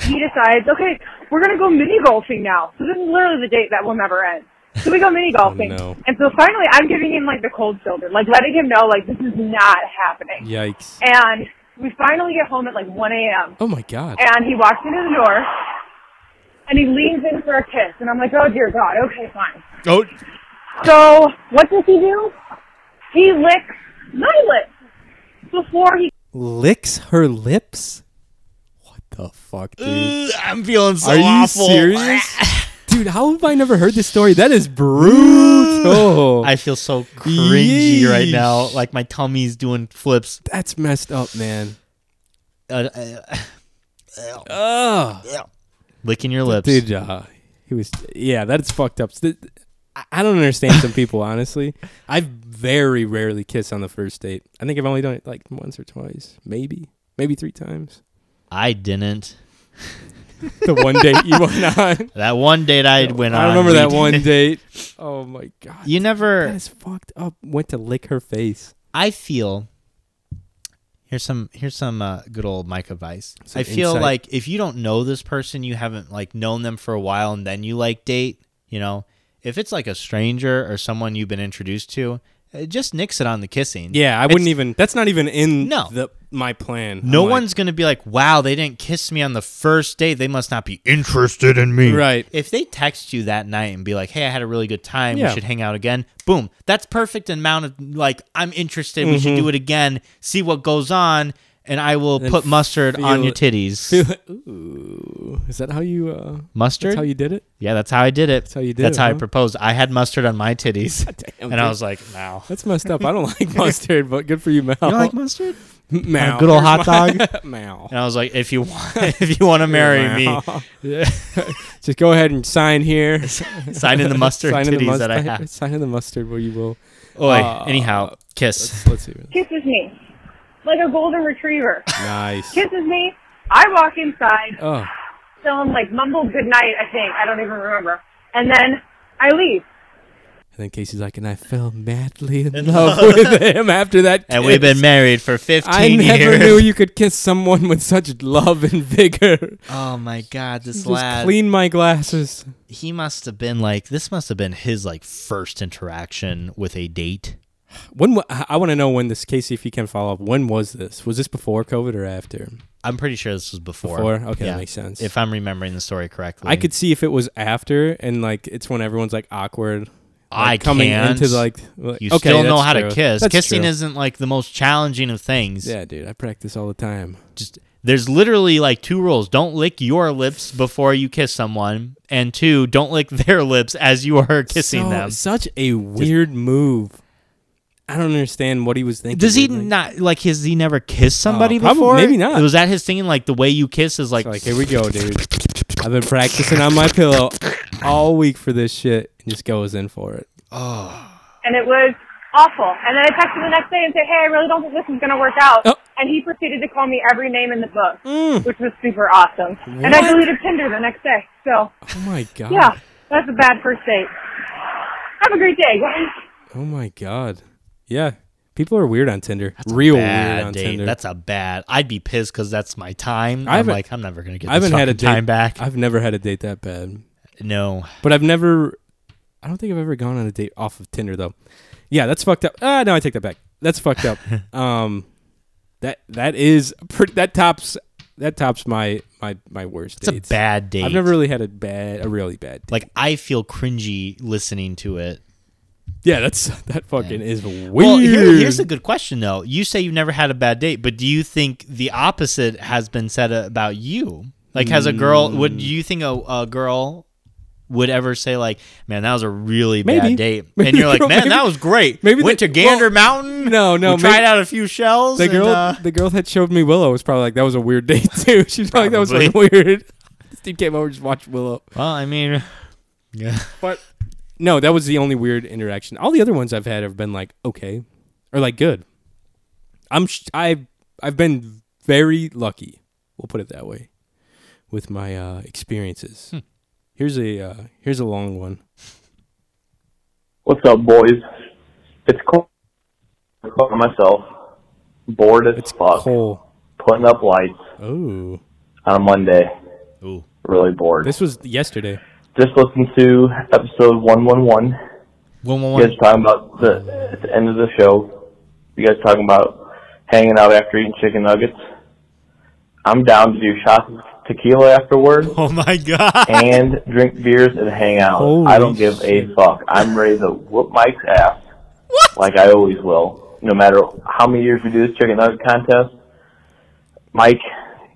I: he decides, okay, we're going to go mini golfing now. So this is literally the date that will never end. So we go mini golfing.
A: no.
I: And so finally, I'm giving him like the cold shoulder, like letting him know, like, this is not happening.
A: Yikes.
I: And we finally get home at like 1 a.m.
A: Oh my god.
I: And he walks into the door and he leans in for a kiss. And I'm like, oh dear God, okay, fine.
B: oh,
I: So what does he do? He licks my lips before he
A: Licks her lips. What the fuck, dude?
B: ugh, I'm feeling so
A: Are you
B: awful.
A: serious? Dude, how have I never heard this story? That is brutal.
B: I feel so cringy right
A: Yeesh.
B: now. Like my tummy's doing flips.
A: That's messed up, man.
B: Uh, uh,
A: Ugh.
B: licking your lips.
A: Dude, uh, he was. Yeah, that's fucked up. Th- I- I don't understand some people, honestly. I very rarely kiss on the first date. I think I've only done it like once or twice, maybe, maybe three times.
B: I didn't.
A: The one date you went on.
B: That one date I went on.
A: I remember
B: we
A: that one
B: did-
A: date. Oh my god.
B: You
A: that
B: never.
A: is fucked up. Went to lick her face.
B: I feel. Here's some here's some uh, good old mic advice.
A: Some
B: I feel
A: insight.
B: like if you don't know this person, you haven't like known them for a while, and then you like date. You know, if it's like a stranger or someone you've been introduced to, uh, just nix it on the kissing.
A: Yeah, I
B: It's-
A: wouldn't even. That's not even in
B: No.
A: the my plan. I'm
B: No
A: like,
B: one's gonna be like, "Wow, they didn't kiss me on the first date. They must not be interested in me."
A: Right.
B: If they text you that night and be like, "Hey, I had a really good time.
A: Yeah.
B: We should hang out again." Boom. That's perfect amount of like, "I'm interested. We
A: Mm-hmm.
B: should do it again. See what goes on, and I will
A: Then
B: put mustard on
A: feel-
B: your titties."
A: Ooh, is that how you? Uh,
B: mustard?
A: that's how you did it?
B: yeah, that's how I did it. That's
A: how you did
B: That's
A: it,
B: how I
A: huh?
B: proposed. I had mustard on my titties,
A: Damn,
B: and I
A: dude.
B: was like, "Wow."
A: That's messed up. I don't like mustard, but good for you, Mal.
B: mustard?
A: Mal.
B: good old
A: Here's
B: hot
A: my- Mal.
B: And I was like, "If you want, if you want to marry me,
A: Yeah. Just go ahead and sign here.
B: sign in the mustard
A: sign
B: titties
A: in the mustard.
B: that I have."
A: Sign in the mustard where you will.
B: Oi,
A: Uh,
B: anyhow, kiss.
A: Let's see.
I: kisses me like a golden retriever.
A: Nice.
I: Kisses me. I walk inside,
A: Oh,
I: tell him like mumble goodnight, I think. I don't even remember. And then I leave.
A: and then Casey's like, and I fell madly in love with him after that.
B: And we've
A: kiss."
B: been married for 15
A: I never
B: years.
A: knew you could kiss someone with such love and vigor.
B: Oh my god, this
A: Just
B: lad.
A: clean my glasses.
B: He must have been like this must have been his like first interaction with a date.
A: When wa- I want to know when this Casey, if you can follow up, when was this? Was this before COVID or after?
B: I'm pretty sure this was before.
A: Before? Okay, that makes sense.
B: If I'm remembering the story correctly.
A: I could see if it was after, and like it's when everyone's like awkward.
B: I
A: like, coming
B: can't.
A: into like, like-
B: You
A: okay,
B: still know
A: that's
B: how
A: true.
B: to kiss.
A: That's
B: Kissing
A: true.
B: isn't like the most challenging of things.
A: yeah, dude. I practice all the time.
B: Just there's literally like two rules. Don't lick your lips before you kiss someone, and two, don't lick their lips as you are kissing
A: So-
B: them.
A: Such a weird move. I don't understand what he was thinking.
B: Does he
A: dude. Like,
B: not like? Has he never kissed somebody
A: Oh, probably-
B: before?
A: maybe not.
B: Was that his thing? Like the way you kiss is like,
A: Like here we go, dude. I've been practicing on my pillow all week for this shit, and just goes in for it.
I: And it was awful. And then I text him the next day and say, Hey, I really don't think this is gonna work out
A: Oh.
I: and he proceeded to call me every name in the book.
G: Mm.
I: Which was super awesome. And I deleted Tinder the next day. So
A: Oh my god.
I: yeah, that's a bad first date. Have a great day, guys.
A: Oh my god. Yeah. People are weird on Tinder. Real weird on
B: bad date.
A: Tinder.
B: That's a bad. I'd be pissed because that's my time.
A: I
B: I'm
A: haven't-
B: like, I'm never gonna get.
A: I haven't had a date.
B: time back.
A: I've never had a date that bad.
B: no,
A: But I've never. I don't think I've ever gone on a date off of Tinder though. Yeah, that's fucked up. Ah, no, I take that back. That's fucked up. um, that that is pretty, that tops that tops my my my worst
B: it's a
A: dates.
B: bad date.
A: I've never really had a bad a really bad. Date.
B: like. I feel cringy listening to it.
A: Yeah, that's that fucking is weird.
B: Well, here, here's a good question though. You say you've never had a bad date, but do you think the opposite
A: Mm.
B: has been said about you? Like, has a girl? Would you think a, a girl would ever say like, "Man, that was a really
A: Maybe.
B: bad date,"
A: Maybe
B: and you're
A: the
B: like,
A: girl-
B: "Man,
A: maybe-
B: that was great."
A: maybe
B: Maybe went
A: the-
B: to Gander
A: well,
B: Mountain.
A: no, no,
B: we tried
A: maybe-
B: out a few shells.
A: The
B: and,
A: girl,
B: uh,
A: the girl that showed me Willow was probably like, "That was a weird date too." She's probably like, "That was fucking
B: Probably.
A: weird." This dude came over and just watched Willow.
B: well, I mean, yeah,
A: But no, that was the only weird interaction. All the other ones I've had have been like okay, or like good. I'm sh- I've I've been very lucky. We'll put it that way, with my uh, experiences.
B: Hmm.
A: Here's a uh, here's a long one.
I: What's up, boys? It's Cole. I call myself bored as
A: It's
I: fuck,
A: Cole.
I: putting up lights
A: Oh,
I: on a Monday.
B: Ooh.
I: Really bored.
A: this was yesterday.
I: Just listen to episode one one one.
B: one one
I: You
B: one.
I: guys talking about the at the end of the show. You guys talking about hanging out after eating chicken nuggets. I'm down to do shots of tequila afterward
B: Oh my god.
I: and drink beers and hang out. I don't give a fuck. I'm ready to whoop Mike's ass. Like I always will. No matter how many years we do this chicken nugget contest, Mike,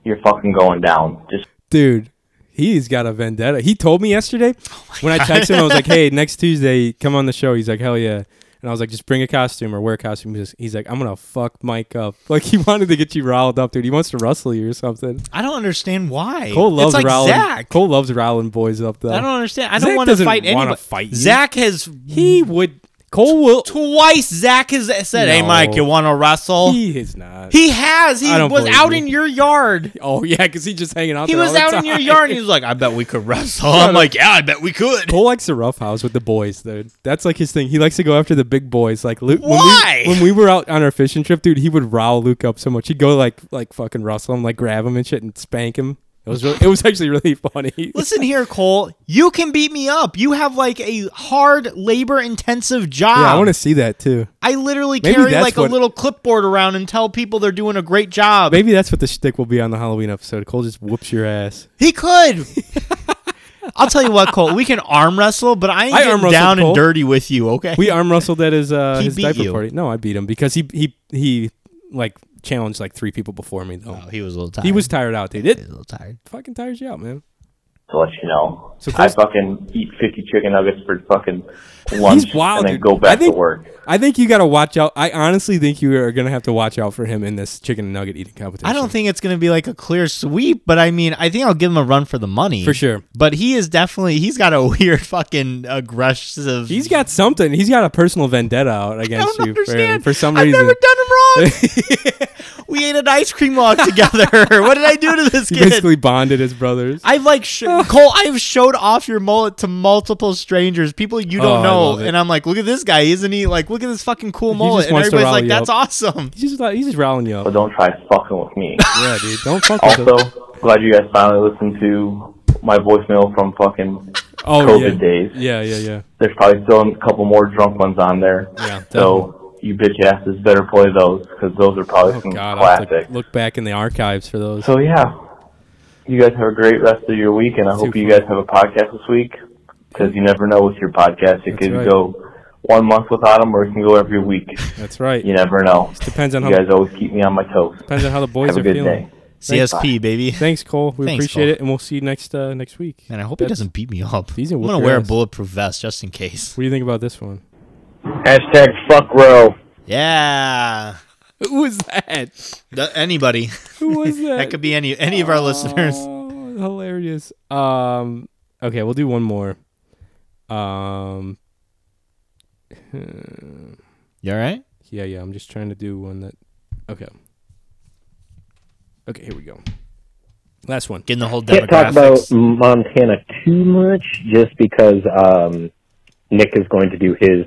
I: you're fucking going down. Just
A: dude he's got a vendetta he told me yesterday
B: Oh
A: when i texted him i was like hey next tuesday come on the show he's like hell yeah and i was like just bring a costume or wear a costume he's, he's like i'm gonna fuck mike up like he wanted to get you riled up dude he wants to wrestle you or something
B: I don't understand why.
A: cole loves
B: it's like
A: riling
B: Zach.
A: cole loves riling boys up though
B: I don't understand. I
A: Zach
B: don't want to
A: doesn't
B: fight
A: wanna
B: anyone.
A: fight you.
B: Zach has
A: he would cole will
B: twice. Zach has said, "Hey,
A: No.
B: Mike, you want to wrestle?" He,
A: he is not
B: has. He
A: I don't
B: was
A: believe
B: out
A: you.
B: in your yard.
A: oh yeah because he's just hanging out
B: He
A: there
B: was
A: all the
B: out in your
A: time.
B: yard and he was like, I bet we could wrestle. I'm like, yeah, I bet we could.
A: Cole likes to roughhouse with the boys, dude. That's like his thing. He likes to go after the big boys. Like Luke,
B: Why?
A: When we, when we were out on our fishing trip, dude, he would rile Luke up so much. He'd go like like fucking rustle him, like grab him and shit, and spank him. It was really, it was actually really funny.
B: Listen here, Cole. You can beat me up. You have like a hard, labor intensive job.
A: yeah, I want to see that too.
B: I literally
A: Maybe
B: carry
A: that's
B: like
A: what-
B: a little clipboard around and tell people they're doing a great job.
A: Maybe that's what the shtick will be on the Halloween episode. Cole just whoops your ass.
B: He could. I'll tell you what, Cole. We can arm wrestle, but I ain't
A: I arm
B: getting
A: wrestled
B: down
A: Cole.
B: and dirty with you, okay?
A: We arm wrestled at his uh,
B: He
A: his
B: beat
A: diaper
B: you.
A: party. No, I beat him because he he he like challenged like three people before me though.
B: Oh, he was a little tired.
A: he was tired out, dude. It
B: a little tired.
A: fucking tires you out, man.
I: to let you know,
A: So
I: I
A: close-
I: fucking eat 50 chicken nuggets for fucking lunch
A: He's wild,
I: and then
A: dude.
I: go
A: I
I: back
A: think-
I: to work.
A: I think you got to watch out. I honestly think you are going to have to watch out for him in this chicken nugget eating competition.
B: I don't think it's going to be like a clear sweep, but I mean, I think I'll give him a run for the money.
A: For sure.
B: But he is definitely, he's got a weird fucking aggressive.
A: he's got something. He's got a personal vendetta out
B: I
A: against
B: don't
A: you
B: understand.
A: For, for some
B: I've
A: reason.
B: never done him wrong. we ate an ice cream log together. what did I do to this
A: you
B: kid?
A: basically bonded as brothers.
B: I've like sh- Cole. I've showed off your mullet to multiple strangers, people you
A: Oh, I
B: don't
A: love
B: know,
A: it.
B: and I'm like, look at this guy, isn't he? Like, look at this fucking cool
A: just
B: mullet, and
A: wants to
B: everybody's
A: rile
B: like,
A: you
B: that's
A: up.
B: awesome.
A: he's just like, he's just riling you
I: But
A: up.
I: don't try fucking with me.
A: yeah, dude. Don't fuck with him.
I: also, glad you guys finally listened to my voicemail from fucking
A: Oh,
I: COVID
A: yeah.
I: days.
A: Yeah, yeah, yeah.
I: there's probably still a couple more drunk ones on there.
A: Yeah,
I: so you bitch asses better play those because those are probably
A: Oh
I: some
A: God, I'll have
I: classic.
A: to look back in the archives for those.
I: So yeah, you guys have a great rest of your week, and I hope
A: too
I: you
A: funny.
I: guys have a podcast this week because you never know with your podcast. It
A: That's
I: could
A: right.
I: go one month without them, or it can go every week.
A: That's right.
I: You never know.
A: Depends on
I: You
A: how
I: guys always keep me on my toes.
A: depends on how the boys
I: Have a
A: are
I: good
A: feeling.
I: day.
B: CSP baby,
A: Thanks, Cole. We
B: Thanks,
A: appreciate
B: Cole.
A: it, and we'll see you next uh, next week.
B: and I hope he
A: That's-
B: doesn't beat me up.
A: He's gonna
B: I'm
A: whoop
B: gonna
A: your
B: wear
A: ass.
B: a bulletproof vest just in case.
A: What do you think about this one?
I: Hashtag fuck row.
B: Yeah,
A: Who was that?
B: Th- anybody
A: Who was that?
B: that could be any any of our listeners.
A: Oh, hilarious. Um, okay, we'll do one more. Um,
B: You all right?
A: yeah, yeah. I'm just trying to do one that. Okay. Okay, here we go. Last one.
B: Getting the whole
J: Can't talk about
B: demographics.
J: Montana too much, just because um, Nick is going to do his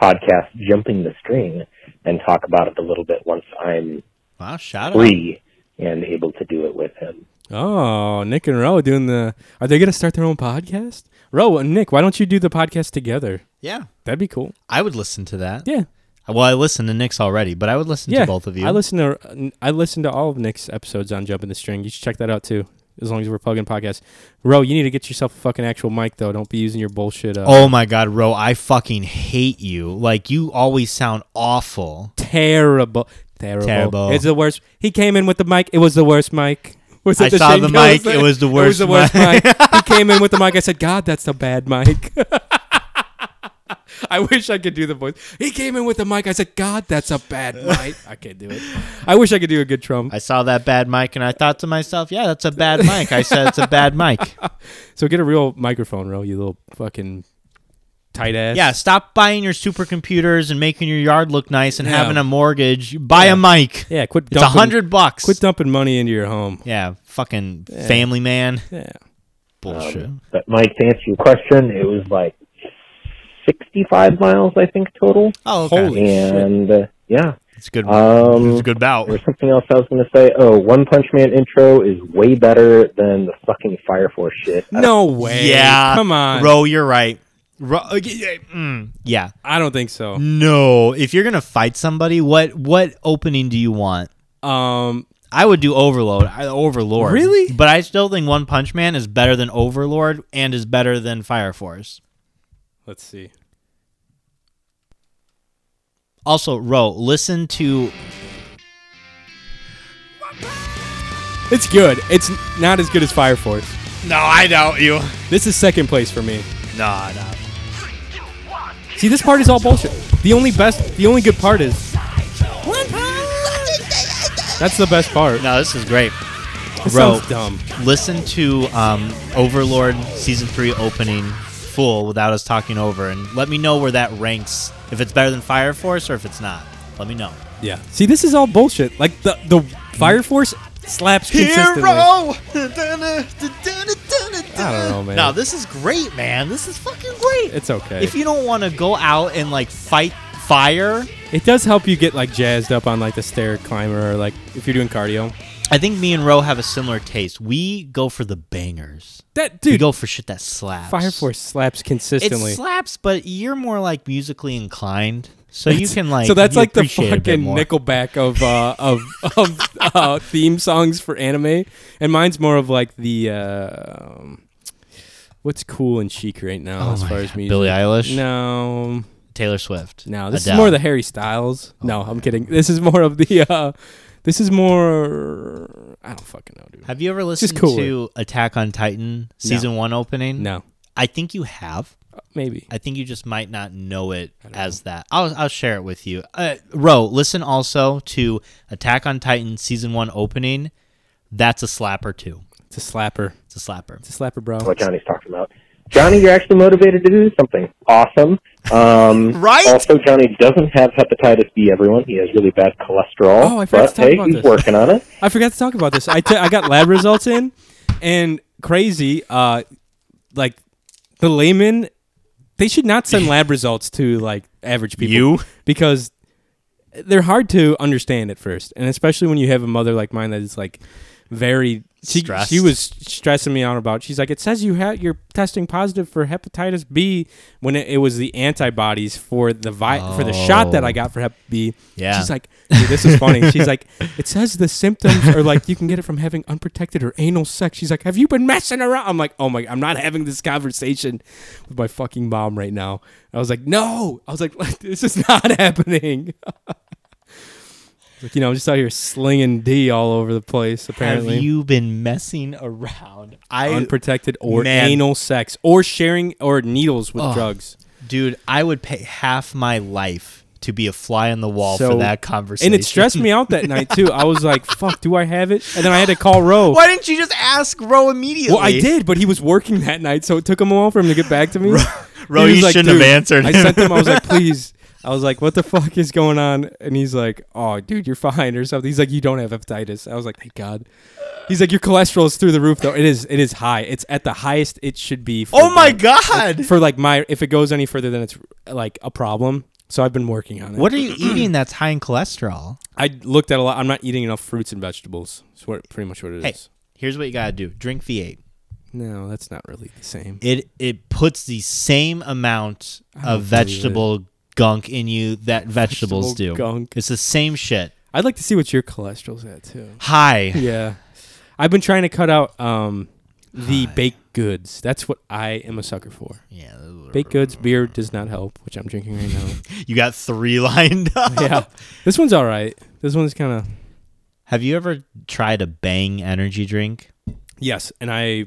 J: podcast, Jumping the String, and talk about it a little bit once I'm
B: Wow, shout out.
J: free and able to do it with him.
A: Oh, Nick and Ro doing the. Are they gonna start their own podcast? Ro and Nick, why don't you do the podcast together?
B: Yeah,
A: That'd be cool.
B: I would listen to that.
A: Yeah,
B: Well, I listened to Nick's already, but I would listen
A: yeah.
B: to both of you.
A: I listen to uh, I listen to all of Nick's episodes on Jumping the String. You should check that out too. As long as we're plugging podcasts. Ro, you need to get yourself a fucking actual mic though. Don't be using your bullshit. Uh,
B: Oh my god, Ro, I fucking hate you. Like you always sound awful.
A: terrible. Terrible.
B: Terrible.
A: It's the worst. He came in with the mic. It was the worst mic. Was
B: I
A: it the
B: saw
A: Shane
B: the
A: Gillis
B: mic.
A: thing?
B: It was the worst
A: It was the worst mic.
B: mic.
A: he came in with the mic. I said, "God, that's a bad mic." I wish I could do the voice. He came in with the mic. I said, "God, that's a bad mic." I can't do it. I wish I could do a good Trump.
B: I saw that bad mic and I thought to myself, yeah, that's a bad mic. I said it's a bad mic.
A: So get a real microphone, Ro. You little fucking tight ass.
B: Yeah, stop buying your supercomputers and making your yard look nice and
A: Yeah.
B: having a mortgage. Buy
A: Yeah.
B: a mic.
A: Yeah, quit.
B: It's a
A: dumping-
B: hundred bucks.
A: Quit dumping money into your home.
B: Yeah, fucking family man.
A: Yeah. Um,
B: Bullshit.
K: But Mike, to answer your question, it was like 65 miles, I think, total.
B: oh, okay.
K: and uh, yeah,
B: It's a good.
K: Um,
B: it's a good bout.
K: there's something else I was going to say. Oh, One Punch Man intro is way better than the fucking Fire Force shit. I
A: No way.
B: Uh, Yeah.
A: Come on.
B: Ro, you're right. Ro, uh, yeah, mm, yeah.
A: I don't think so.
B: No. If you're gonna fight somebody, what what opening do you want?
A: Um.
B: I would do Overload. I, Overlord.
A: Really?
B: But I still think One Punch Man is better than Overlord and is better than Fire Force.
A: Let's see.
B: Also, Ro, listen to
A: It's good. It's not as good as Fire Force.
B: No, I doubt you.
A: This is second place for me.
B: No, no.
A: See, this part is all bullshit. The only best, the only good part is. That's the best part.
B: No, this is great.
A: This
B: Bro.
A: sounds dumb.
B: Listen to um, Overlord season three opening full without us talking over, and let me know where that ranks. If it's better than Fire Force or if it's not, let me know.
A: Yeah. See, this is all bullshit. Like the the Fire Force slaps consistently. I don't know, man.
B: No, this is great, man. This is fucking great.
A: It's okay.
B: If you don't want to go out and like fight fire,
A: it does help you get like jazzed up on like the stair climber or like if you're doing cardio.
B: I think me and Ro have a similar taste. We go for the bangers.
A: That
B: we
A: dude,
B: go for shit that slaps.
A: Fire Force slaps
B: It
A: consistently.
B: slaps, but you're more like musically inclined, so you can like.
A: so that's
B: you
A: like the
B: appreciate it a bit
A: fucking
B: more.
A: Nickelback of uh, of of uh, theme songs for anime, and mine's more of like the uh, um, what's cool and chic right now
B: Oh
A: as
B: my
A: far as
B: God.
A: music.
B: Billie Eilish?
A: No,
B: Taylor Swift.
A: no, this
B: Adele. Oh
A: is more the Harry Styles. no, I'm kidding. This is more of the. Uh, this is more. I don't fucking know, dude.
B: Have you ever
A: just
B: listened
A: cooler.
B: to Attack on Titan season one opening?
A: No,
B: I think you have.
A: maybe.
B: I think you just might not know it as that. I'll I'll share it with you. Uh, Ro, listen also to Attack on Titan season one opening. That's a slapper too.
A: It's a slapper.
B: It's a slapper.
A: It's a slapper, bro.
K: don't know What Johnny's talking about. Johnny, you're actually motivated to do something. Awesome. Um,
B: Right?
K: Also, Johnny doesn't have hepatitis B, everyone. He has really bad cholesterol.
A: Oh, I forgot
K: but,
A: to talk
K: hey,
A: about
K: he's
A: this.
K: working on it.
A: I forgot to talk about this. I, t- I got lab results in, and crazy, uh, like the layman, they should not send lab results to like average people.
B: You?
A: because they're hard to understand at first, and especially when you have a mother like mine that is like very. She,
B: Stressed.
A: she was stressing me out about. She's like, it says you have you're testing positive for hepatitis B when it, it was the antibodies for the vi- for the shot that I
B: Oh.
A: got got for Hep B.
B: Yeah.
A: She's like, dude, this is funny. She's like, it says the symptoms are like you can get it from having unprotected or anal sex. She's like, have you been messing around? I'm like, oh my, I'm not having this conversation with my fucking mom right now. I was like, no. I was like, this is not happening. like, you know, I'm just out here slinging D all over the place. Apparently,
B: Have you been messing around? I
A: unprotected or
B: Man.
A: anal sex or sharing or needles with
B: Ugh.
A: drugs.
B: dude, I would pay half my life to be a fly on the wall
A: So-
B: for that conversation.
A: And it stressed me out that night too. I was like, "Fuck, do I have it?" And then I had to call Ro.
B: Why didn't you just ask Ro immediately?
A: Well, I did, but he was working that night, so it took him a while for him to get back to me.
B: Ro,
A: He
B: you
A: was like,
B: shouldn't have
A: "Dude,"
B: answered
A: I
B: him.
A: sent him. I was like, please. I was like, what the fuck is going on? And he's like, oh, dude, you're fine or something. He's like, you don't have hepatitis. I was like, thank God. He's like, your cholesterol is through the roof though. It is. It is high. It's at the highest it should be. For
B: Oh my
A: like-
B: god!
A: For like my, if it goes any further, then it's like a problem. So I've been working on it.
B: What are you eating that's high in cholesterol?
A: I looked at a lot. I'm not eating enough fruits and vegetables. It's what pretty much what it is.
B: Hey, here's what you gotta do: drink V8.
A: No, that's not really the same.
B: It it puts the same amount of vegetable gunk in you that vegetables
A: Vegetable
B: do.
A: gunk.
B: It's the same shit.
A: I'd like to see what your cholesterol's at too.
B: High.
A: Yeah. I've been trying to cut out um, the baked goods. That's what I am a sucker for.
B: Yeah.
A: Baked goods, beer does not help, which I'm drinking right now.
B: You got three lined up.
A: yeah. This one's all right. This one's kind of.
B: Have you ever tried a Bang energy drink?
A: Yes, and I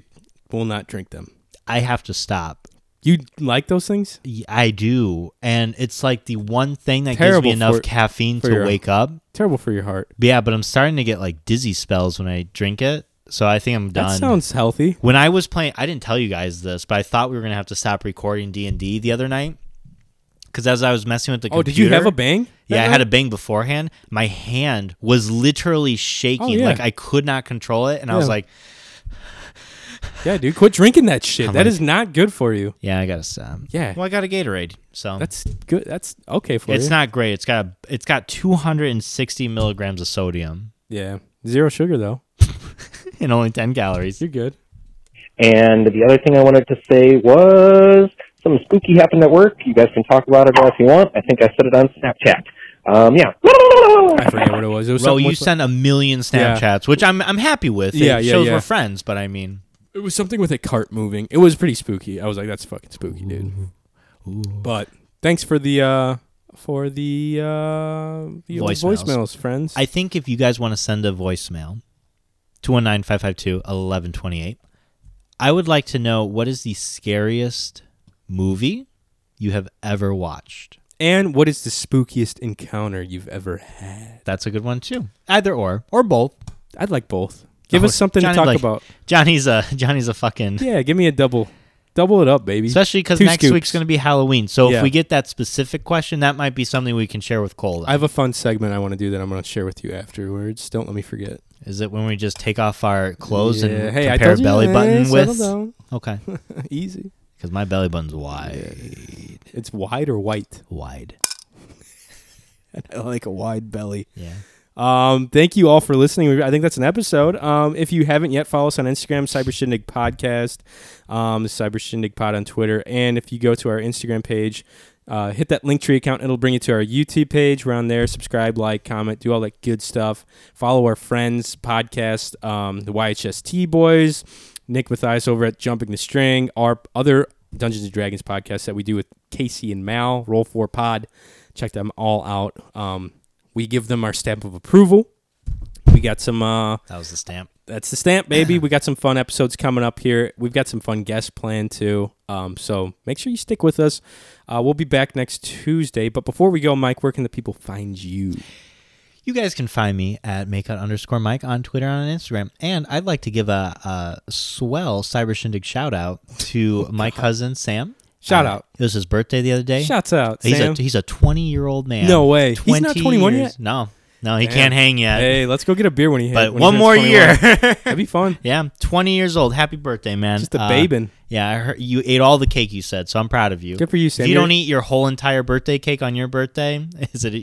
A: will not drink them.
B: I have to stop.
A: You like those things?
B: I do, and it's like the one thing that
A: Terrible
B: gives me enough
A: for-
B: caffeine
A: for
B: to
A: your-
B: wake up.
A: Terrible for your heart.
B: Yeah, but I'm starting to get like dizzy spells when I drink it, so I think I'm done.
A: That sounds healthy.
B: When I was playing, I didn't tell you guys this, but I thought we were gonna have to stop recording D and D the other night because as I was messing with the
A: Oh,
B: computer,
A: did you have a bang?
B: Yeah,
A: that
B: I had a
A: night?
B: bang beforehand. My hand was literally shaking,
A: Oh, yeah.
B: like I could not control it, and I was
A: Yeah.
B: like,
A: Yeah, dude, quit drinking that shit.
B: I'm
A: That
B: like-
A: is not good for you.
B: "Yeah, I gotta stop."
A: Yeah.
B: well, I got a Gatorade, so
A: That's good. That's okay for you.
B: it's not great. It's got it's got 260 milligrams of sodium
A: Yeah, zero sugar though.
B: and only 10 calories.
A: You're good.
K: And the other thing I wanted to say was something spooky happened at work. You guys can talk about it all if you want. I think I said it on Snapchat. Um, yeah.
A: I forget what it was. It was
B: Bro,
A: something
B: you
A: with-
B: sent a million
A: Yeah.
B: Snapchats, which I'm I'm happy with.
A: Yeah,
B: it
A: yeah,
B: shows
A: yeah.
B: we're friends, but I mean,
A: It was something with a cart moving. It was pretty spooky. I was like, that's fucking spooky, dude. But thanks for the uh for the uh the old
B: Voicemails.
A: voicemails, friends.
B: I think if you guys want to send a voicemail, 219-552-1128, I would like to know what is the scariest movie you have ever watched.
A: and what is the spookiest encounter you've ever had?
B: That's a good one too. Either or or both.
A: I'd like both. Give us
B: Oh,
A: something
B: Johnny
A: to talk
B: like-
A: about.
B: Johnny's a Johnny's a fucking
A: Yeah, give me a double. Double it up, baby.
B: Especially because
A: Two
B: next week's
A: scoops.
B: going to be Halloween. So
A: Yeah.
B: if we get that specific question, that might be something we can share with Cole. then.
A: I have a fun segment I want to do that I'm going to share with you afterwards. Don't let me forget.
B: Is it when we just take off our clothes
A: Yeah,
B: and
A: hey, I
B: compare
A: told you,
B: belly
A: hey,
B: button
A: settle
B: with?
A: down.
B: Okay,
A: Easy.
B: because my belly button's wide,
A: It's wide or white.
B: wide.
A: I like a wide belly.
B: Yeah.
A: Um, thank you all for listening. We- I think that's an episode. Um, if you haven't yet, follow us on Instagram, Cyber Shindig Podcast, um, Cyber Shindig Pod on Twitter. And if you go to our Instagram page, uh, hit that Linktree account. It'll bring you to our YouTube page. We're on there. Subscribe, like, comment, do all that good stuff. Follow our friends' podcast, um, the YHST Boys, Nick Mathias over at Jumping the String, our other Dungeons and Dragons podcast that we do with Casey and Mal, Roll 4 Pod. Check them all out. Um, we give them our stamp of approval. We got some. Uh,
B: That was the stamp.
A: that's the stamp, baby. We got some fun episodes coming up here. We've got some fun guests planned too. Um, so make sure you stick with us. Uh, we'll be back next Tuesday. But before we go, Mike, where can the people find you?
B: You guys can find me at makeout underscore Mike on Twitter and on Instagram. And I'd like to give a, a swell Cyber Shindig shout out to my cousin Sam.
A: Oh, Shout
B: Uh,
A: out.
B: It was his birthday the other day.
A: Shouts out,
B: He's
A: Sam.
B: a he's a twenty year old man.
A: No way. He's not 21
B: years-
A: yet?
B: No, no, he can't hang yet.
A: Hey, let's go get a beer when he hit.
B: but
A: when he
B: one
A: turns
B: more
A: 21.
B: year.
A: That'd be fun.
B: Yeah, I'm 20 years old. Happy birthday, man.
A: Just a
B: Uh,
A: babin'.
B: Yeah, I heard you ate all the cake you said, so I'm proud of you.
A: Good for you, Sam.
B: If you
A: You're-
B: don't eat your whole entire birthday cake on your birthday, is it?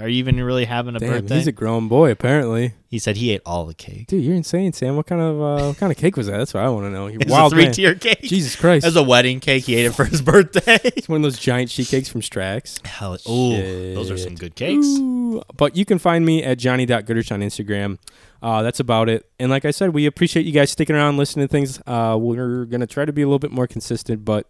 B: Are you even really having a
A: Damn,
B: birthday?
A: he's a grown boy apparently.
B: he said he ate all the cake.
A: Dude, you're insane, Sam. What kind of uh, what kind of cake was that? That's what I want to know. You're
B: It's
A: wild
B: a three
A: man.
B: tier cake.
A: Jesus Christ.
B: As a wedding cake, he ate it for his birthday.
A: It's one of those giant sheet cakes from Strax.
B: Hell, oh, those are some good cakes.
A: Ooh. But you can find me at johnny.goodrich on Instagram. Uh, that's about it. And like I said, we appreciate you guys sticking around, listening to things. Uh, we're going to try to be a little bit more consistent, but,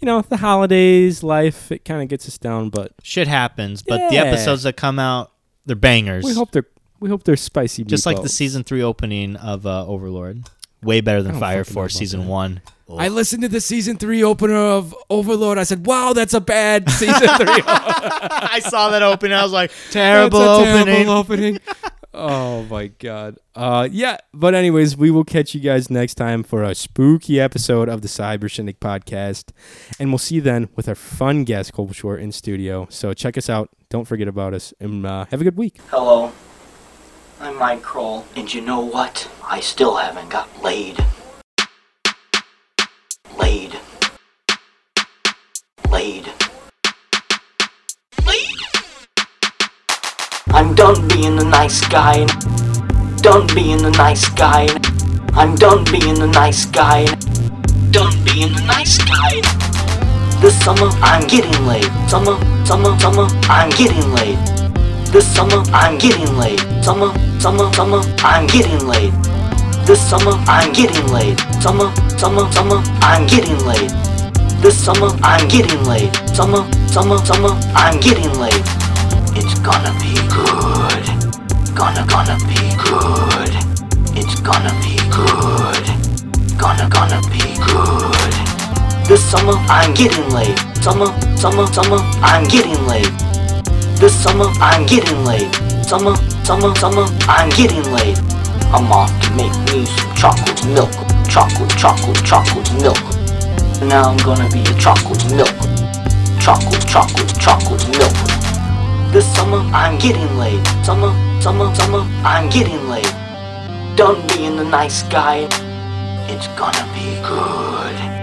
A: you know, the holidays, life, it kind of gets us down, but
B: Shit happens, but the
A: Yeah.
B: episodes that come out, they're bangers.
A: we hope they're. We hope they're spicy.
B: Just like the
A: meatballs.
B: season three opening of uh, Overlord, way better than
A: don't
B: Fire
A: fucking know
B: Force
A: about
B: season
A: that.
B: one.
A: I listened to the season three opener of Overlord. I said, "Wow, that's a bad season three.
B: I saw that opening. I was like, terrible
A: That's a
B: opening.
A: Terrible opening. oh my god. Uh, yeah. But anyways, we will catch you guys next time for a spooky episode of the Cyber Shindig podcast, and we'll see you then with our fun guest Cole Shore in studio. So check us out. Don't forget about us, and uh, have a good week.
L: Hello. I'm Mike Kroll. And you know what? I still haven't got laid. Laid. Laid. Laid! I'm done being the nice guy. Done being the nice guy. I'm done being the nice guy. Done being the nice guy. This summer, I'm getting laid. Summer, summer, summer, I'm getting laid. This summer, I'm getting laid. Summer, summer, summer, I'm getting laid. This summer, I'm getting laid. Summer, summer, summer, I'm getting laid. This summer, I'm getting laid. Summer, summer, summer, I'm getting laid. It's gonna be good. Gonna, gonna be good. good. It's gonna be good. Gonna, gonna be good. This summer, I'm getting laid. Summer, summer, summer, I'm getting laid. This summer, I'm getting laid. Summer, summer, summer, I'm getting laid. I'm off to make me some chocolate milk. Chocolate, chocolate, chocolate milk. Now I'm gonna be a chocolate milk. Chocolate, chocolate, chocolate milk. This summer I'm getting laid. Summer, summer, summer, I'm getting laid. Done being the nice guy. It's gonna be good.